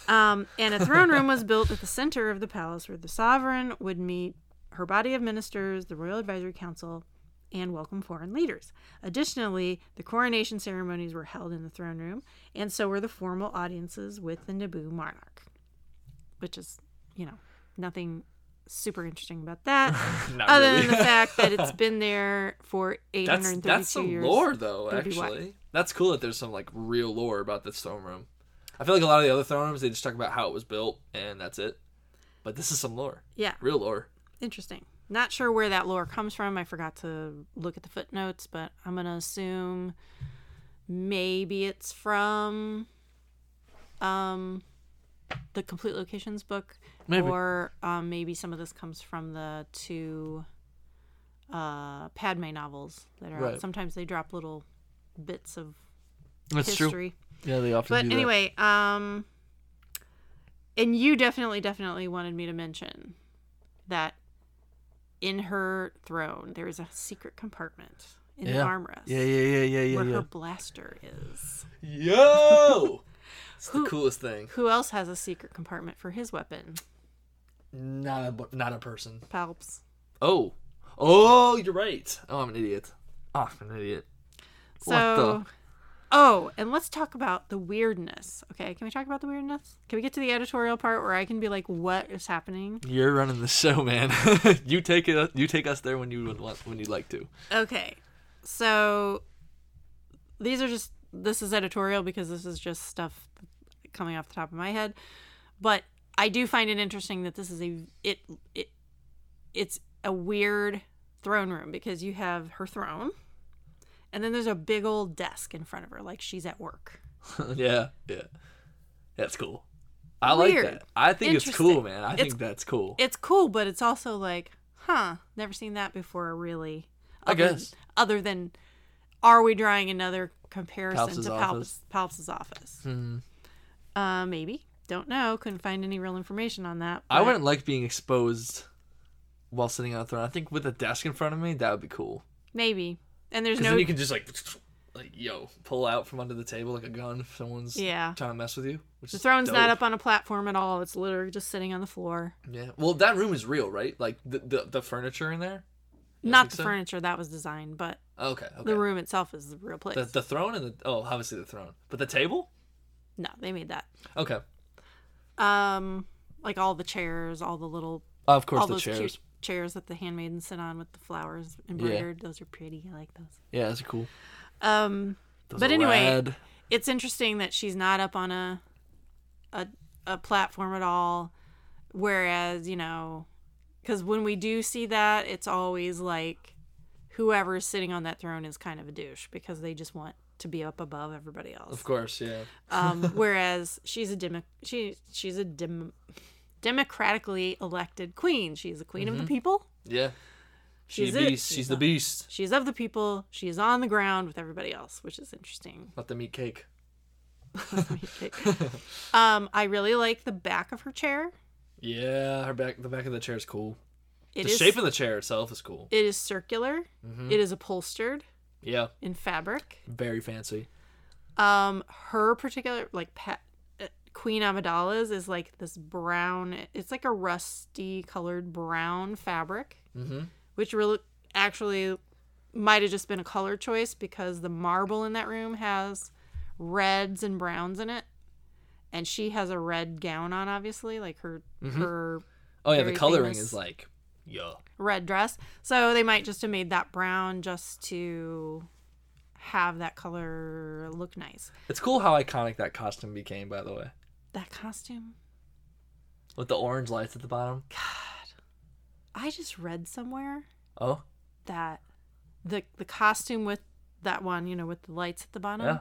Speaker 1: Um, and a throne room was built at the center of the palace where the sovereign would meet her body of ministers, the royal advisory council, and welcome foreign leaders. Additionally, the coronation ceremonies were held in the throne room, and so were the formal audiences with the Naboo monarch, which is, you know, nothing super interesting about that
Speaker 2: (laughs) Not
Speaker 1: other
Speaker 2: really.
Speaker 1: than the fact that
Speaker 2: (laughs)
Speaker 1: it's been there for
Speaker 2: that's
Speaker 1: 832
Speaker 2: that's some
Speaker 1: years.
Speaker 2: lore though.
Speaker 1: It'd be
Speaker 2: Actually,
Speaker 1: what?
Speaker 2: that's cool that there's some like real lore about this throne room. I feel like a lot of the other throne rooms they just talk about how it was built and that's it. But this is some lore,
Speaker 1: Yeah,
Speaker 2: real lore.
Speaker 1: interesting. Not sure where that lore comes from. I forgot to look at the footnotes, but I'm going to assume maybe it's from um the complete locations book
Speaker 2: Maybe.
Speaker 1: or um, maybe some of this comes from the two uh Padme novels that are out.
Speaker 2: Right.
Speaker 1: sometimes they drop little bits of
Speaker 2: That's
Speaker 1: history.
Speaker 2: true. Yeah, they often.
Speaker 1: But anyway, um and you definitely definitely wanted me to mention that in her throne there is a secret compartment in the armrest
Speaker 2: yeah, yeah, yeah,
Speaker 1: where her blaster is.
Speaker 2: Yo, it's the
Speaker 1: Who-
Speaker 2: coolest thing.
Speaker 1: Who else has a secret compartment for his weapon?
Speaker 2: Not a bu- not a person.
Speaker 1: Palps.
Speaker 2: Oh, oh, you're right. Oh, I'm an idiot. Oh, I'm an idiot.
Speaker 1: So
Speaker 2: What
Speaker 1: Oh, and let's talk about the weirdness. Okay, can we talk about the weirdness? Can we get to the editorial part where I can be like, what is happening?
Speaker 2: You're running the show, man. (laughs) you take it. You take us there when you would want, when you'd
Speaker 1: (laughs)
Speaker 2: like to.
Speaker 1: Okay. So these are just this is editorial because this is just stuff coming off the top of my head, but I do find it interesting that this is a it it it's a weird throne room because you have her throne and then there's a big old desk in front of her like she's at work.
Speaker 2: yeah, yeah, that's cool. I
Speaker 1: Weird.
Speaker 2: like that. I think it's cool,
Speaker 1: Interesting.
Speaker 2: man. I
Speaker 1: It's-
Speaker 2: think that's cool.
Speaker 1: It's cool, but it's also like, huh, never seen that before really.
Speaker 2: I
Speaker 1: Other-
Speaker 2: guess.
Speaker 1: other than are we drawing another comparison
Speaker 2: Palps'
Speaker 1: to Palps,
Speaker 2: office.
Speaker 1: Palps' office? Uh, maybe. Don't know. Couldn't find any real information on that.
Speaker 2: I
Speaker 1: but-
Speaker 2: wouldn't like being exposed while sitting on a throne. I think with a desk in front of me, that would be cool.
Speaker 1: Maybe. And there's
Speaker 2: Because
Speaker 1: no.
Speaker 2: then you can just like, like, yo, pull out from under the table like a gun if someone's
Speaker 1: Yeah.
Speaker 2: trying to mess with you. Which
Speaker 1: The
Speaker 2: is
Speaker 1: throne's not
Speaker 2: dope.
Speaker 1: up on a platform at all. It's literally just sitting on the floor.
Speaker 2: Yeah. Well, that room is real, right? Like the the, the furniture in there. You
Speaker 1: not
Speaker 2: think
Speaker 1: the
Speaker 2: so?
Speaker 1: furniture that was designed, but
Speaker 2: Okay. Okay.
Speaker 1: the room itself is the real place.
Speaker 2: The, the throne and the oh, obviously the throne, but the table.
Speaker 1: no, they made that.
Speaker 2: Okay.
Speaker 1: Um, like all the chairs, all the little,
Speaker 2: Oh, Of course,
Speaker 1: all
Speaker 2: the
Speaker 1: those
Speaker 2: chairs.
Speaker 1: cute chairs that the handmaidens sit on with the flowers embroidered. Those are pretty. I like those.
Speaker 2: Yeah, that's cool.
Speaker 1: Um,
Speaker 2: Those
Speaker 1: But
Speaker 2: are
Speaker 1: anyway,
Speaker 2: rad.
Speaker 1: it's interesting that she's not up on a a a platform at all whereas you know cuz when we do see that it's always like whoever's sitting on that throne is kind of a douche because they just want to be up above everybody
Speaker 2: of
Speaker 1: else
Speaker 2: course, (laughs) yeah.
Speaker 1: um whereas she's a demo- she she's a dem- democratically elected queen she's the queen of the
Speaker 2: Mm-hmm.
Speaker 1: people
Speaker 2: Yeah. She's,
Speaker 1: She's
Speaker 2: the
Speaker 1: it.
Speaker 2: beast. She's,
Speaker 1: She's
Speaker 2: the
Speaker 1: not-
Speaker 2: beast.
Speaker 1: she's of the people she's on the ground with everybody else which is interesting
Speaker 2: (laughs) Not the meat cake.
Speaker 1: um, I really like the back of her chair.
Speaker 2: Yeah, her back. The back of the chair is cool.
Speaker 1: It
Speaker 2: the
Speaker 1: is
Speaker 2: shape of Mm-hmm. the chair itself is cool.
Speaker 1: it is circular. It is upholstered
Speaker 2: yeah,
Speaker 1: in fabric.
Speaker 2: very fancy.
Speaker 1: Um, her particular like pet uh, Queen Amidala's is like this brown. It's like a rusty colored brown fabric,
Speaker 2: Mm-hmm.
Speaker 1: which really actually might have just been a color choice because the marble in that room has reds and browns in it, and she has a red gown on. Obviously, like her her
Speaker 2: Oh yeah,
Speaker 1: Very
Speaker 2: the coloring
Speaker 1: famous.
Speaker 2: is like, yeah,
Speaker 1: red dress. So they might just have made that brown just to have that color look nice.
Speaker 2: it's cool how iconic that costume became. By the way,
Speaker 1: That costume,
Speaker 2: with the orange lights at the bottom.
Speaker 1: I just read somewhere
Speaker 2: Oh,
Speaker 1: that the the costume with that one, you know, with the lights at the bottom,
Speaker 2: yeah.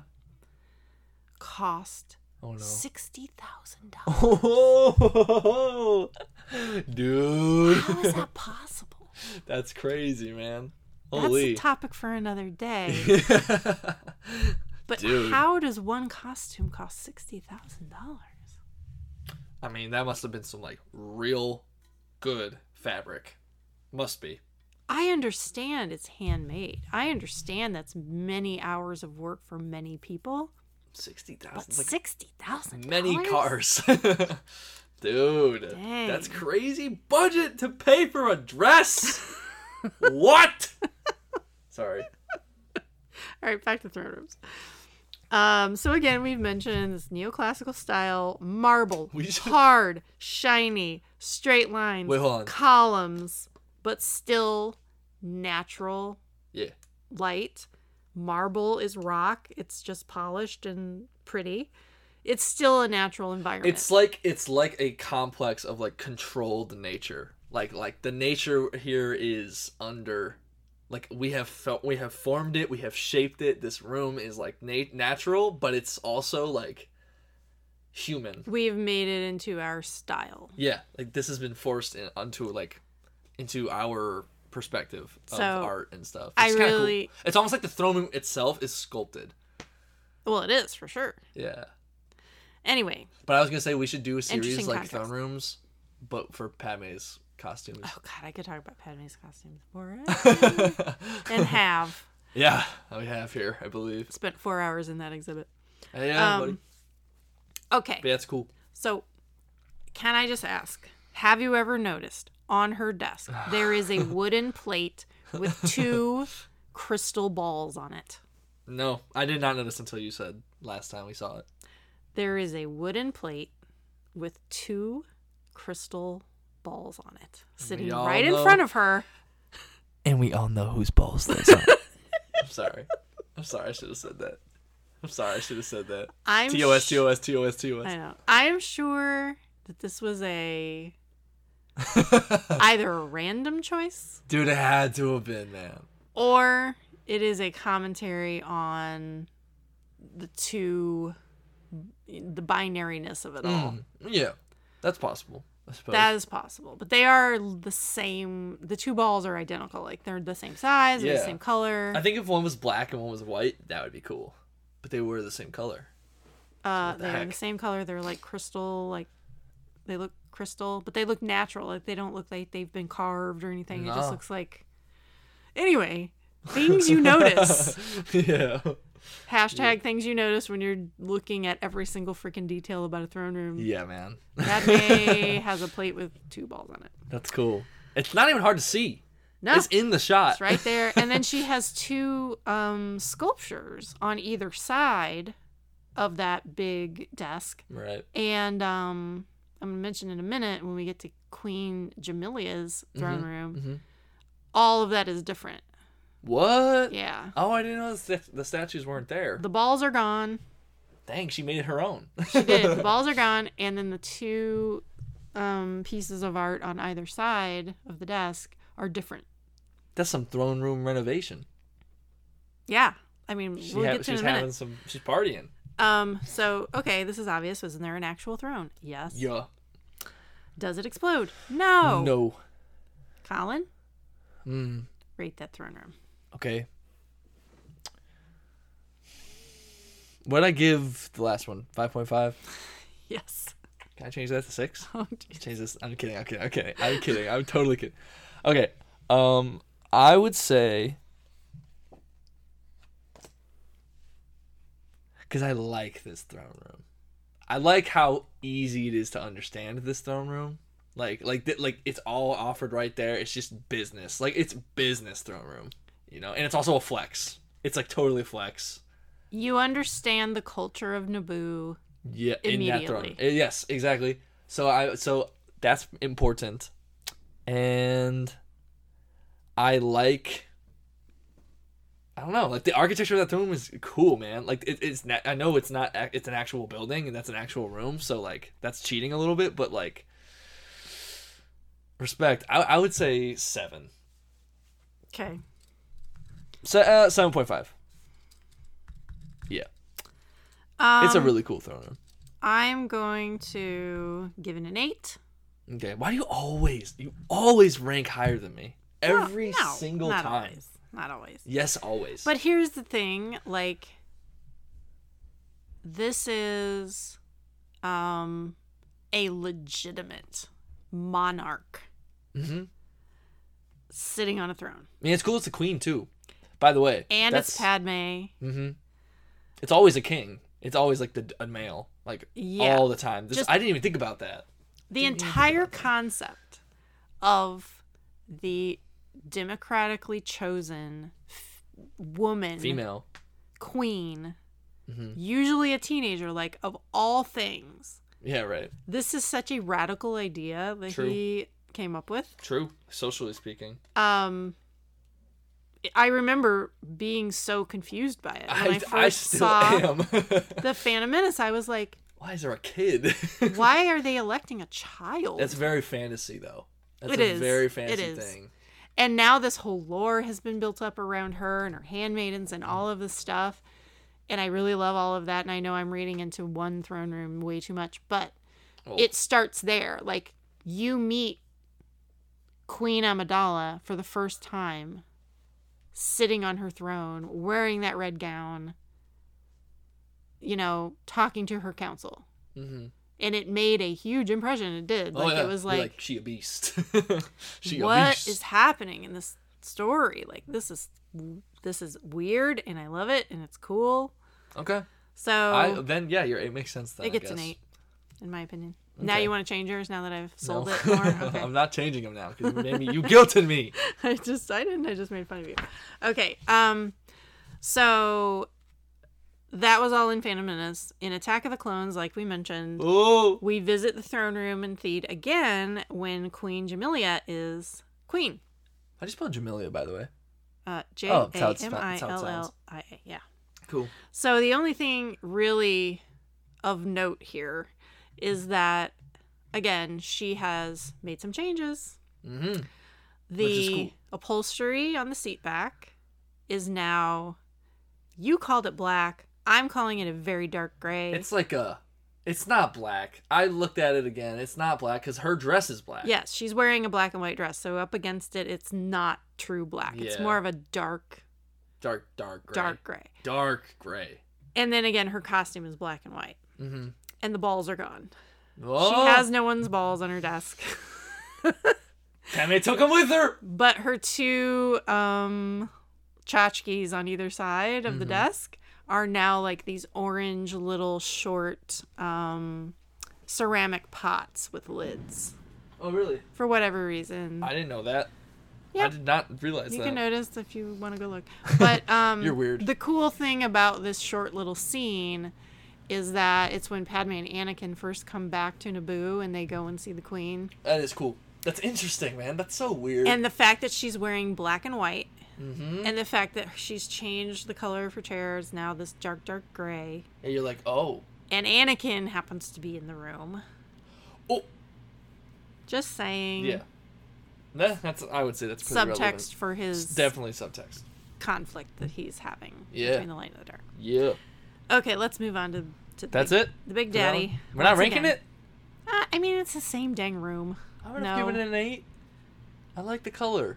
Speaker 1: cost
Speaker 2: Oh no.
Speaker 1: sixty thousand dollars.
Speaker 2: Oh,
Speaker 1: How
Speaker 2: (laughs) dude,
Speaker 1: is that possible?
Speaker 2: (laughs) that's crazy, man.
Speaker 1: That's
Speaker 2: Holy.
Speaker 1: a topic for another
Speaker 2: (laughs)
Speaker 1: day. But
Speaker 2: Dude.
Speaker 1: how does one costume cost sixty thousand dollars?
Speaker 2: I mean, that must have been some like real good fabric. Must be.
Speaker 1: I understand it's handmade. I understand that's many hours of work for many people.
Speaker 2: Sixty
Speaker 1: But
Speaker 2: thousand. Like
Speaker 1: sixty thousand
Speaker 2: many cars. (laughs) Dude, that's
Speaker 1: Dang.
Speaker 2: crazy budget to pay for a dress. (laughs) what? Sorry.
Speaker 1: All right, back to throne rooms. Um, so again, we've mentioned this neoclassical style marble,
Speaker 2: We just-
Speaker 1: hard, shiny, straight lines,
Speaker 2: Wait, hold on.
Speaker 1: columns, but still natural
Speaker 2: Yeah.
Speaker 1: light. Marble is rock; it's just polished and pretty. It's still a natural environment.
Speaker 2: It's like it's like a complex of like controlled nature. Like like the nature here is under like we have felt we have formed it, we have shaped it. This room is like nat- natural, but it's also like human.
Speaker 1: we've made it into our style.
Speaker 2: Yeah, like this has been forced in, onto like into our perspective of
Speaker 1: So,
Speaker 2: art and stuff.
Speaker 1: I
Speaker 2: kinda
Speaker 1: really-
Speaker 2: it's almost like the throne room itself is sculpted.
Speaker 1: Well, it is for sure.
Speaker 2: Yeah,
Speaker 1: Anyway,
Speaker 2: but I was gonna say we should do a series
Speaker 1: Interesting
Speaker 2: like
Speaker 1: contrast.
Speaker 2: throne rooms, but for Padme's costumes.
Speaker 1: oh god, I could talk about Padme's costumes
Speaker 2: (laughs)
Speaker 1: forever and have
Speaker 2: yeah, we have here, I believe.
Speaker 1: spent four hours in that exhibit.
Speaker 2: Yeah, buddy.
Speaker 1: Um, Okay,
Speaker 2: But yeah, it's cool.
Speaker 1: so can I just ask? Have you ever noticed on her
Speaker 2: (sighs)
Speaker 1: desk there is a wooden plate with two crystal balls on it?
Speaker 2: No, I did not notice until you said last time we saw it.
Speaker 1: There is a wooden plate with two crystal balls on it sitting
Speaker 2: all
Speaker 1: right in
Speaker 2: know-
Speaker 1: front of her.
Speaker 3: And we all know whose balls those are.
Speaker 2: (laughs) I'm sorry. I'm sorry. I should have said that. I'm sorry. I should have said that.
Speaker 1: I'm
Speaker 2: Tos
Speaker 1: sh-
Speaker 2: tos tos tos.
Speaker 1: I know. I am sure that this was
Speaker 2: (laughs)
Speaker 1: a either a random choice
Speaker 2: Dude, it had to have been, man.
Speaker 1: or it is a commentary on the two the binariness of it
Speaker 2: Mm.
Speaker 1: all.
Speaker 2: Yeah, that's possible. I suppose.
Speaker 1: That is possible. But they are the same the two balls are identical. Like they're the same size, they're the
Speaker 2: Yeah.
Speaker 1: same color. uh,
Speaker 2: I think if one was black and one was white, that would be cool. But they were the same color.
Speaker 1: Uh,
Speaker 2: the
Speaker 1: they're
Speaker 2: heck?
Speaker 1: the same color. They're like crystal, like they look crystal, but they look natural. Like they don't look like they've been carved or anything. It
Speaker 2: No.
Speaker 1: just looks like. Anyway, things you notice.
Speaker 2: (laughs) yeah.
Speaker 1: Hashtag things you notice when you're looking at every single freaking detail about a throne room.
Speaker 2: Yeah, man. (laughs)
Speaker 1: (laughs) Padme has a plate with two balls on it.
Speaker 2: That's cool. It's not even hard to see.
Speaker 1: No,
Speaker 2: It's
Speaker 1: it's,
Speaker 2: in the shot.
Speaker 1: Oh. right there. And then she has two um, sculptures on either side of that big desk.
Speaker 2: Right.
Speaker 1: And um, I'm gonna mention in a minute when we get to Queen Jamilia's throne room.
Speaker 2: mhm.
Speaker 1: All of that is different.
Speaker 2: What?
Speaker 1: Yeah,
Speaker 2: Oh, I didn't know the, st- the statues weren't there.
Speaker 1: the balls are gone.
Speaker 2: Dang, she made her own. (laughs)
Speaker 1: She did. the balls are gone, and then the two um, pieces of art on either side of the desk are different.
Speaker 2: That's some throne room renovation.
Speaker 1: Yeah, I mean,
Speaker 2: She
Speaker 1: we'll
Speaker 2: ha-
Speaker 1: get to it
Speaker 2: she's
Speaker 1: in a minute.
Speaker 2: having some. She's partying.
Speaker 1: Um, so okay, this is obvious. Wasn't there an actual throne? Yes.
Speaker 2: Yeah.
Speaker 1: Does it explode? No.
Speaker 2: No.
Speaker 1: Colin,
Speaker 2: Mm.
Speaker 1: rate that throne room.
Speaker 2: Okay. What would I give the last one? Five point five.
Speaker 1: (laughs) Yes. (laughs)
Speaker 2: Can I change that to six?
Speaker 1: Oh, geez.
Speaker 2: Change this. I'm kidding. I'm kidding. I'm kidding. I'm kidding. I'm totally kidding. Okay. Um, I would say because I like this throne room. I like how easy it is to understand this throne room. Like, like, th- like it's all offered right there. It's just business. Like, it's business throne room. You know, and it's also a flex. It's like totally a flex.
Speaker 1: You understand the culture of Naboo.
Speaker 2: Yeah, in that throne.
Speaker 1: Immediately.
Speaker 2: Uh, Yes, exactly. So I so that's important, and I like. I don't know, like the architecture of that throne is cool, man. Like it, it's not, I know it's not ac- it's an actual building and that's an actual room, so like that's cheating a little bit, but like respect. I, I would say seven,
Speaker 1: Okay.
Speaker 2: so, uh, seven point five. Yeah,
Speaker 1: Um,
Speaker 2: it's a really cool throne room.
Speaker 1: I'm going to give it an eight.
Speaker 2: Okay. Why do you always you always rank higher than me
Speaker 1: No,
Speaker 2: every
Speaker 1: no,
Speaker 2: single
Speaker 1: not
Speaker 2: time?
Speaker 1: Always. Not always.
Speaker 2: Yes, always.
Speaker 1: But here's the thing, like this is um a legitimate monarch
Speaker 2: Mhm.
Speaker 1: sitting on a throne.
Speaker 2: I mean, it's cool. It's a queen too. By the way,
Speaker 1: And it's
Speaker 2: that's-
Speaker 1: Padme.
Speaker 2: Mhm. It's always a king. It's always like the a male, like
Speaker 1: Yeah.
Speaker 2: all the time. This,
Speaker 1: Just- Mm-hmm.
Speaker 2: I didn't even think about that.
Speaker 1: The entire concept of the democratically chosen f- woman
Speaker 2: Female. Mm-hmm.
Speaker 1: queen, usually a teenager, like of all things.
Speaker 2: Yeah. Right.
Speaker 1: This is such a radical idea that
Speaker 2: True.
Speaker 1: he came up with.
Speaker 2: True. Socially speaking.
Speaker 1: Um, I remember being so confused by it when I, first
Speaker 2: still
Speaker 1: saw
Speaker 2: am. (laughs)
Speaker 1: the Phantom Menace. I was like,
Speaker 2: Why is there a kid? (laughs)
Speaker 1: "Why are they electing a child?"
Speaker 2: That's very fantasy though. That's
Speaker 1: It
Speaker 2: a
Speaker 1: is.
Speaker 2: very
Speaker 1: It
Speaker 2: fantasy
Speaker 1: is.
Speaker 2: thing.
Speaker 1: and now this whole lore has been built up around her and her handmaidens and all of this stuff and i really love all of that and i know i'm reading into one throne room way too much but
Speaker 2: Oh.
Speaker 1: it starts there like you meet queen amidala for the first time sitting on her throne wearing that red gown you know talking to her council
Speaker 2: Mm-hmm.
Speaker 1: and it made a huge impression it did
Speaker 2: Oh,
Speaker 1: like it was
Speaker 2: You're
Speaker 1: like
Speaker 2: she a beast. (laughs)
Speaker 1: what
Speaker 2: she
Speaker 1: is
Speaker 2: a beast.
Speaker 1: happening in this story like this is this is weird and i love it and it's cool
Speaker 2: Okay.
Speaker 1: so
Speaker 2: I then yeah, you're, it makes sense. Then
Speaker 1: Oh. it gets
Speaker 2: I
Speaker 1: an
Speaker 2: guess.
Speaker 1: eight in my opinion now
Speaker 2: Okay.
Speaker 1: you want to change yours now that i've
Speaker 2: No.
Speaker 1: sold
Speaker 2: (laughs)
Speaker 1: it more okay
Speaker 2: I'm not changing them now
Speaker 1: (laughs)
Speaker 2: because you made me. You guilted me.
Speaker 1: i just i didn't i just made fun of you okay um so that was all in phantom menace in attack of the clones like we mentioned
Speaker 2: Oh,
Speaker 1: we visit the throne room in Theed again when Queen Jamilia is queen.
Speaker 2: I just spelled Jamilia, by the way.
Speaker 1: Uh, J
Speaker 2: Oh,
Speaker 1: A
Speaker 2: that's how it's
Speaker 1: M
Speaker 2: spelled-
Speaker 1: I
Speaker 2: that's how it
Speaker 1: L
Speaker 2: sounds.
Speaker 1: L I A. Yeah.
Speaker 2: Cool.
Speaker 1: So the only thing really of note here is that again she has made some changes.
Speaker 2: Mm-hmm.
Speaker 1: The
Speaker 2: Which is cool.
Speaker 1: upholstery on the seat back is now you called it black. I'm calling it a very dark gray.
Speaker 2: It's like a. It's not black. I looked at it again. It's not black because her dress is black.
Speaker 1: yes, she's wearing a black and white dress, so up against it it's not true black. It's
Speaker 2: Yeah.
Speaker 1: more of a dark
Speaker 2: Dark, dark gray.
Speaker 1: dark gray.
Speaker 2: dark gray. Mm-hmm.
Speaker 1: And then again her costume is black and white. and the balls are gone.
Speaker 2: Oh,
Speaker 1: She has no one's balls on her desk, (laughs)
Speaker 2: Tammy took him with her.
Speaker 1: but her two um, tchotchkes on either side of the
Speaker 2: Mm-hmm.
Speaker 1: desk are now like these orange little short um, ceramic pots with lids.
Speaker 2: Oh, really?
Speaker 1: For whatever reason,
Speaker 2: I didn't know that. I
Speaker 1: Yeah.
Speaker 2: did not realize
Speaker 1: You
Speaker 2: that.
Speaker 1: can notice if you want to go
Speaker 2: (laughs)
Speaker 1: look. But um,
Speaker 2: You're weird.
Speaker 1: The cool thing about this short little scene is that it's when Padme and Anakin first come back to Naboo and they go and see the Queen,
Speaker 2: That is cool. That's interesting, man. That's so weird.
Speaker 1: and the fact that she's wearing black and white,
Speaker 2: Mm-hmm.
Speaker 1: and the fact that she's changed the color of her hair is now this dark, dark gray,
Speaker 2: and you're like, oh,
Speaker 1: and Anakin happens to be in the room.
Speaker 2: oh,
Speaker 1: Just saying.
Speaker 2: yeah. That, that's I would say that's pretty
Speaker 1: Mm. Subtext
Speaker 2: relevant.
Speaker 1: for his
Speaker 2: Definitely subtext.
Speaker 1: conflict that he's having
Speaker 2: Yeah.
Speaker 1: between the light and the dark.
Speaker 2: Yeah.
Speaker 1: Okay, let's move on to. to the
Speaker 2: That's
Speaker 1: big-
Speaker 2: it?
Speaker 1: The Big
Speaker 2: For that
Speaker 1: Daddy.
Speaker 2: one? We're not
Speaker 1: once
Speaker 2: ranking
Speaker 1: again.
Speaker 2: it.
Speaker 1: Uh, I mean, it's the same dang room.
Speaker 2: I would
Speaker 1: No.
Speaker 2: have given it an eight. I like the color.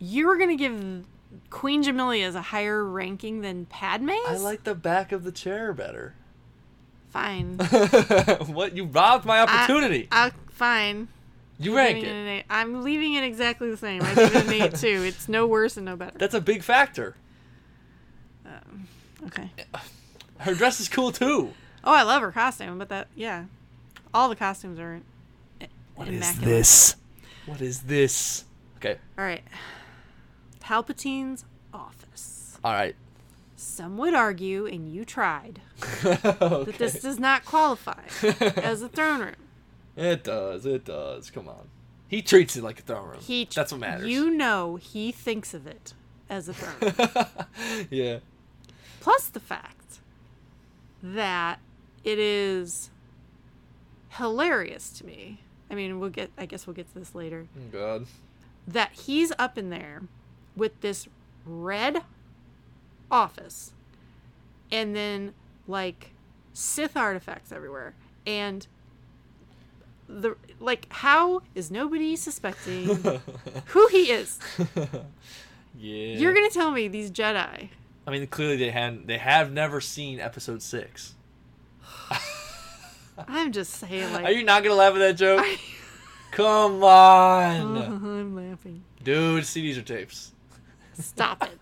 Speaker 1: You were gonna give Queen Jamilia's a higher ranking than Padme's.
Speaker 2: I like the back of the chair better. (laughs)
Speaker 1: Fine.
Speaker 2: what? You robbed my opportunity.
Speaker 1: I, I- fine.
Speaker 2: you
Speaker 1: I'm
Speaker 2: rank
Speaker 1: giving it
Speaker 2: it.
Speaker 1: an eight. I'm leaving it exactly the same. I give it an eight too. It's no worse and no better. Um,
Speaker 2: That's a big factor.
Speaker 1: okay.
Speaker 2: Her dress is cool too.
Speaker 1: Oh, I love her costume, but that yeah, all the costumes are. i-
Speaker 3: What is
Speaker 1: immaculate.
Speaker 3: this?
Speaker 2: What is this? Okay.
Speaker 1: All right. Palpatine's office.
Speaker 2: All right. (laughs)
Speaker 1: Some would argue, and you tried,
Speaker 2: okay.
Speaker 1: that this does not qualify as a throne room.
Speaker 2: It does. It does. Come on. He treats it like a throne room.
Speaker 1: He
Speaker 2: That's what matters.
Speaker 1: You know he thinks of it as a throne. room.
Speaker 2: yeah.
Speaker 1: Plus the fact that it is hilarious to me. I mean, we'll get I guess we'll get to this later.
Speaker 2: Oh, God.
Speaker 1: That he's up in there with this red office and then like Sith artifacts everywhere and the like how is nobody suspecting
Speaker 2: (laughs)
Speaker 1: who he is?
Speaker 2: yeah.
Speaker 1: You're gonna tell me these Jedi.
Speaker 2: I mean, clearly they had they have never seen episode six.
Speaker 1: I'm just saying,
Speaker 2: Are
Speaker 1: like,
Speaker 2: you not gonna laugh at that joke? (laughs) Come
Speaker 1: (laughs)
Speaker 2: on,
Speaker 1: I'm laughing.
Speaker 2: dude. CDs or tapes.
Speaker 1: Stop it.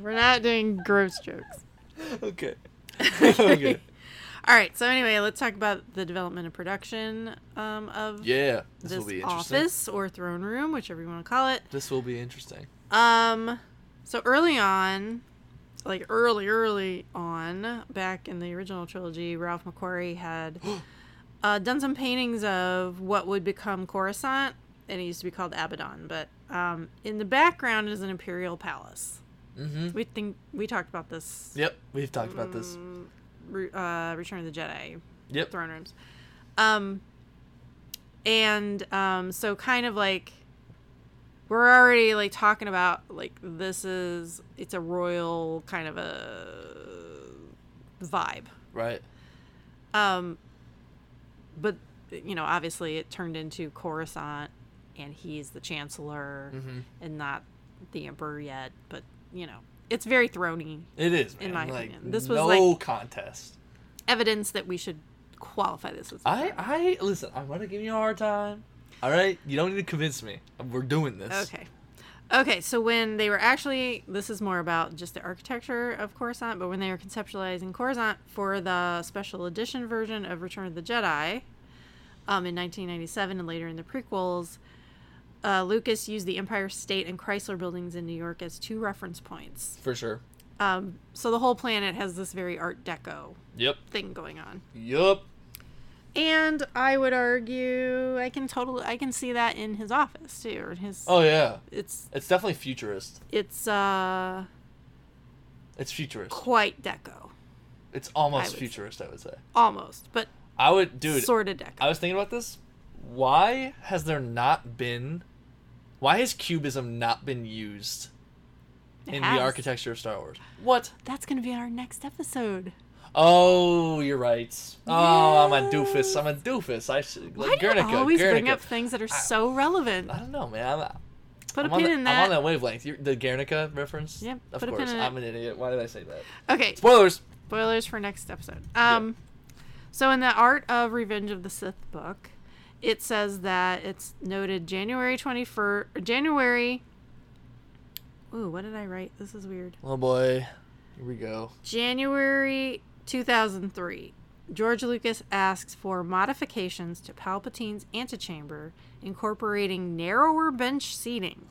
Speaker 1: We're not doing gross jokes.
Speaker 2: Okay. okay.
Speaker 1: All right. So anyway, let's talk about the development and production um, of
Speaker 2: (laughs) Yeah. This,
Speaker 1: this
Speaker 2: will be interesting.
Speaker 1: office or throne room, whichever you want to call it.
Speaker 2: This will be interesting.
Speaker 1: Um, so early on, like early, early on, back in the original trilogy, Ralph McQuarrie
Speaker 2: (gasps)
Speaker 1: had uh, done some paintings of what would become Coruscant, and it used to be called Abaddon. But um, in the background is an imperial palace.
Speaker 2: Mm-hmm.
Speaker 1: We think we talked about this.
Speaker 2: Yep. We've talked about this.
Speaker 1: um, Re- uh, Return of the Jedi
Speaker 2: Yep.
Speaker 1: throne rooms. Um, and um, so kind of like we're already like talking about like this is it's a royal kind of a vibe.
Speaker 2: Right.
Speaker 1: Um, but you know, obviously it turned into Coruscant, and he's the chancellor
Speaker 2: Mm-hmm.
Speaker 1: and not the emperor yet. But you know, it's very throny
Speaker 2: It is. Man.
Speaker 1: In my
Speaker 2: like,
Speaker 1: opinion. This was
Speaker 2: no
Speaker 1: like-
Speaker 2: contest.
Speaker 1: evidence that we should qualify this as. a
Speaker 2: I
Speaker 1: throne.
Speaker 2: I listen. I'm gonna give you a hard time. All right. You don't need to convince me. We're doing this.
Speaker 1: Okay. Okay, so when they were actually, this is more about just the architecture of Coruscant, but when they were conceptualizing Coruscant for the special edition version of Return of the Jedi um, in 1997 and later in the prequels, uh, Lucas used the Empire State and Chrysler buildings in New York as two reference points.
Speaker 2: For sure.
Speaker 1: Um, so the whole planet has this very Art Deco
Speaker 2: Yep.
Speaker 1: thing going on.
Speaker 2: Yep.
Speaker 1: And I would argue I can totally I can see that in his office too, or in his
Speaker 2: Oh yeah.
Speaker 1: it's
Speaker 2: It's definitely futurist.
Speaker 1: it's uh
Speaker 2: It's futurist.
Speaker 1: quite deco
Speaker 2: It's
Speaker 1: I would
Speaker 2: almost
Speaker 1: say.
Speaker 2: futurist. I would say.
Speaker 1: almost but
Speaker 2: I would, dude.
Speaker 1: sort of deco
Speaker 2: I was thinking about this. Why has there not been? Why has cubism not been used
Speaker 1: It
Speaker 2: in
Speaker 1: has.
Speaker 2: the architecture of Star Wars? What?
Speaker 1: that's gonna be our next episode
Speaker 2: Oh, you're right. Oh, I'm a doofus. I'm a doofus. I should.
Speaker 1: why do you
Speaker 2: Guernica,
Speaker 1: always bring
Speaker 2: Guernica.
Speaker 1: up things that are so relevant
Speaker 2: I don't know, man. I'm,
Speaker 1: put a
Speaker 2: I'm on,
Speaker 1: pin
Speaker 2: the,
Speaker 1: in
Speaker 2: I'm
Speaker 1: that
Speaker 2: on that wavelength. You're, the Guernica reference.
Speaker 1: Yep,
Speaker 2: Of
Speaker 1: put a pin
Speaker 2: course.
Speaker 1: in it.
Speaker 2: I'm an idiot. Why did I say that?
Speaker 1: okay
Speaker 2: Spoilers.
Speaker 1: spoilers for next episode um So in the Art of Revenge of the Sith book, it says that it's noted January 21st, January Ooh, what did I write? This is weird.
Speaker 2: Oh boy, here we go. (laughs)
Speaker 1: January 2003, George Lucas asks for modifications to Palpatine's antechamber, incorporating narrower bench
Speaker 2: (laughs)
Speaker 1: seating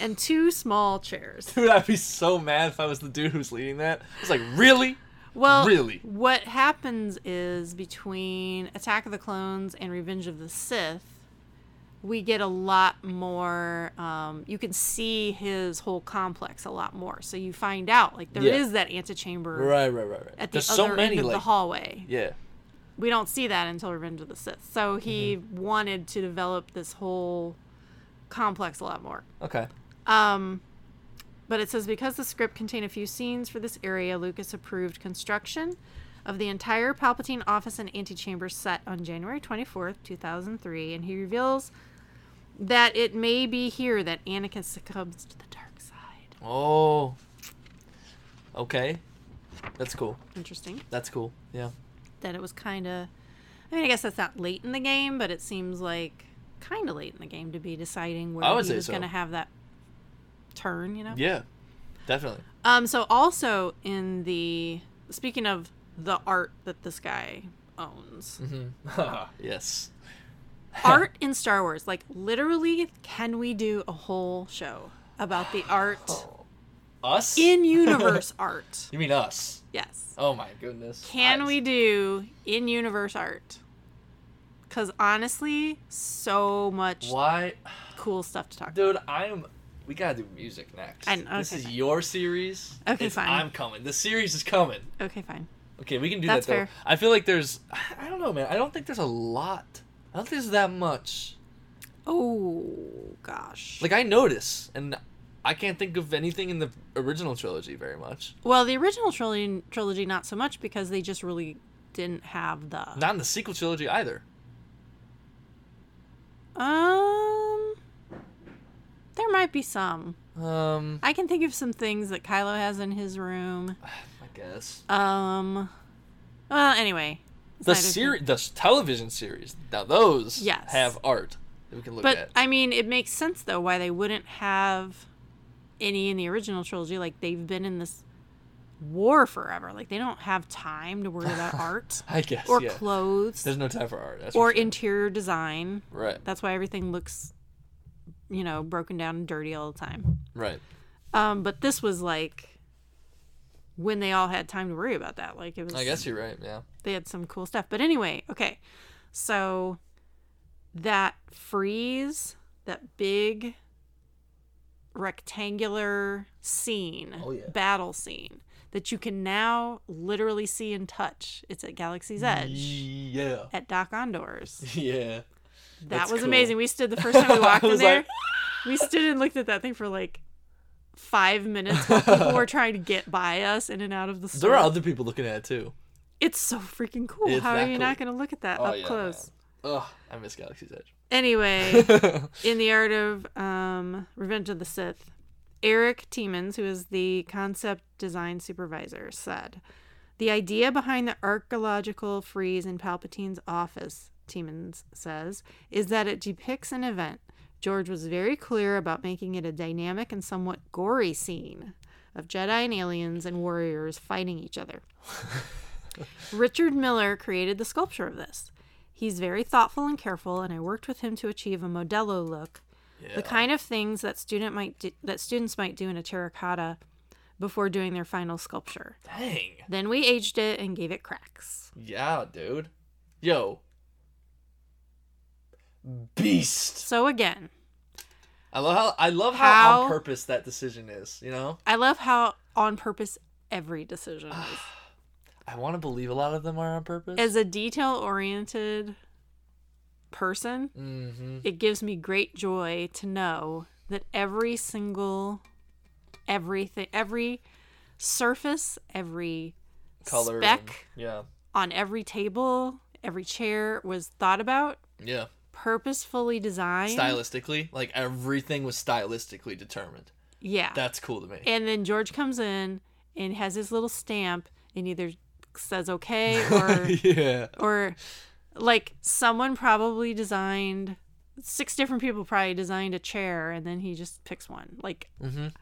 Speaker 1: and two small chairs.
Speaker 2: Dude, I'd be so mad if I was the dude who's leading that. It's like, really?
Speaker 1: Well,
Speaker 2: Really?
Speaker 1: what happens is between Attack of the Clones and Revenge of the Sith, we get a lot more. Um, you can see his whole complex a lot more. So you find out, like, there is
Speaker 2: Yeah.
Speaker 1: that antechamber
Speaker 2: Right, right, right, right.
Speaker 1: at the
Speaker 2: There's
Speaker 1: other
Speaker 2: so many,
Speaker 1: end of
Speaker 2: like,
Speaker 1: the hallway.
Speaker 2: yeah.
Speaker 1: we don't see that until Revenge of the Sith. So he wanted to develop this whole complex a lot more.
Speaker 2: Okay.
Speaker 1: Um, but it says because the script contained a few scenes for this area, Lucas approved construction of the entire Palpatine office and antechamber set on January 24th, 2003, and he reveals that it may be here that Anakin succumbs to the dark side.
Speaker 2: Oh. Okay. That's cool.
Speaker 1: Interesting.
Speaker 2: That's cool. Yeah.
Speaker 1: that it was kind of i mean i guess that's not late in the game but it seems like kind of late in the game to be deciding where
Speaker 2: I would
Speaker 1: he
Speaker 2: say
Speaker 1: was
Speaker 2: so.
Speaker 1: going to have that turn you know
Speaker 2: Yeah. Definitely.
Speaker 1: um so also in the speaking of the art that this guy owns
Speaker 2: (laughs) Mm-hmm. yes.
Speaker 1: art in star wars like literally can we do a whole show about the
Speaker 2: (gasps)
Speaker 1: art
Speaker 2: Us? (laughs)
Speaker 1: in universe art
Speaker 2: You mean us?
Speaker 1: yes
Speaker 2: Oh my goodness.
Speaker 1: Can
Speaker 2: I-
Speaker 1: we do in universe art? Because honestly, so much
Speaker 2: Why?
Speaker 1: cool stuff to talk about.
Speaker 2: Dude, I'm. We gotta do music next.
Speaker 1: I know,
Speaker 2: This
Speaker 1: okay,
Speaker 2: is
Speaker 1: fine.
Speaker 2: your series.
Speaker 1: Okay,
Speaker 2: It's-
Speaker 1: fine.
Speaker 2: I'm coming. The series is coming.
Speaker 1: Okay, fine.
Speaker 2: Okay, we can do
Speaker 1: That's
Speaker 2: that though.
Speaker 1: fair.
Speaker 2: I feel like there's. (sighs) I don't know, man. I don't think there's a lot. I don't think there's that much.
Speaker 1: Oh, gosh.
Speaker 2: Like I notice, and I can't think of anything in the original trilogy very much.
Speaker 1: well, the original trilogy, trilogy, not so much because they just really didn't have the.
Speaker 2: Not in the sequel trilogy either.
Speaker 1: Um. There might be some.
Speaker 2: Um,
Speaker 1: I can think of some things that Kylo has in his room.
Speaker 2: I guess
Speaker 1: Um. Well, anyway. it's
Speaker 2: the
Speaker 1: neither here
Speaker 2: series, the s- television series. Now those
Speaker 1: Yes.
Speaker 2: have art that we can look
Speaker 1: But
Speaker 2: at.
Speaker 1: I mean, it makes sense though why they wouldn't have any in the original trilogy. Like they've been in this war forever. Like they don't have time to worry (laughs) about art
Speaker 2: I guess
Speaker 1: or
Speaker 2: yeah.
Speaker 1: clothes
Speaker 2: There's no time for art. That's
Speaker 1: or
Speaker 2: for sure.
Speaker 1: interior design.
Speaker 2: right,
Speaker 1: That's why everything looks, you know, broken down and dirty all the time.
Speaker 2: right.
Speaker 1: Um, but this was like when they all had time to worry about that. Like it was.
Speaker 2: I guess you're right. Yeah.
Speaker 1: they had some cool stuff. But anyway, okay. So that freeze, that big rectangular scene,
Speaker 2: Oh, yeah.
Speaker 1: battle scene that you can now literally see and touch. It's at Galaxy's
Speaker 2: Mm.
Speaker 1: Edge
Speaker 2: Yeah. (laughs)
Speaker 1: at Doc Ondor's.
Speaker 2: Yeah.
Speaker 1: That
Speaker 2: That's
Speaker 1: was
Speaker 2: cool.
Speaker 1: amazing. We stood the first
Speaker 2: (laughs)
Speaker 1: time we walked
Speaker 2: I
Speaker 1: in
Speaker 2: was
Speaker 1: there.
Speaker 2: like-
Speaker 1: we stood and looked at that thing for like five minutes while people
Speaker 2: (laughs)
Speaker 1: were trying to get by us in and out of the store.
Speaker 2: There are other people looking at it too.
Speaker 1: it's so freaking cool.
Speaker 2: It's
Speaker 1: How are
Speaker 2: that
Speaker 1: you not
Speaker 2: cool.
Speaker 1: going to look at that
Speaker 2: Oh,
Speaker 1: up close?
Speaker 2: Ugh, I miss Galaxy's Edge. (laughs)
Speaker 1: Anyway, in the art of um, Revenge of the Sith, Eric Tiemens, who is the concept design supervisor, said, "The idea behind the archaeological freeze in Palpatine's office," Tiemens says, "is that it depicts an event. George was very clear about making it a dynamic and somewhat gory scene." Of Jedi and aliens and warriors fighting each other. Richard Miller created the sculpture of this. He's very thoughtful and careful, and I worked with him to achieve a Modelo look, the kind of things that student might do, that students might do in a terracotta before doing their final sculpture.
Speaker 2: Dang.
Speaker 1: Then we aged it and gave it cracks.
Speaker 2: Yeah, dude. Yo. Beast.
Speaker 1: So again,
Speaker 2: I love how I love how,
Speaker 1: How-
Speaker 2: on purpose that decision is, you know?
Speaker 1: I love how on purpose every decision is.
Speaker 2: I want to believe a lot of them are on purpose.
Speaker 1: As a detail-oriented person,
Speaker 2: mm-hmm.
Speaker 1: it gives me great joy to know that every single everything every surface every
Speaker 2: Color. and-
Speaker 1: speck
Speaker 2: yeah.
Speaker 1: on every table every chair was thought about
Speaker 2: Yeah.
Speaker 1: purposefully designed
Speaker 2: Stylistically, like everything was stylistically determined.
Speaker 1: yeah
Speaker 2: That's cool to me.
Speaker 1: and then george comes in and has his little stamp and either says okay
Speaker 2: (laughs)
Speaker 1: or
Speaker 2: yeah.
Speaker 1: or like someone probably designed six different people probably designed a chair and then he just picks one. Like
Speaker 2: Mm.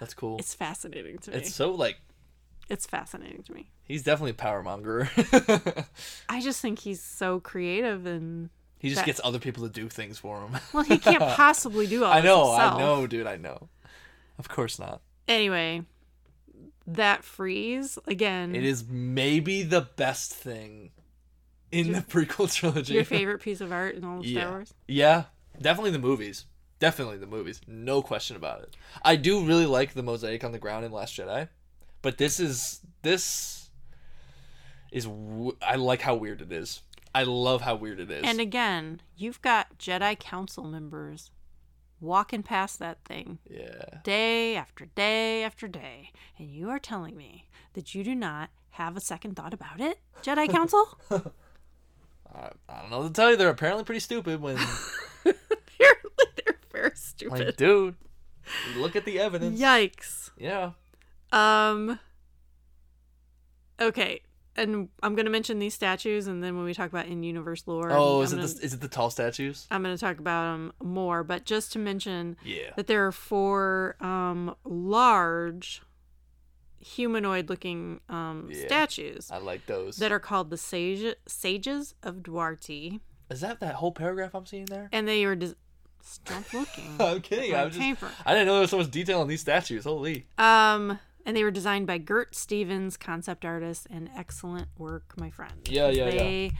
Speaker 2: That's cool. It's,
Speaker 1: it's fascinating to me. It's,
Speaker 2: so like
Speaker 1: fascinating to me.
Speaker 2: he's definitely a power monger. (laughs)
Speaker 1: I just think he's so creative and
Speaker 2: he just
Speaker 1: That-
Speaker 2: gets other people to do things for him. (laughs)
Speaker 1: well, he can't possibly do all
Speaker 2: I
Speaker 1: this
Speaker 2: know,
Speaker 1: himself.
Speaker 2: I know, dude, I know. Of course not.
Speaker 1: Anyway, that freeze again.
Speaker 2: It is maybe the best thing in the prequel (laughs) trilogy.
Speaker 1: your favorite piece of art in all of Star
Speaker 2: yeah.
Speaker 1: Wars.
Speaker 2: Yeah, definitely the movies. Definitely the movies. No question about it. I do really like the mosaic on the ground in Last Jedi, but this is this is w- I like how weird it is. I love how weird it is.
Speaker 1: And again, you've got Jedi Council members walking past that thing
Speaker 2: yeah.
Speaker 1: day after day after day, and you are telling me that you do not have a second thought about it,
Speaker 2: (laughs)
Speaker 1: Jedi Council?
Speaker 2: I, I don't know what to tell you. They're apparently pretty stupid
Speaker 1: (laughs)
Speaker 2: when
Speaker 1: Apparently, they're very stupid.
Speaker 2: like dude, look at the evidence.
Speaker 1: Yikes.
Speaker 2: Yeah.
Speaker 1: Um. Okay, and I'm gonna mention these statues, and then when we talk about in-universe lore,
Speaker 2: Oh,
Speaker 1: I'm
Speaker 2: is it
Speaker 1: gonna-
Speaker 2: the, is it the tall statues?
Speaker 1: I'm going to talk about them more, but just to mention
Speaker 2: Yeah.
Speaker 1: that there are four um, large humanoid looking um,
Speaker 2: Yeah.
Speaker 1: statues
Speaker 2: I like those.
Speaker 1: that are called the sage- Sages of Duarte.
Speaker 2: is that that whole paragraph I'm seeing there?
Speaker 1: And they are. Des- Stop
Speaker 2: (laughs)
Speaker 1: looking.
Speaker 2: I'm kidding.
Speaker 1: my
Speaker 2: I was just,
Speaker 1: paper.
Speaker 2: I didn't know there was so much detail on these statues. Holy.
Speaker 1: um, and they were designed by Gert Stevens, concept artist, and excellent work, my friend.
Speaker 2: Yeah, yeah, yeah.
Speaker 1: They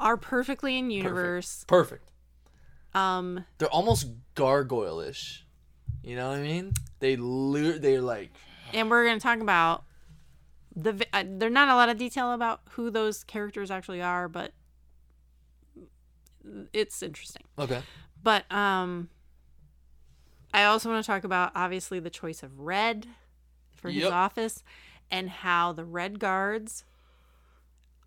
Speaker 1: are perfectly in universe.
Speaker 2: Perfect.
Speaker 1: Um,
Speaker 2: They're almost gargoyle-ish. You know what I mean? They lure, they're like
Speaker 1: and we're going to talk about the vi- uh, there's not a lot of detail about who those characters actually are but it's interesting
Speaker 2: okay.
Speaker 1: but um i also want to talk about obviously the choice of red for his
Speaker 2: Yep.
Speaker 1: office and how the red guards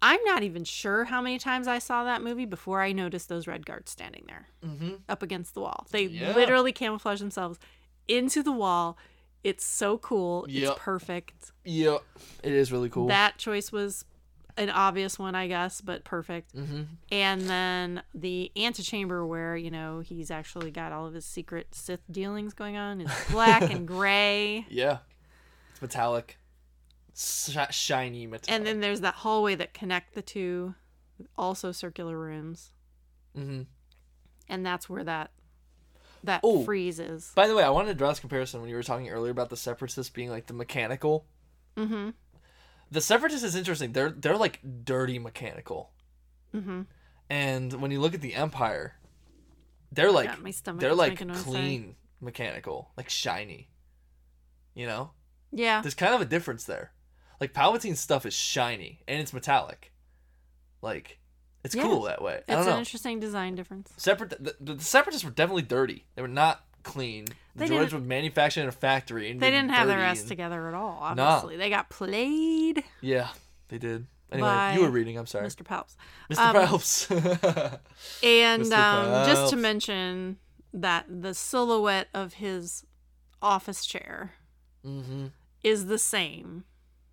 Speaker 1: i'm not even sure how many times i saw that movie before i noticed those red guards standing there
Speaker 2: Mm-hmm.
Speaker 1: up against the wall they
Speaker 2: Yeah.
Speaker 1: literally camouflage themselves into the wall it's so cool
Speaker 2: Yep.
Speaker 1: it's perfect
Speaker 2: Yeah, it is really cool.
Speaker 1: that choice was an obvious one, I guess, but perfect.
Speaker 2: mm-hmm.
Speaker 1: And then the antechamber, where you know he's actually got all of his secret Sith dealings going on,
Speaker 2: (laughs)
Speaker 1: is black and gray.
Speaker 2: Yeah, it's metallic, Sh- shiny metallic.
Speaker 1: And then there's that hallway that connect the two, also circular rooms,
Speaker 2: Mm-hmm.
Speaker 1: and that's where that that
Speaker 2: Oh.
Speaker 1: freeze is.
Speaker 2: By the way, I wanted to draw this comparison when you were talking earlier about the separatists being like the mechanical.
Speaker 1: Mm-hmm.
Speaker 2: The separatists is interesting. They're they're like dirty mechanical,
Speaker 1: Mm-hmm.
Speaker 2: and when you look at the empire, they're like
Speaker 1: my stomach
Speaker 2: they're
Speaker 1: is
Speaker 2: like
Speaker 1: making a noise, sorry.
Speaker 2: clean mechanical, like shiny. You know,
Speaker 1: Yeah.
Speaker 2: there's kind of a difference there. Like Palpatine's stuff is shiny and it's metallic, like it's
Speaker 1: Yeah.
Speaker 2: cool that way. I
Speaker 1: It's
Speaker 2: don't
Speaker 1: an
Speaker 2: know.
Speaker 1: interesting design difference.
Speaker 2: Separate the, the, the separatists were definitely dirty. They were not clean. The
Speaker 1: They
Speaker 2: droids
Speaker 1: didn't-
Speaker 2: were manufactured in a factory. And
Speaker 1: They
Speaker 2: been
Speaker 1: didn't have their
Speaker 2: dirty
Speaker 1: ass
Speaker 2: and-
Speaker 1: together at all.
Speaker 2: Nah.
Speaker 1: Obviously, they got played,
Speaker 2: Yeah, they did. Anyway,
Speaker 1: By
Speaker 2: you were reading. I'm sorry, Mr.
Speaker 1: Mr. Palps. um,
Speaker 2: Palps.
Speaker 1: And
Speaker 2: Mr.
Speaker 1: um, just to
Speaker 2: Phelps.
Speaker 1: mention that the silhouette of his office chair
Speaker 2: (laughs) mm-hmm.
Speaker 1: is the same,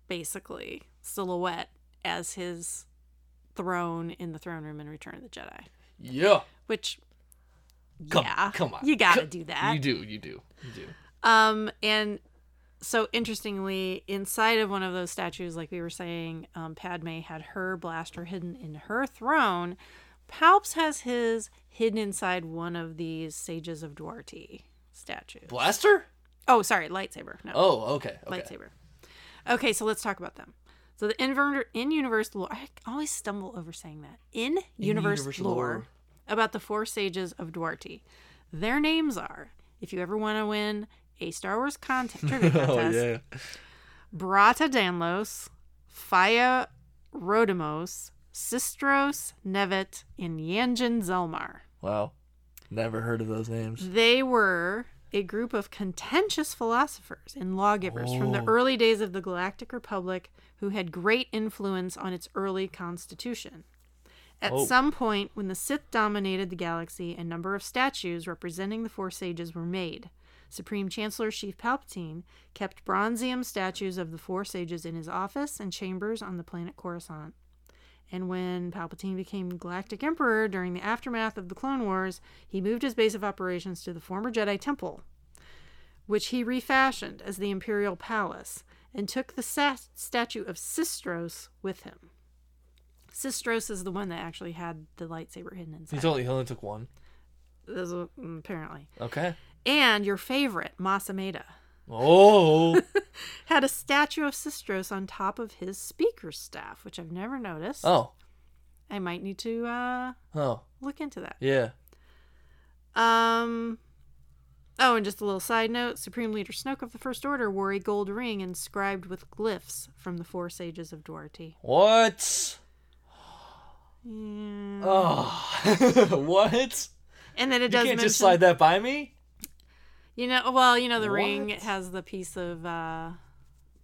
Speaker 1: basically, silhouette as his throne in the throne room in Return of the Jedi.
Speaker 2: Yeah,
Speaker 1: Which,
Speaker 2: Come-
Speaker 1: yeah,
Speaker 2: come on.
Speaker 1: you gotta
Speaker 2: Co-
Speaker 1: do that.
Speaker 2: you do. You do. You do.
Speaker 1: Um, and so interestingly, inside of one of those statues, like we were saying, um, Padme had her blaster hidden in her throne. Palps has his hidden inside one of these Sages of Duarte statues.
Speaker 2: Blaster?
Speaker 1: oh, sorry, lightsaber. No,
Speaker 2: Oh, okay. okay.
Speaker 1: lightsaber. Okay, so let's talk about them. So the inver- in-universe lore. I always stumble over saying that. In-universe,
Speaker 2: In-universe
Speaker 1: lore,
Speaker 2: lore.
Speaker 1: about the four sages of Duarte. Their names are. If you ever want to win a Star Wars
Speaker 2: (laughs)
Speaker 1: content trivia
Speaker 2: Oh,
Speaker 1: contest, Brata Danlos, Faya Rodamos, Sistros Nevet, and Yanjin Zelmar.
Speaker 2: Wow. Never heard of those names.
Speaker 1: They were a group of contentious philosophers and lawgivers from the early days of the Galactic Republic who had great influence on its early constitution. At
Speaker 2: Oh.
Speaker 1: some point, when the Sith dominated the galaxy, a number of statues representing the Four Sages were made. Supreme Chancellor Chief Palpatine kept bronzium statues of the four sages in his office and chambers on the planet Coruscant. And when Palpatine became Galactic Emperor during the aftermath of the Clone Wars, he moved his base of operations to the former Jedi Temple, which he refashioned as the Imperial Palace, and took the sa- statue of Sistros with him. Sistros is the one that actually had the lightsaber hidden inside.
Speaker 2: He only he only took one.
Speaker 1: This is- apparently.
Speaker 2: Okay.
Speaker 1: And your favorite, Masameda,
Speaker 2: Oh.
Speaker 1: had a statue of Sistros on top of his speaker staff, which I've never noticed.
Speaker 2: oh.
Speaker 1: I might need to uh,
Speaker 2: Oh.
Speaker 1: look into that.
Speaker 2: Yeah.
Speaker 1: Um. Oh, and just a little side note: Supreme Leader Snoke of the First Order wore a gold ring inscribed with glyphs from the Four Sages of Duarte.
Speaker 2: What?
Speaker 1: Yeah.
Speaker 2: Oh. (laughs) what?
Speaker 1: And then it
Speaker 2: You
Speaker 1: does
Speaker 2: can't
Speaker 1: mention,
Speaker 2: just slide that by me?
Speaker 1: you know, well, you know, the ring
Speaker 2: What?
Speaker 1: has the piece of uh,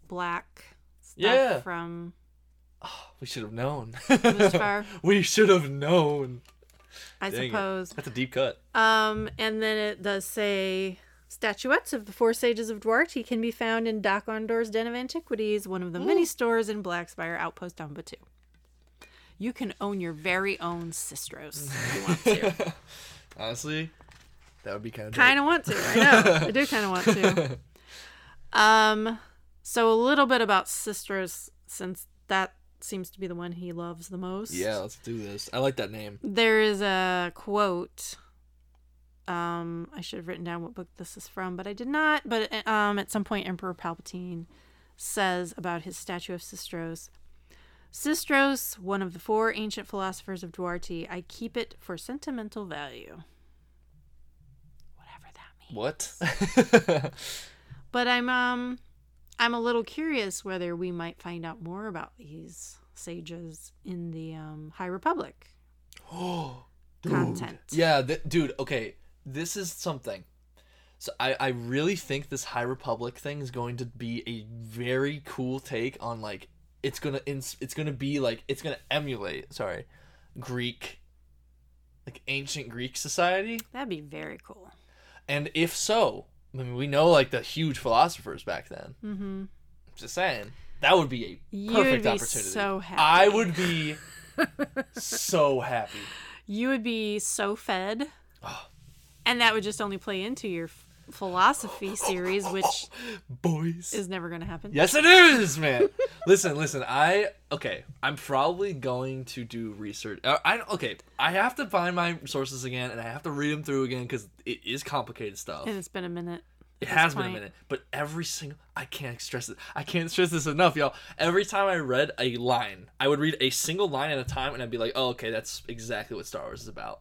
Speaker 1: black stuff
Speaker 2: Yeah.
Speaker 1: from
Speaker 2: We should have known. (laughs)
Speaker 1: Mustafar,
Speaker 2: we should have known.
Speaker 1: I
Speaker 2: Dang it.
Speaker 1: suppose.
Speaker 2: That's a deep cut.
Speaker 1: Um, and then it does say statuettes of the four sages of Duarte can be found in Doc Ondor's Den of Antiquities, one of the many stores in Blackspire Outpost on Batu. You can own your very own Sistros if you want to.
Speaker 2: Honestly, that would be kind of
Speaker 1: kind of want to. I know. I do kind of want to. Um, so a little bit about Sistros, since that seems to be the one he loves the most.
Speaker 2: Yeah, let's do this. I like that name.
Speaker 1: there is a quote um i should have written down what book this is from but i did not but uh, um at some point emperor palpatine says about his statue of sistros sistros one of the four ancient philosophers of duarte i keep it for sentimental value whatever that means
Speaker 2: What? (gasps)
Speaker 1: but i'm um i'm a little curious whether we might find out more about these sages in the um high republic content
Speaker 2: yeah, th- dude. Okay, this is something. So I, I really think this High Republic thing is going to be a very cool take on like it's gonna ins- it's gonna be like it's gonna emulate sorry Greek like ancient Greek society
Speaker 1: That'd be very cool.
Speaker 2: and if so I mean we know like the huge philosophers back then
Speaker 1: Mm-hmm.
Speaker 2: Just saying. That would be a
Speaker 1: You
Speaker 2: perfect
Speaker 1: would be
Speaker 2: opportunity.
Speaker 1: so happy.
Speaker 2: I would be
Speaker 1: (laughs)
Speaker 2: so happy.
Speaker 1: You would be so fed,
Speaker 2: Ah.
Speaker 1: and that would just only play into your f- philosophy series, which
Speaker 2: Boys.
Speaker 1: is never going to happen.
Speaker 2: yes it is, man. (laughs) listen, listen, I okay, I'm probably going to do research. Uh, I okay, I have to find my sources again and I have to read them through again cuz it is complicated stuff.
Speaker 1: And it's been a minute.
Speaker 2: It
Speaker 1: at
Speaker 2: has
Speaker 1: this
Speaker 2: been a
Speaker 1: point.
Speaker 2: minute, but every single I can't stress it. I can't stress this enough, y'all. Every time I read a line, I would read a single line at a time, and I'd be like, "Oh, okay, that's exactly what Star Wars is about.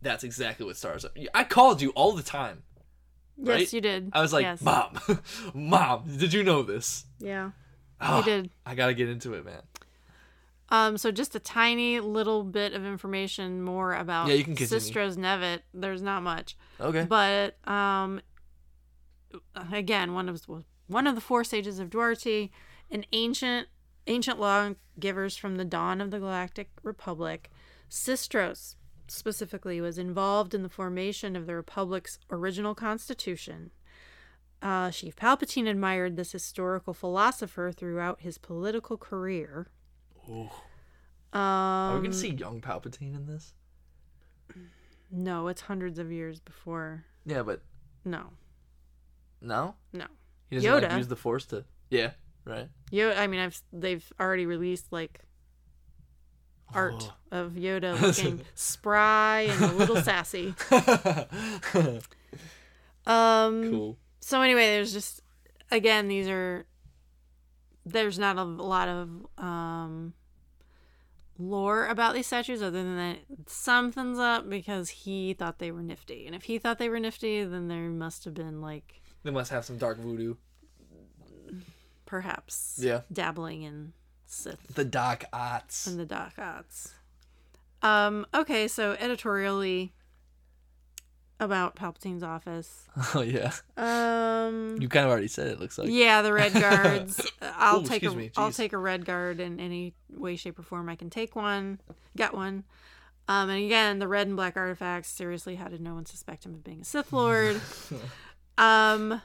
Speaker 2: That's exactly what Star Wars." Is. I called you all the time.
Speaker 1: Yes,
Speaker 2: Right?
Speaker 1: you did.
Speaker 2: I was like,
Speaker 1: yes.
Speaker 2: "Mom, (laughs) mom, did you know this?"
Speaker 1: yeah,
Speaker 2: Ah,
Speaker 1: you did.
Speaker 2: I gotta get into it, man.
Speaker 1: Um, so just a tiny little bit of information more about
Speaker 2: Yeah, you can continue.
Speaker 1: Sistros Nevitt. There's not much.
Speaker 2: Okay.
Speaker 1: But um, again, one of one of the four sages of Duarte, an ancient ancient lawgivers from the dawn of the Galactic Republic, Sistros specifically was involved in the formation of the Republic's original constitution. Uh, Chief Palpatine admired this historical philosopher throughout his political career.
Speaker 2: Are we
Speaker 1: Um,
Speaker 2: gonna see young Palpatine in this?
Speaker 1: no, it's hundreds of years before.
Speaker 2: Yeah, but
Speaker 1: No,
Speaker 2: no,
Speaker 1: no.
Speaker 2: he doesn't like,
Speaker 1: Yoda.
Speaker 2: use the Force to. Yeah, (laughs) right.
Speaker 1: Yoda. I mean, I've they've already released like art
Speaker 2: Oh.
Speaker 1: of
Speaker 2: (laughs)
Speaker 1: Yoda looking spry and a little sassy. Mm. Um.
Speaker 2: cool.
Speaker 1: So anyway, there's just again these are there's not a lot of um lore about these statues other than that something's up because he thought they were nifty and if he thought they were nifty then there must have been like
Speaker 2: They must have some dark voodoo.
Speaker 1: perhaps
Speaker 2: Yeah.
Speaker 1: dabbling in sith
Speaker 2: The dark arts.
Speaker 1: and the dark arts. Um, okay, so editorially about Palpatine's office.
Speaker 2: (laughs) Oh yeah,
Speaker 1: Um,
Speaker 2: you kind of already said it. Looks like.
Speaker 1: yeah, the
Speaker 2: (laughs)
Speaker 1: red guards. I'll
Speaker 2: Ooh,
Speaker 1: take a
Speaker 2: excuse me,
Speaker 1: will
Speaker 2: jeez.
Speaker 1: take a red guard in any way, shape, or form I can take one, get one.
Speaker 2: (laughs)
Speaker 1: Um, and again, the red and black artifacts. Seriously, how did no one suspect him of being a Sith Lord? Um,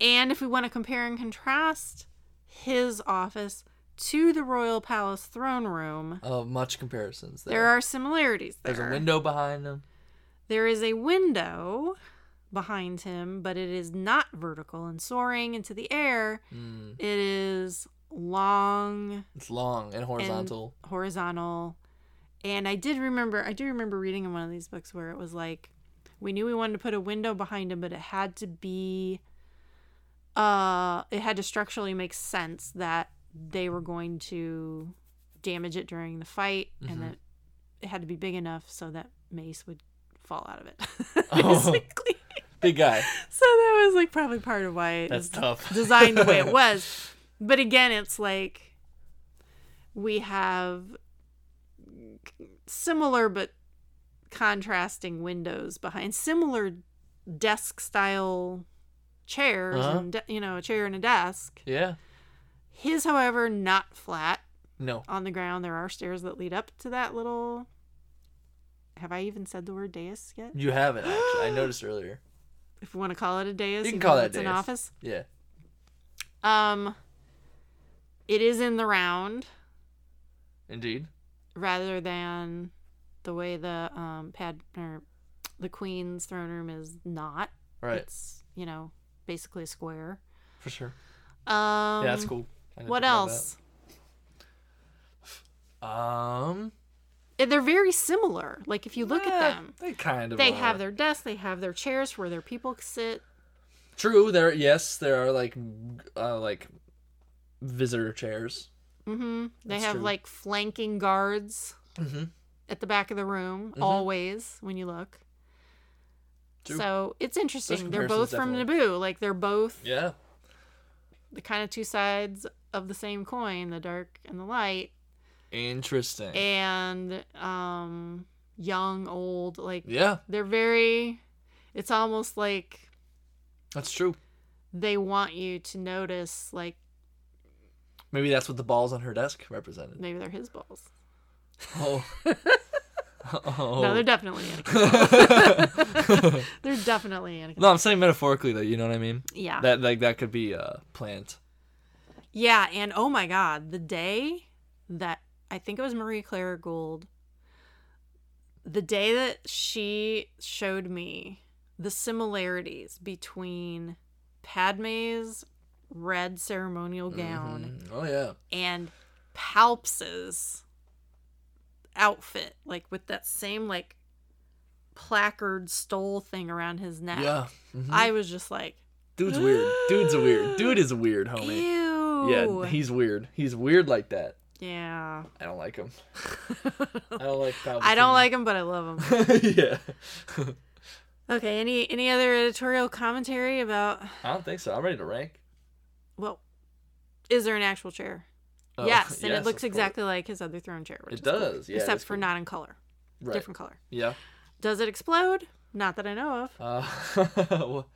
Speaker 1: and if we want to compare and contrast his office to the royal palace throne room,
Speaker 2: Uh, much comparisons there.
Speaker 1: there are similarities there.
Speaker 2: There's a window behind him.
Speaker 1: There is a window behind him, but it is not vertical and soaring into the air.
Speaker 2: Mm,
Speaker 1: It is long
Speaker 2: it's long and horizontal.
Speaker 1: and horizontal. And I did remember, I do remember reading in one of these books where it was like, we knew we wanted to put a window behind him, but it had to be, uh, it had to structurally make sense that they were going to damage it during the fight,
Speaker 2: Mhm.
Speaker 1: and that it had to be big enough so that Mace would fall out of it, (laughs)
Speaker 2: Oh.
Speaker 1: basically.
Speaker 2: Big guy.
Speaker 1: So that was like probably part of why it (laughs) was
Speaker 2: That's tough.
Speaker 1: designed the
Speaker 2: (laughs)
Speaker 1: way it was. But again, it's like we have similar but contrasting windows behind similar desk style chairs
Speaker 2: Uh-huh.
Speaker 1: and de- you know a chair and a desk
Speaker 2: Yeah.
Speaker 1: his however not flat
Speaker 2: No.
Speaker 1: on the ground there are stairs that lead up to that little have i even said the word dais yet
Speaker 2: You haven't actually. I noticed earlier.
Speaker 1: if we want to call it a dais
Speaker 2: can
Speaker 1: even
Speaker 2: call
Speaker 1: though
Speaker 2: it a
Speaker 1: it's an
Speaker 2: dais.
Speaker 1: office
Speaker 2: Yeah.
Speaker 1: Um, it is in the round
Speaker 2: Indeed.
Speaker 1: rather than the way the um pad or the queen's throne room is not.
Speaker 2: Right.
Speaker 1: It's you know basically a square.
Speaker 2: For sure.
Speaker 1: Um,
Speaker 2: Yeah, that's cool. I didn't
Speaker 1: What
Speaker 2: think about
Speaker 1: else?
Speaker 2: that. Um.
Speaker 1: Eh, They're very similar. Like if you look at
Speaker 2: eh,
Speaker 1: them,
Speaker 2: They kind of.
Speaker 1: they
Speaker 2: are.
Speaker 1: have their desks, they have their chairs where their people sit.
Speaker 2: True. There. Yes. There are like, uh, like, visitor chairs.
Speaker 1: Mm-hmm. They
Speaker 2: That's
Speaker 1: have
Speaker 2: true.
Speaker 1: like flanking guards
Speaker 2: Mm-hmm.
Speaker 1: at the back of the room
Speaker 2: Mhm.
Speaker 1: always when you look.
Speaker 2: True.
Speaker 1: So it's interesting. They're both
Speaker 2: comparisons
Speaker 1: from
Speaker 2: definitely-
Speaker 1: Naboo. Like they're both
Speaker 2: Yeah.
Speaker 1: the kind of two sides of the same coin the dark and the light
Speaker 2: Interesting.
Speaker 1: Eh. and um young old like
Speaker 2: yeah,
Speaker 1: they're very it's almost like
Speaker 2: that's true.
Speaker 1: they want you to notice like
Speaker 2: Maybe that's what the balls on her desk represented.
Speaker 1: maybe they're his balls
Speaker 2: (laughs) Oh. (laughs) oh.
Speaker 1: no they're
Speaker 2: (laughs)
Speaker 1: definitely Anakin. (laughs) they're definitely Anakin.
Speaker 2: no, I'm saying metaphorically though. You know what I mean?
Speaker 1: yeah
Speaker 2: That like that could be a plant.
Speaker 1: yeah and oh my god the day that i think it was marie claire gould the day that she showed me the similarities between Padme's red ceremonial gown
Speaker 2: Mhm. Oh yeah.
Speaker 1: and Palps's outfit, like with that same like placard stole thing around his neck.
Speaker 2: Yeah. Mhm.
Speaker 1: I was just like,
Speaker 2: Dude's weird. Dude's a weird. Dude is a weird, homie.
Speaker 1: ew.
Speaker 2: Yeah, he's weird. He's weird like that. (laughs)
Speaker 1: Yeah.
Speaker 2: I don't like him. I don't like. Palpatine.
Speaker 1: I don't like him, but I love him.
Speaker 2: (laughs) yeah.
Speaker 1: Okay. Any any other editorial commentary about
Speaker 2: I don't think so. I'm ready to rank.
Speaker 1: well, is there an actual chair?
Speaker 2: Oh, (laughs)
Speaker 1: yes, and
Speaker 2: yes,
Speaker 1: it looks
Speaker 2: of course.
Speaker 1: exactly like his other throne chair. which
Speaker 2: It
Speaker 1: is cool,
Speaker 2: does. Yeah. it
Speaker 1: except
Speaker 2: is
Speaker 1: for
Speaker 2: cool.
Speaker 1: not in color,
Speaker 2: right.
Speaker 1: different color.
Speaker 2: Yeah.
Speaker 1: Does it explode? Not that I know of.
Speaker 2: Uh, (laughs) well,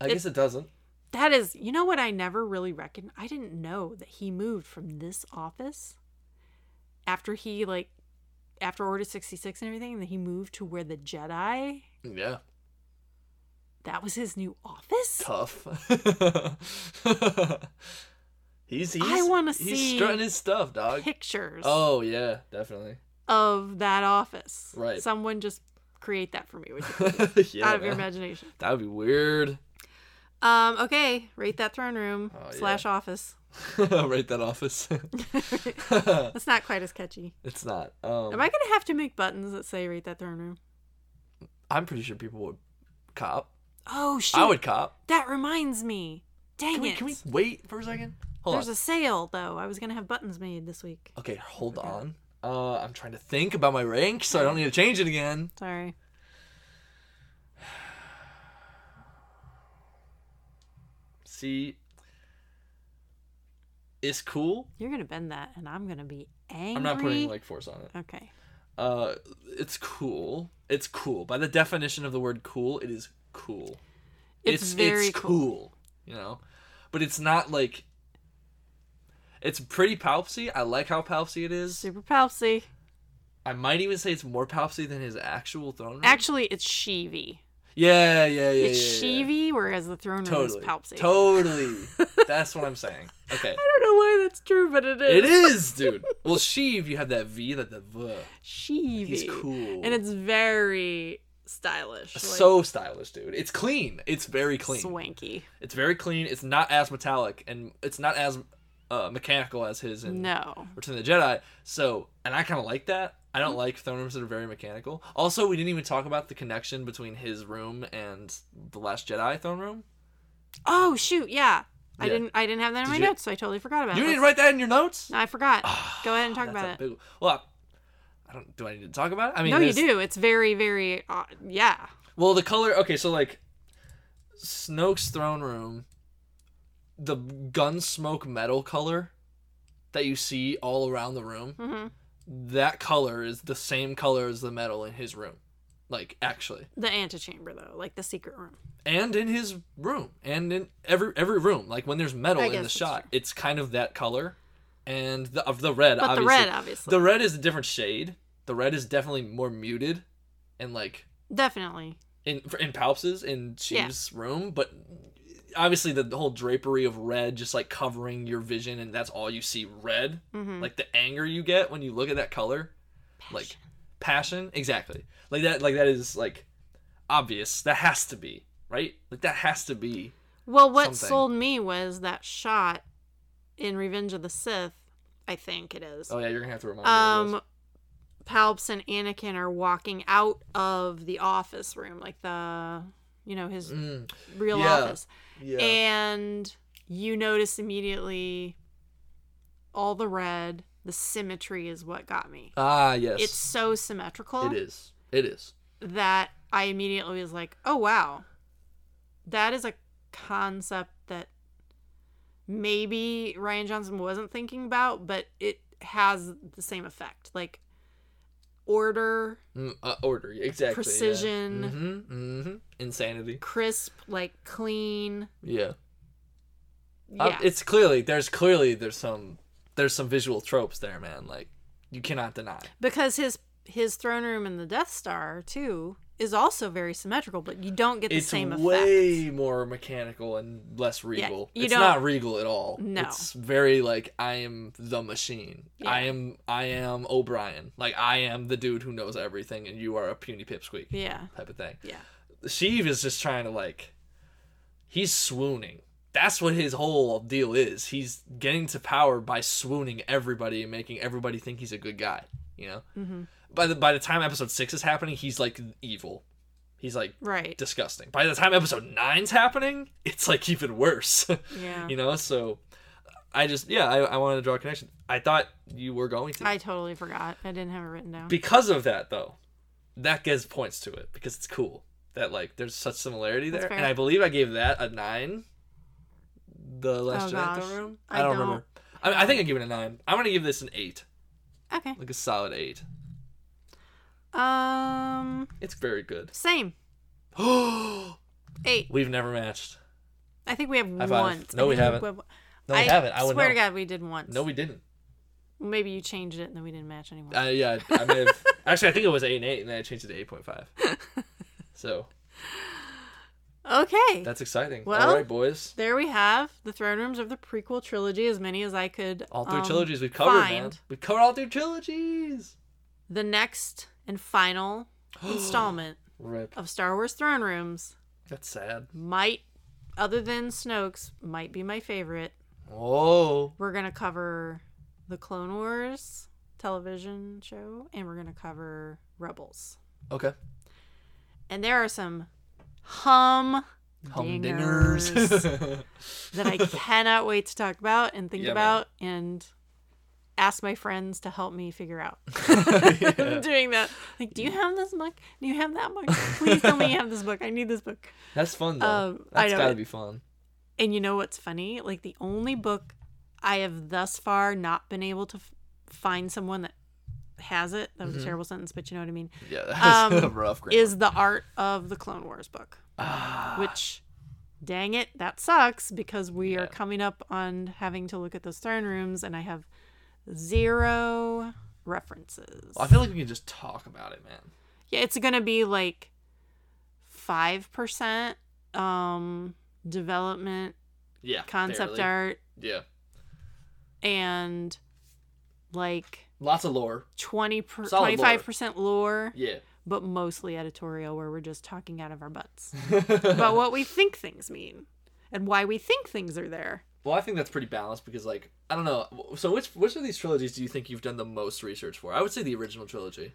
Speaker 2: I
Speaker 1: It-
Speaker 2: guess it doesn't.
Speaker 1: That is, you know what I never really reckon. I didn't know that he moved from this office after he like after Order sixty six and everything. That he moved to where the Jedi.
Speaker 2: Yeah,
Speaker 1: That was his new office.
Speaker 2: tough. (laughs) he's he's.
Speaker 1: wanna
Speaker 2: He's
Speaker 1: see
Speaker 2: strutting his stuff, dog.
Speaker 1: Pictures
Speaker 2: Oh yeah, definitely.
Speaker 1: of that office.
Speaker 2: Right.
Speaker 1: Someone just create that for me, would you?
Speaker 2: (laughs) yeah,
Speaker 1: out of your
Speaker 2: man.
Speaker 1: imagination.
Speaker 2: That would be weird. (laughs)
Speaker 1: Um, okay, rate that throne room
Speaker 2: Oh, yeah.
Speaker 1: slash office.
Speaker 2: Rate that office. (laughs)
Speaker 1: That's not quite as catchy.
Speaker 2: it's not. Um,
Speaker 1: Am I gonna have to make buttons that say rate that throne room?
Speaker 2: I'm pretty sure people would cop.
Speaker 1: Oh shoot!
Speaker 2: I would cop.
Speaker 1: That reminds me. Dang
Speaker 2: Can we,
Speaker 1: it!
Speaker 2: can we wait for a second? Hold
Speaker 1: There's
Speaker 2: on.
Speaker 1: a sale though. I was gonna have buttons made this week.
Speaker 2: Okay, hold on. Uh, I'm trying to think about my rank, so I don't need to change it again.
Speaker 1: Sorry.
Speaker 2: See, it's cool.
Speaker 1: You're gonna bend that, and I'm gonna be angry.
Speaker 2: I'm not putting like force on it.
Speaker 1: Okay.
Speaker 2: Uh, it's cool. It's cool. By the definition of the word cool, it is cool.
Speaker 1: It's very
Speaker 2: it's
Speaker 1: cool.
Speaker 2: cool. You know, but it's not like. It's pretty palpsy. I like how palpsy it is.
Speaker 1: Super Palsy.
Speaker 2: Mm-hmm. I might even say it's more palpsy than his actual throne room.
Speaker 1: Actually, it's Sheevy.
Speaker 2: Yeah, yeah, yeah.
Speaker 1: it's
Speaker 2: yeah, yeah.
Speaker 1: Shivi, whereas the throne room is
Speaker 2: Totally.
Speaker 1: Palpatine. (laughs)
Speaker 2: Totally. That's what I'm saying. Okay.
Speaker 1: I don't know why that's true, but it is.
Speaker 2: It is, dude. Well, Sheev, you have that V, that the V.
Speaker 1: Shivi.
Speaker 2: He's cool.
Speaker 1: And it's very stylish. Like,
Speaker 2: so stylish, dude. It's clean. It's very clean.
Speaker 1: swanky.
Speaker 2: It's very clean. It's not as metallic and it's not as uh, mechanical as his in
Speaker 1: No.
Speaker 2: Return of the Jedi. So, and I kind of like that. I
Speaker 1: Mm-hmm.
Speaker 2: don't like throne rooms that are very mechanical. Also, we didn't even talk about the connection between his room and the Last Jedi throne room.
Speaker 1: Oh shoot, yeah. I
Speaker 2: Yeah.
Speaker 1: didn't I didn't have that in my
Speaker 2: you-
Speaker 1: notes, so I totally forgot about
Speaker 2: You
Speaker 1: it.
Speaker 2: didn't
Speaker 1: Let's-
Speaker 2: write that in your notes. Ah.
Speaker 1: No, I forgot. Go ahead and talk
Speaker 2: Oh, That's
Speaker 1: about it.
Speaker 2: a big. Well, I don't. Do I need to talk about it? I mean,
Speaker 1: no, you
Speaker 2: there's-
Speaker 1: do. It's very, very uh, yeah.
Speaker 2: Well, the color. Okay, so like Snoke's throne room, the gun smoke metal color that you see all around the room,
Speaker 1: Mhm.
Speaker 2: that color is the same color as the metal in his room. Like actually,
Speaker 1: The antechamber though, like the secret room.
Speaker 2: and in his room, and in every every room, like when there's metal
Speaker 1: I
Speaker 2: in
Speaker 1: guess
Speaker 2: the
Speaker 1: that's
Speaker 2: shot,
Speaker 1: true.
Speaker 2: it's kind of that color, and the of the red.
Speaker 1: But
Speaker 2: obviously.
Speaker 1: the red obviously.
Speaker 2: The red is a different shade. The red is definitely more muted, and like
Speaker 1: Definitely.
Speaker 2: in for- in Palps's in
Speaker 1: Yeah.
Speaker 2: Chief's room, but obviously the, the whole drapery of red just like covering your vision, and that's all you see red.
Speaker 1: Mhm.
Speaker 2: Like the anger you get when you look at that color, like passion, exactly. Like that, like that is like obvious. That has to be right. Like that has to be.
Speaker 1: Well, what
Speaker 2: something.
Speaker 1: sold me was that shot in Revenge of the Sith, I think it is.
Speaker 2: Oh yeah, you're gonna have to remind me. of
Speaker 1: um
Speaker 2: this.
Speaker 1: Palps and Anakin are walking out of the office room, like the you know, his
Speaker 2: Mm,
Speaker 1: real
Speaker 2: yeah.
Speaker 1: office.
Speaker 2: yeah.
Speaker 1: Um, And you notice immediately all the red, the symmetry is what got me.
Speaker 2: ah yes,
Speaker 1: It's so symmetrical
Speaker 2: it is. It is.
Speaker 1: that I immediately was like, oh, wow. That is a concept that maybe Ryan Johnson wasn't thinking about, but it has the same effect. Like order,
Speaker 2: Mm, uh, order exactly.
Speaker 1: Precision.
Speaker 2: hmm hmm Insanity.
Speaker 1: crisp, like clean.
Speaker 2: Yeah.
Speaker 1: Yeah.
Speaker 2: Uh, it's clearly there's clearly there's some there's some visual tropes there, man. Like you cannot deny.
Speaker 1: because his his throne room in the Death Star too is also very symmetrical, but you don't get the
Speaker 2: It's
Speaker 1: same
Speaker 2: way
Speaker 1: effect.
Speaker 2: more mechanical and less regal.
Speaker 1: you
Speaker 2: it's
Speaker 1: don't-
Speaker 2: not regal at all.
Speaker 1: No.
Speaker 2: It's very like I am the machine.
Speaker 1: Yeah.
Speaker 2: I am I am O'Brien. Like I am the dude who knows everything and you are a puny pipsqueak
Speaker 1: Yeah,
Speaker 2: type of thing.
Speaker 1: yeah,
Speaker 2: Sheev is just trying to like he's swooning. That's what his whole deal is. He's getting to power by swooning everybody and making everybody think he's a good guy. You know.
Speaker 1: Mhm.
Speaker 2: By the by the time episode six is happening, he's like evil. He's like
Speaker 1: right.
Speaker 2: disgusting. By the time episode nine's happening, it's like even worse. (laughs)
Speaker 1: Yeah,
Speaker 2: you know. So I just yeah I, I wanted to draw a connection. I thought you were going to
Speaker 1: I totally forgot. I didn't have it written down.
Speaker 2: because of that though that gives points to it because it's cool that like there's such similarity
Speaker 1: That's
Speaker 2: there
Speaker 1: fair.
Speaker 2: and i believe i gave that a nine the last
Speaker 1: Oh,
Speaker 2: jedi
Speaker 1: gosh.
Speaker 2: Throne room
Speaker 1: I
Speaker 2: i don't,
Speaker 1: don't-
Speaker 2: remember I, I think i give it a nine i'm gonna give this an eight
Speaker 1: Okay.
Speaker 2: like a solid eight
Speaker 1: Um,
Speaker 2: it's very good (gasps)
Speaker 1: same eight.
Speaker 2: we've never matched
Speaker 1: I think we have
Speaker 2: High five.
Speaker 1: once.
Speaker 2: No,
Speaker 1: I
Speaker 2: we
Speaker 1: think
Speaker 2: haven't.
Speaker 1: have-
Speaker 2: no we haven't i would
Speaker 1: swear
Speaker 2: know.
Speaker 1: to God, we did once.
Speaker 2: no we didn't
Speaker 1: Maybe you changed it and then we didn't match anymore.
Speaker 2: uh, yeah i I
Speaker 1: (laughs)
Speaker 2: may have actually i think it was eight and eight and then i changed it to 8.5 so Ah.
Speaker 1: okay.
Speaker 2: that's exciting
Speaker 1: Well-
Speaker 2: all right boys
Speaker 1: There we have the throne rooms of the prequel trilogy, as many as I could.
Speaker 2: all three
Speaker 1: um,
Speaker 2: trilogies we've covered man
Speaker 1: find.
Speaker 2: we've covered all three trilogies
Speaker 1: The next and
Speaker 2: (gasps)
Speaker 1: final installment
Speaker 2: Rip.
Speaker 1: of Star Wars Throne Rooms
Speaker 2: That's sad.
Speaker 1: might, other than Snoke's, might be my favorite.
Speaker 2: Oh.
Speaker 1: We're going to cover the Clone Wars television show and we're going to cover Rebels.
Speaker 2: Okay.
Speaker 1: And there are some hum Dingers.
Speaker 2: Humdingers.
Speaker 1: that
Speaker 2: (laughs)
Speaker 1: I cannot wait to talk about and think
Speaker 2: Yeah, man.
Speaker 1: about and ask my friends to help me figure out. (laughs)
Speaker 2: (laughs) Yeah.
Speaker 1: doing that. Like, do you have this book? Do you have that book? Please tell me you have this book. I need this book.
Speaker 2: (laughs) That's fun though.
Speaker 1: Um, I
Speaker 2: That's
Speaker 1: know
Speaker 2: gotta
Speaker 1: it.
Speaker 2: be fun.
Speaker 1: And you know what's funny? Like the only book I have thus far not been able to f- find someone that has it. That was
Speaker 2: Mm-hmm.
Speaker 1: a terrible sentence, but you know what I mean.
Speaker 2: Yeah, that's
Speaker 1: Um,
Speaker 2: (laughs) a rough grammar.
Speaker 1: Is the art of the Clone Wars book,
Speaker 2: Ah,
Speaker 1: which. Dang it, that sucks because we are coming up on having to look at those throne rooms, and I have zero references.
Speaker 2: I feel like we can just talk about it, man.
Speaker 1: Yeah, it's gonna be like 5% um, development
Speaker 2: Yeah.
Speaker 1: concept
Speaker 2: barely.
Speaker 1: art
Speaker 2: Yeah.
Speaker 1: and like
Speaker 2: Lots of lore.
Speaker 1: 20 per,
Speaker 2: Solid lore.
Speaker 1: 25% lore,
Speaker 2: Yeah.
Speaker 1: but mostly editorial where we're just talking out of our
Speaker 2: (laughs)
Speaker 1: butts about what we think things mean and why we think things are there.
Speaker 2: Well, I think that's pretty balanced because, like, I don't know. So, which which of these trilogies do you think you've done the most research for? I would say the original trilogy.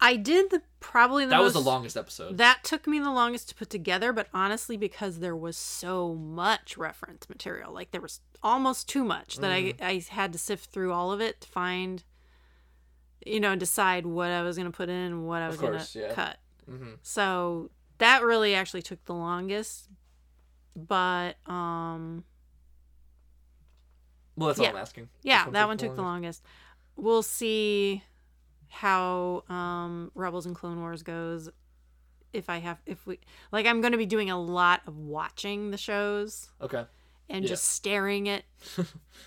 Speaker 1: I did the probably the
Speaker 2: that was the
Speaker 1: most-
Speaker 2: longest episode.
Speaker 1: That took me the longest to put together, but honestly, because there was so much reference material, like there was almost too much that
Speaker 2: Mm.
Speaker 1: I, I had to sift through all of it to find, you know, and decide what I was going to put in and what I
Speaker 2: Of
Speaker 1: was going
Speaker 2: course,
Speaker 1: to
Speaker 2: yeah.
Speaker 1: cut.
Speaker 2: hmm
Speaker 1: So that really actually took the longest. But um
Speaker 2: Well, that's all
Speaker 1: Yeah.
Speaker 2: I'm asking. Which
Speaker 1: yeah, that one took
Speaker 2: the
Speaker 1: the longest.
Speaker 2: longest?
Speaker 1: We'll see how um Rebels and Clone Wars goes if I have if we like I'm going to be doing a lot of watching the shows
Speaker 2: Okay.
Speaker 1: and
Speaker 2: Yeah.
Speaker 1: just staring
Speaker 2: (laughs)
Speaker 1: at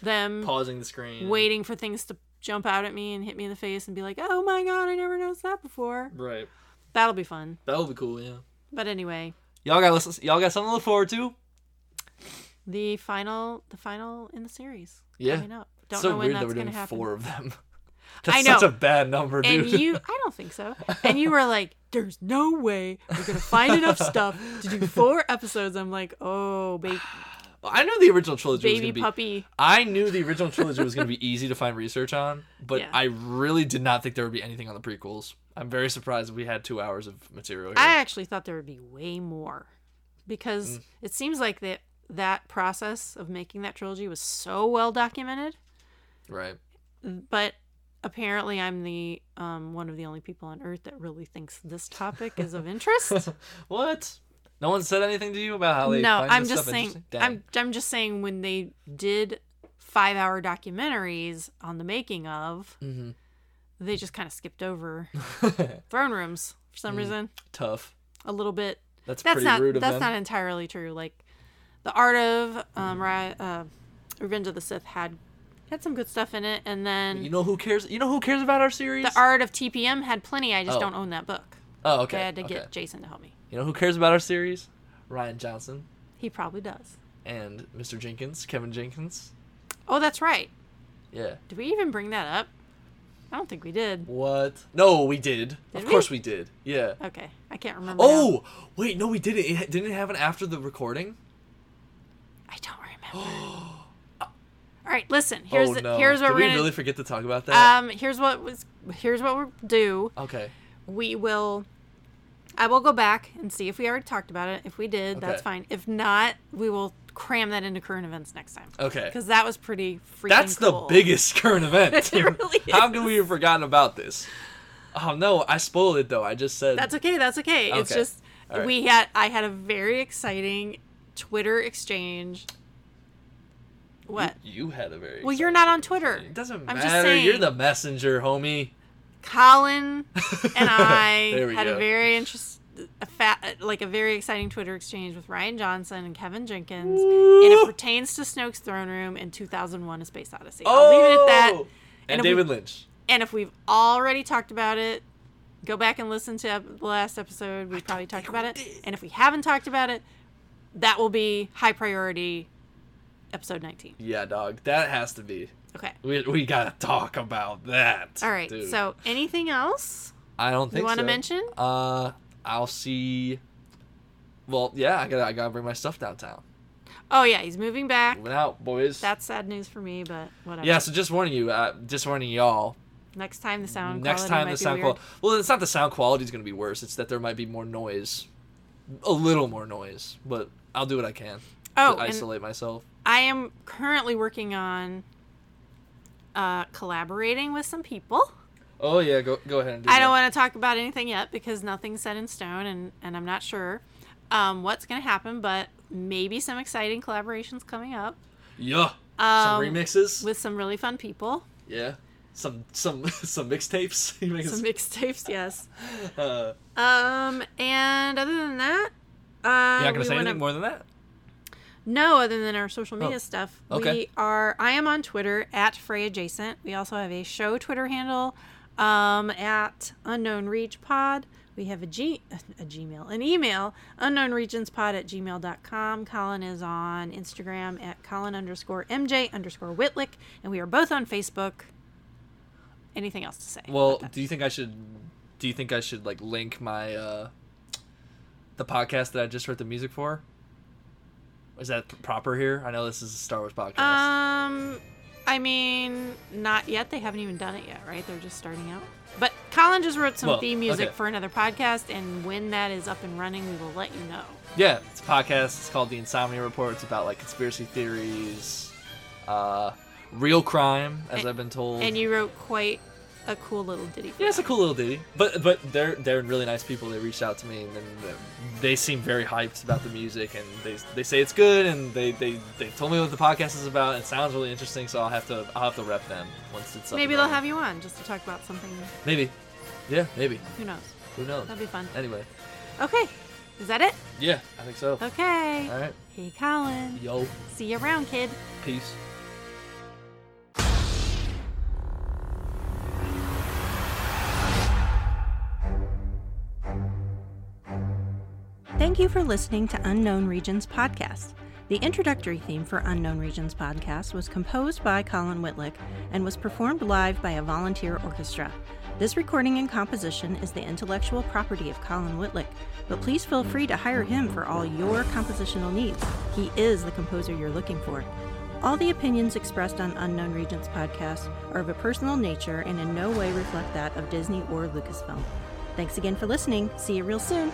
Speaker 1: them
Speaker 2: Pausing the screen.
Speaker 1: waiting for things to jump out at me and hit me in the face and be like, "Oh my god, I never noticed that before."
Speaker 2: Right.
Speaker 1: That'll be fun.
Speaker 2: That would be cool. Yeah.
Speaker 1: But anyway,
Speaker 2: Y'all got listen, y'all got something to look forward to.
Speaker 1: the final the final in the series
Speaker 2: Yeah.
Speaker 1: coming up. Don't
Speaker 2: so
Speaker 1: know when
Speaker 2: weird
Speaker 1: that's
Speaker 2: that we're
Speaker 1: gonna
Speaker 2: doing
Speaker 1: happen.
Speaker 2: four of them. (laughs) That's
Speaker 1: I
Speaker 2: such
Speaker 1: know.
Speaker 2: a bad number, dude.
Speaker 1: And you I don't think so. And you were like, There's no way we're gonna find enough stuff to do four episodes. I'm like, Oh ba-
Speaker 2: Well, (laughs) I knew the original trilogy was
Speaker 1: baby
Speaker 2: gonna be.
Speaker 1: puppy.
Speaker 2: I knew the original trilogy was going to be easy to find research on, but
Speaker 1: Yeah.
Speaker 2: I really did not think there would be anything on the prequels. I'm very surprised we had two hours of material here.
Speaker 1: I actually thought there would be way more. Because
Speaker 2: Mm.
Speaker 1: it seems like that that process of making that trilogy was so well documented.
Speaker 2: right.
Speaker 1: But apparently I'm the um, one of the only people on earth that really thinks this topic is
Speaker 2: (laughs)
Speaker 1: of interest.
Speaker 2: What? No one said anything to you about how they
Speaker 1: no
Speaker 2: find
Speaker 1: i'm
Speaker 2: this
Speaker 1: just
Speaker 2: stuff
Speaker 1: saying
Speaker 2: interesting? Dang.
Speaker 1: I'm, I'm just saying when they did five hour documentaries on the making of
Speaker 2: Mhm.
Speaker 1: they just kind of skipped
Speaker 2: (laughs)
Speaker 1: over throne rooms for some reason
Speaker 2: tough.
Speaker 1: a little bit
Speaker 2: That's,
Speaker 1: that's
Speaker 2: Mm. pretty
Speaker 1: not
Speaker 2: rude of
Speaker 1: that's
Speaker 2: them.
Speaker 1: not entirely true like the art of um Ri- uh, revenge of the sith had had some good stuff in it and then
Speaker 2: you know who cares? You know who cares about our series?
Speaker 1: the art of tpm had plenty i just
Speaker 2: Oh.
Speaker 1: don't own that book
Speaker 2: oh,
Speaker 1: i
Speaker 2: okay.
Speaker 1: had to
Speaker 2: okay.
Speaker 1: get jason to help me
Speaker 2: You know who cares about our series? Ryan Johnson
Speaker 1: he probably does
Speaker 2: and Mr. Jenkins, Kevin Jenkins.
Speaker 1: oh that's right
Speaker 2: Yeah.
Speaker 1: did we even bring that up i don't think we did
Speaker 2: What? No, we did. of
Speaker 1: Did we?
Speaker 2: course we did. Yeah.
Speaker 1: Okay, I can't remember. now.
Speaker 2: Oh, wait, no, we didn't. It didn't it happen after the recording.
Speaker 1: I don't
Speaker 2: (gasps)
Speaker 1: remember. Oh. All right, listen. Here's
Speaker 2: oh no!
Speaker 1: here's what
Speaker 2: Did
Speaker 1: we're
Speaker 2: we
Speaker 1: gonna.
Speaker 2: really forget to talk about that?
Speaker 1: um, here's what was here's what we'll do.
Speaker 2: okay.
Speaker 1: We will. I will go back and see if we already talked about it. If we did, that's
Speaker 2: Okay.
Speaker 1: fine. If not, we will cram that into current events next time.
Speaker 2: Okay.
Speaker 1: Because that was pretty freaking.
Speaker 2: That's
Speaker 1: cool.
Speaker 2: the biggest current
Speaker 1: (laughs)
Speaker 2: event.
Speaker 1: It
Speaker 2: dude.
Speaker 1: really
Speaker 2: (laughs) How could we have forgotten about this? Oh no, I spoiled it though. I just said
Speaker 1: That's okay. That's okay. It's
Speaker 2: Okay.
Speaker 1: just
Speaker 2: All right.
Speaker 1: we had I had a very exciting Twitter exchange. What?
Speaker 2: you had a very.
Speaker 1: Well,
Speaker 2: exciting-
Speaker 1: you're not on Twitter.
Speaker 2: It doesn't
Speaker 1: I'm
Speaker 2: matter.
Speaker 1: just saying.
Speaker 2: You're the messenger, homie.
Speaker 1: Colin and I
Speaker 2: (laughs) There we
Speaker 1: had
Speaker 2: go.
Speaker 1: a very interest, a fat, like a very exciting Twitter exchange with Ryan Johnson and Kevin Jenkins, and
Speaker 2: Woo!
Speaker 1: it pertains to Snoke's throne room in 2001: A Space Odyssey. I'll leave it at that.
Speaker 2: Oh!
Speaker 1: And
Speaker 2: And
Speaker 1: if we-
Speaker 2: David Lynch.
Speaker 1: And if we've already talked about it, go back and listen to ep- the last episode. We probably talked about it. And if we haven't talked about it, that will be high priority, episode 19.
Speaker 2: Yeah, dog. That has to be.
Speaker 1: Okay.
Speaker 2: We, we gotta talk about that.
Speaker 1: All right.
Speaker 2: dude.
Speaker 1: So anything else?
Speaker 2: I don't think
Speaker 1: You want to
Speaker 2: so.
Speaker 1: mention?
Speaker 2: Uh, I'll see. Well, yeah, I gotta I gotta bring my stuff downtown.
Speaker 1: Oh yeah, he's moving back.
Speaker 2: Moving out, boys.
Speaker 1: That's sad news for me, but whatever.
Speaker 2: yeah. So just warning you, uh, just warning y'all.
Speaker 1: Next time the sound
Speaker 2: next
Speaker 1: quality
Speaker 2: time
Speaker 1: might
Speaker 2: the
Speaker 1: be
Speaker 2: sound
Speaker 1: weird.
Speaker 2: quality. Well, it's not the sound quality is gonna be worse. It's that there might be more noise, a little more noise. But I'll do what I can
Speaker 1: Oh,
Speaker 2: to
Speaker 1: and
Speaker 2: isolate myself.
Speaker 1: I am currently working on uh, collaborating with some people.
Speaker 2: Oh yeah, go go ahead and do
Speaker 1: I
Speaker 2: that.
Speaker 1: don't want to talk about anything yet because nothing's set in stone, and and I'm not sure um, what's going to happen, but maybe some exciting collaborations coming up
Speaker 2: Yeah. some
Speaker 1: Um,
Speaker 2: remixes.
Speaker 1: with some really fun people.
Speaker 2: yeah. Some some (laughs) some mixtapes. (laughs) You make
Speaker 1: Some
Speaker 2: us-
Speaker 1: mixtapes, yes.
Speaker 2: uh,
Speaker 1: Um, and other than that, uh,
Speaker 2: you're not
Speaker 1: we
Speaker 2: gonna say
Speaker 1: wanna-
Speaker 2: anything more than that.
Speaker 1: No, other than our social media
Speaker 2: Oh,
Speaker 1: stuff.
Speaker 2: okay.
Speaker 1: We are. I am on Twitter at Frey Adjacent. We also have a show Twitter handle. um, at unknown reach pod. We have a, G- (laughs) a Gmail, an email, unknownregionspod at gmail.com. Colin is on Instagram at Colin underscore MJ underscore Whitlick, and we are both on Facebook. Anything else to say?
Speaker 2: Well, do you think I should? Do you think I should like link my uh the podcast that I just wrote the music for? Is that p- proper here? I know this is a Star Wars podcast.
Speaker 1: Um, I mean, not yet. They haven't even done it yet, right? They're just starting out. But Colin just wrote some
Speaker 2: Well,
Speaker 1: theme music
Speaker 2: okay.
Speaker 1: for another podcast, and when that is up and running, we will let you know.
Speaker 2: yeah, it's a podcast. It's called The Insomnia Report. It's about like conspiracy theories, uh, real crime, as
Speaker 1: And-
Speaker 2: I've been told.
Speaker 1: And you wrote quite a cool little ditty. for
Speaker 2: Yeah, it's a
Speaker 1: that.
Speaker 2: cool little ditty. But but they're they're really nice people. They reached out to me and then they seem very hyped about the music and they, they say it's good and they they they told me what the podcast is about. It sounds really interesting, so I'll have to I'll have to rep them once it's up
Speaker 1: Maybe
Speaker 2: and
Speaker 1: they'll
Speaker 2: running.
Speaker 1: have you on just to talk about something.
Speaker 2: maybe yeah maybe
Speaker 1: Who knows?
Speaker 2: who knows
Speaker 1: That'd be fun.
Speaker 2: anyway
Speaker 1: Okay, is that it?
Speaker 2: yeah I think so.
Speaker 1: Okay.
Speaker 2: All right,
Speaker 1: Hey, Colin.
Speaker 2: yo,
Speaker 1: See you around, kid.
Speaker 2: peace.
Speaker 1: Thank you for listening to Unknown Regions Podcast. The introductory theme for Unknown Regions Podcast was composed by Colin Whitlick and was performed live by a volunteer orchestra. This recording and composition is the intellectual property of Colin Whitlick, but please feel free to hire him for all your compositional needs. He is the composer you're looking for. All the opinions expressed on Unknown Regions Podcast are of a personal nature and in no way reflect that of Disney or Lucasfilm. Thanks again for listening. See you real soon.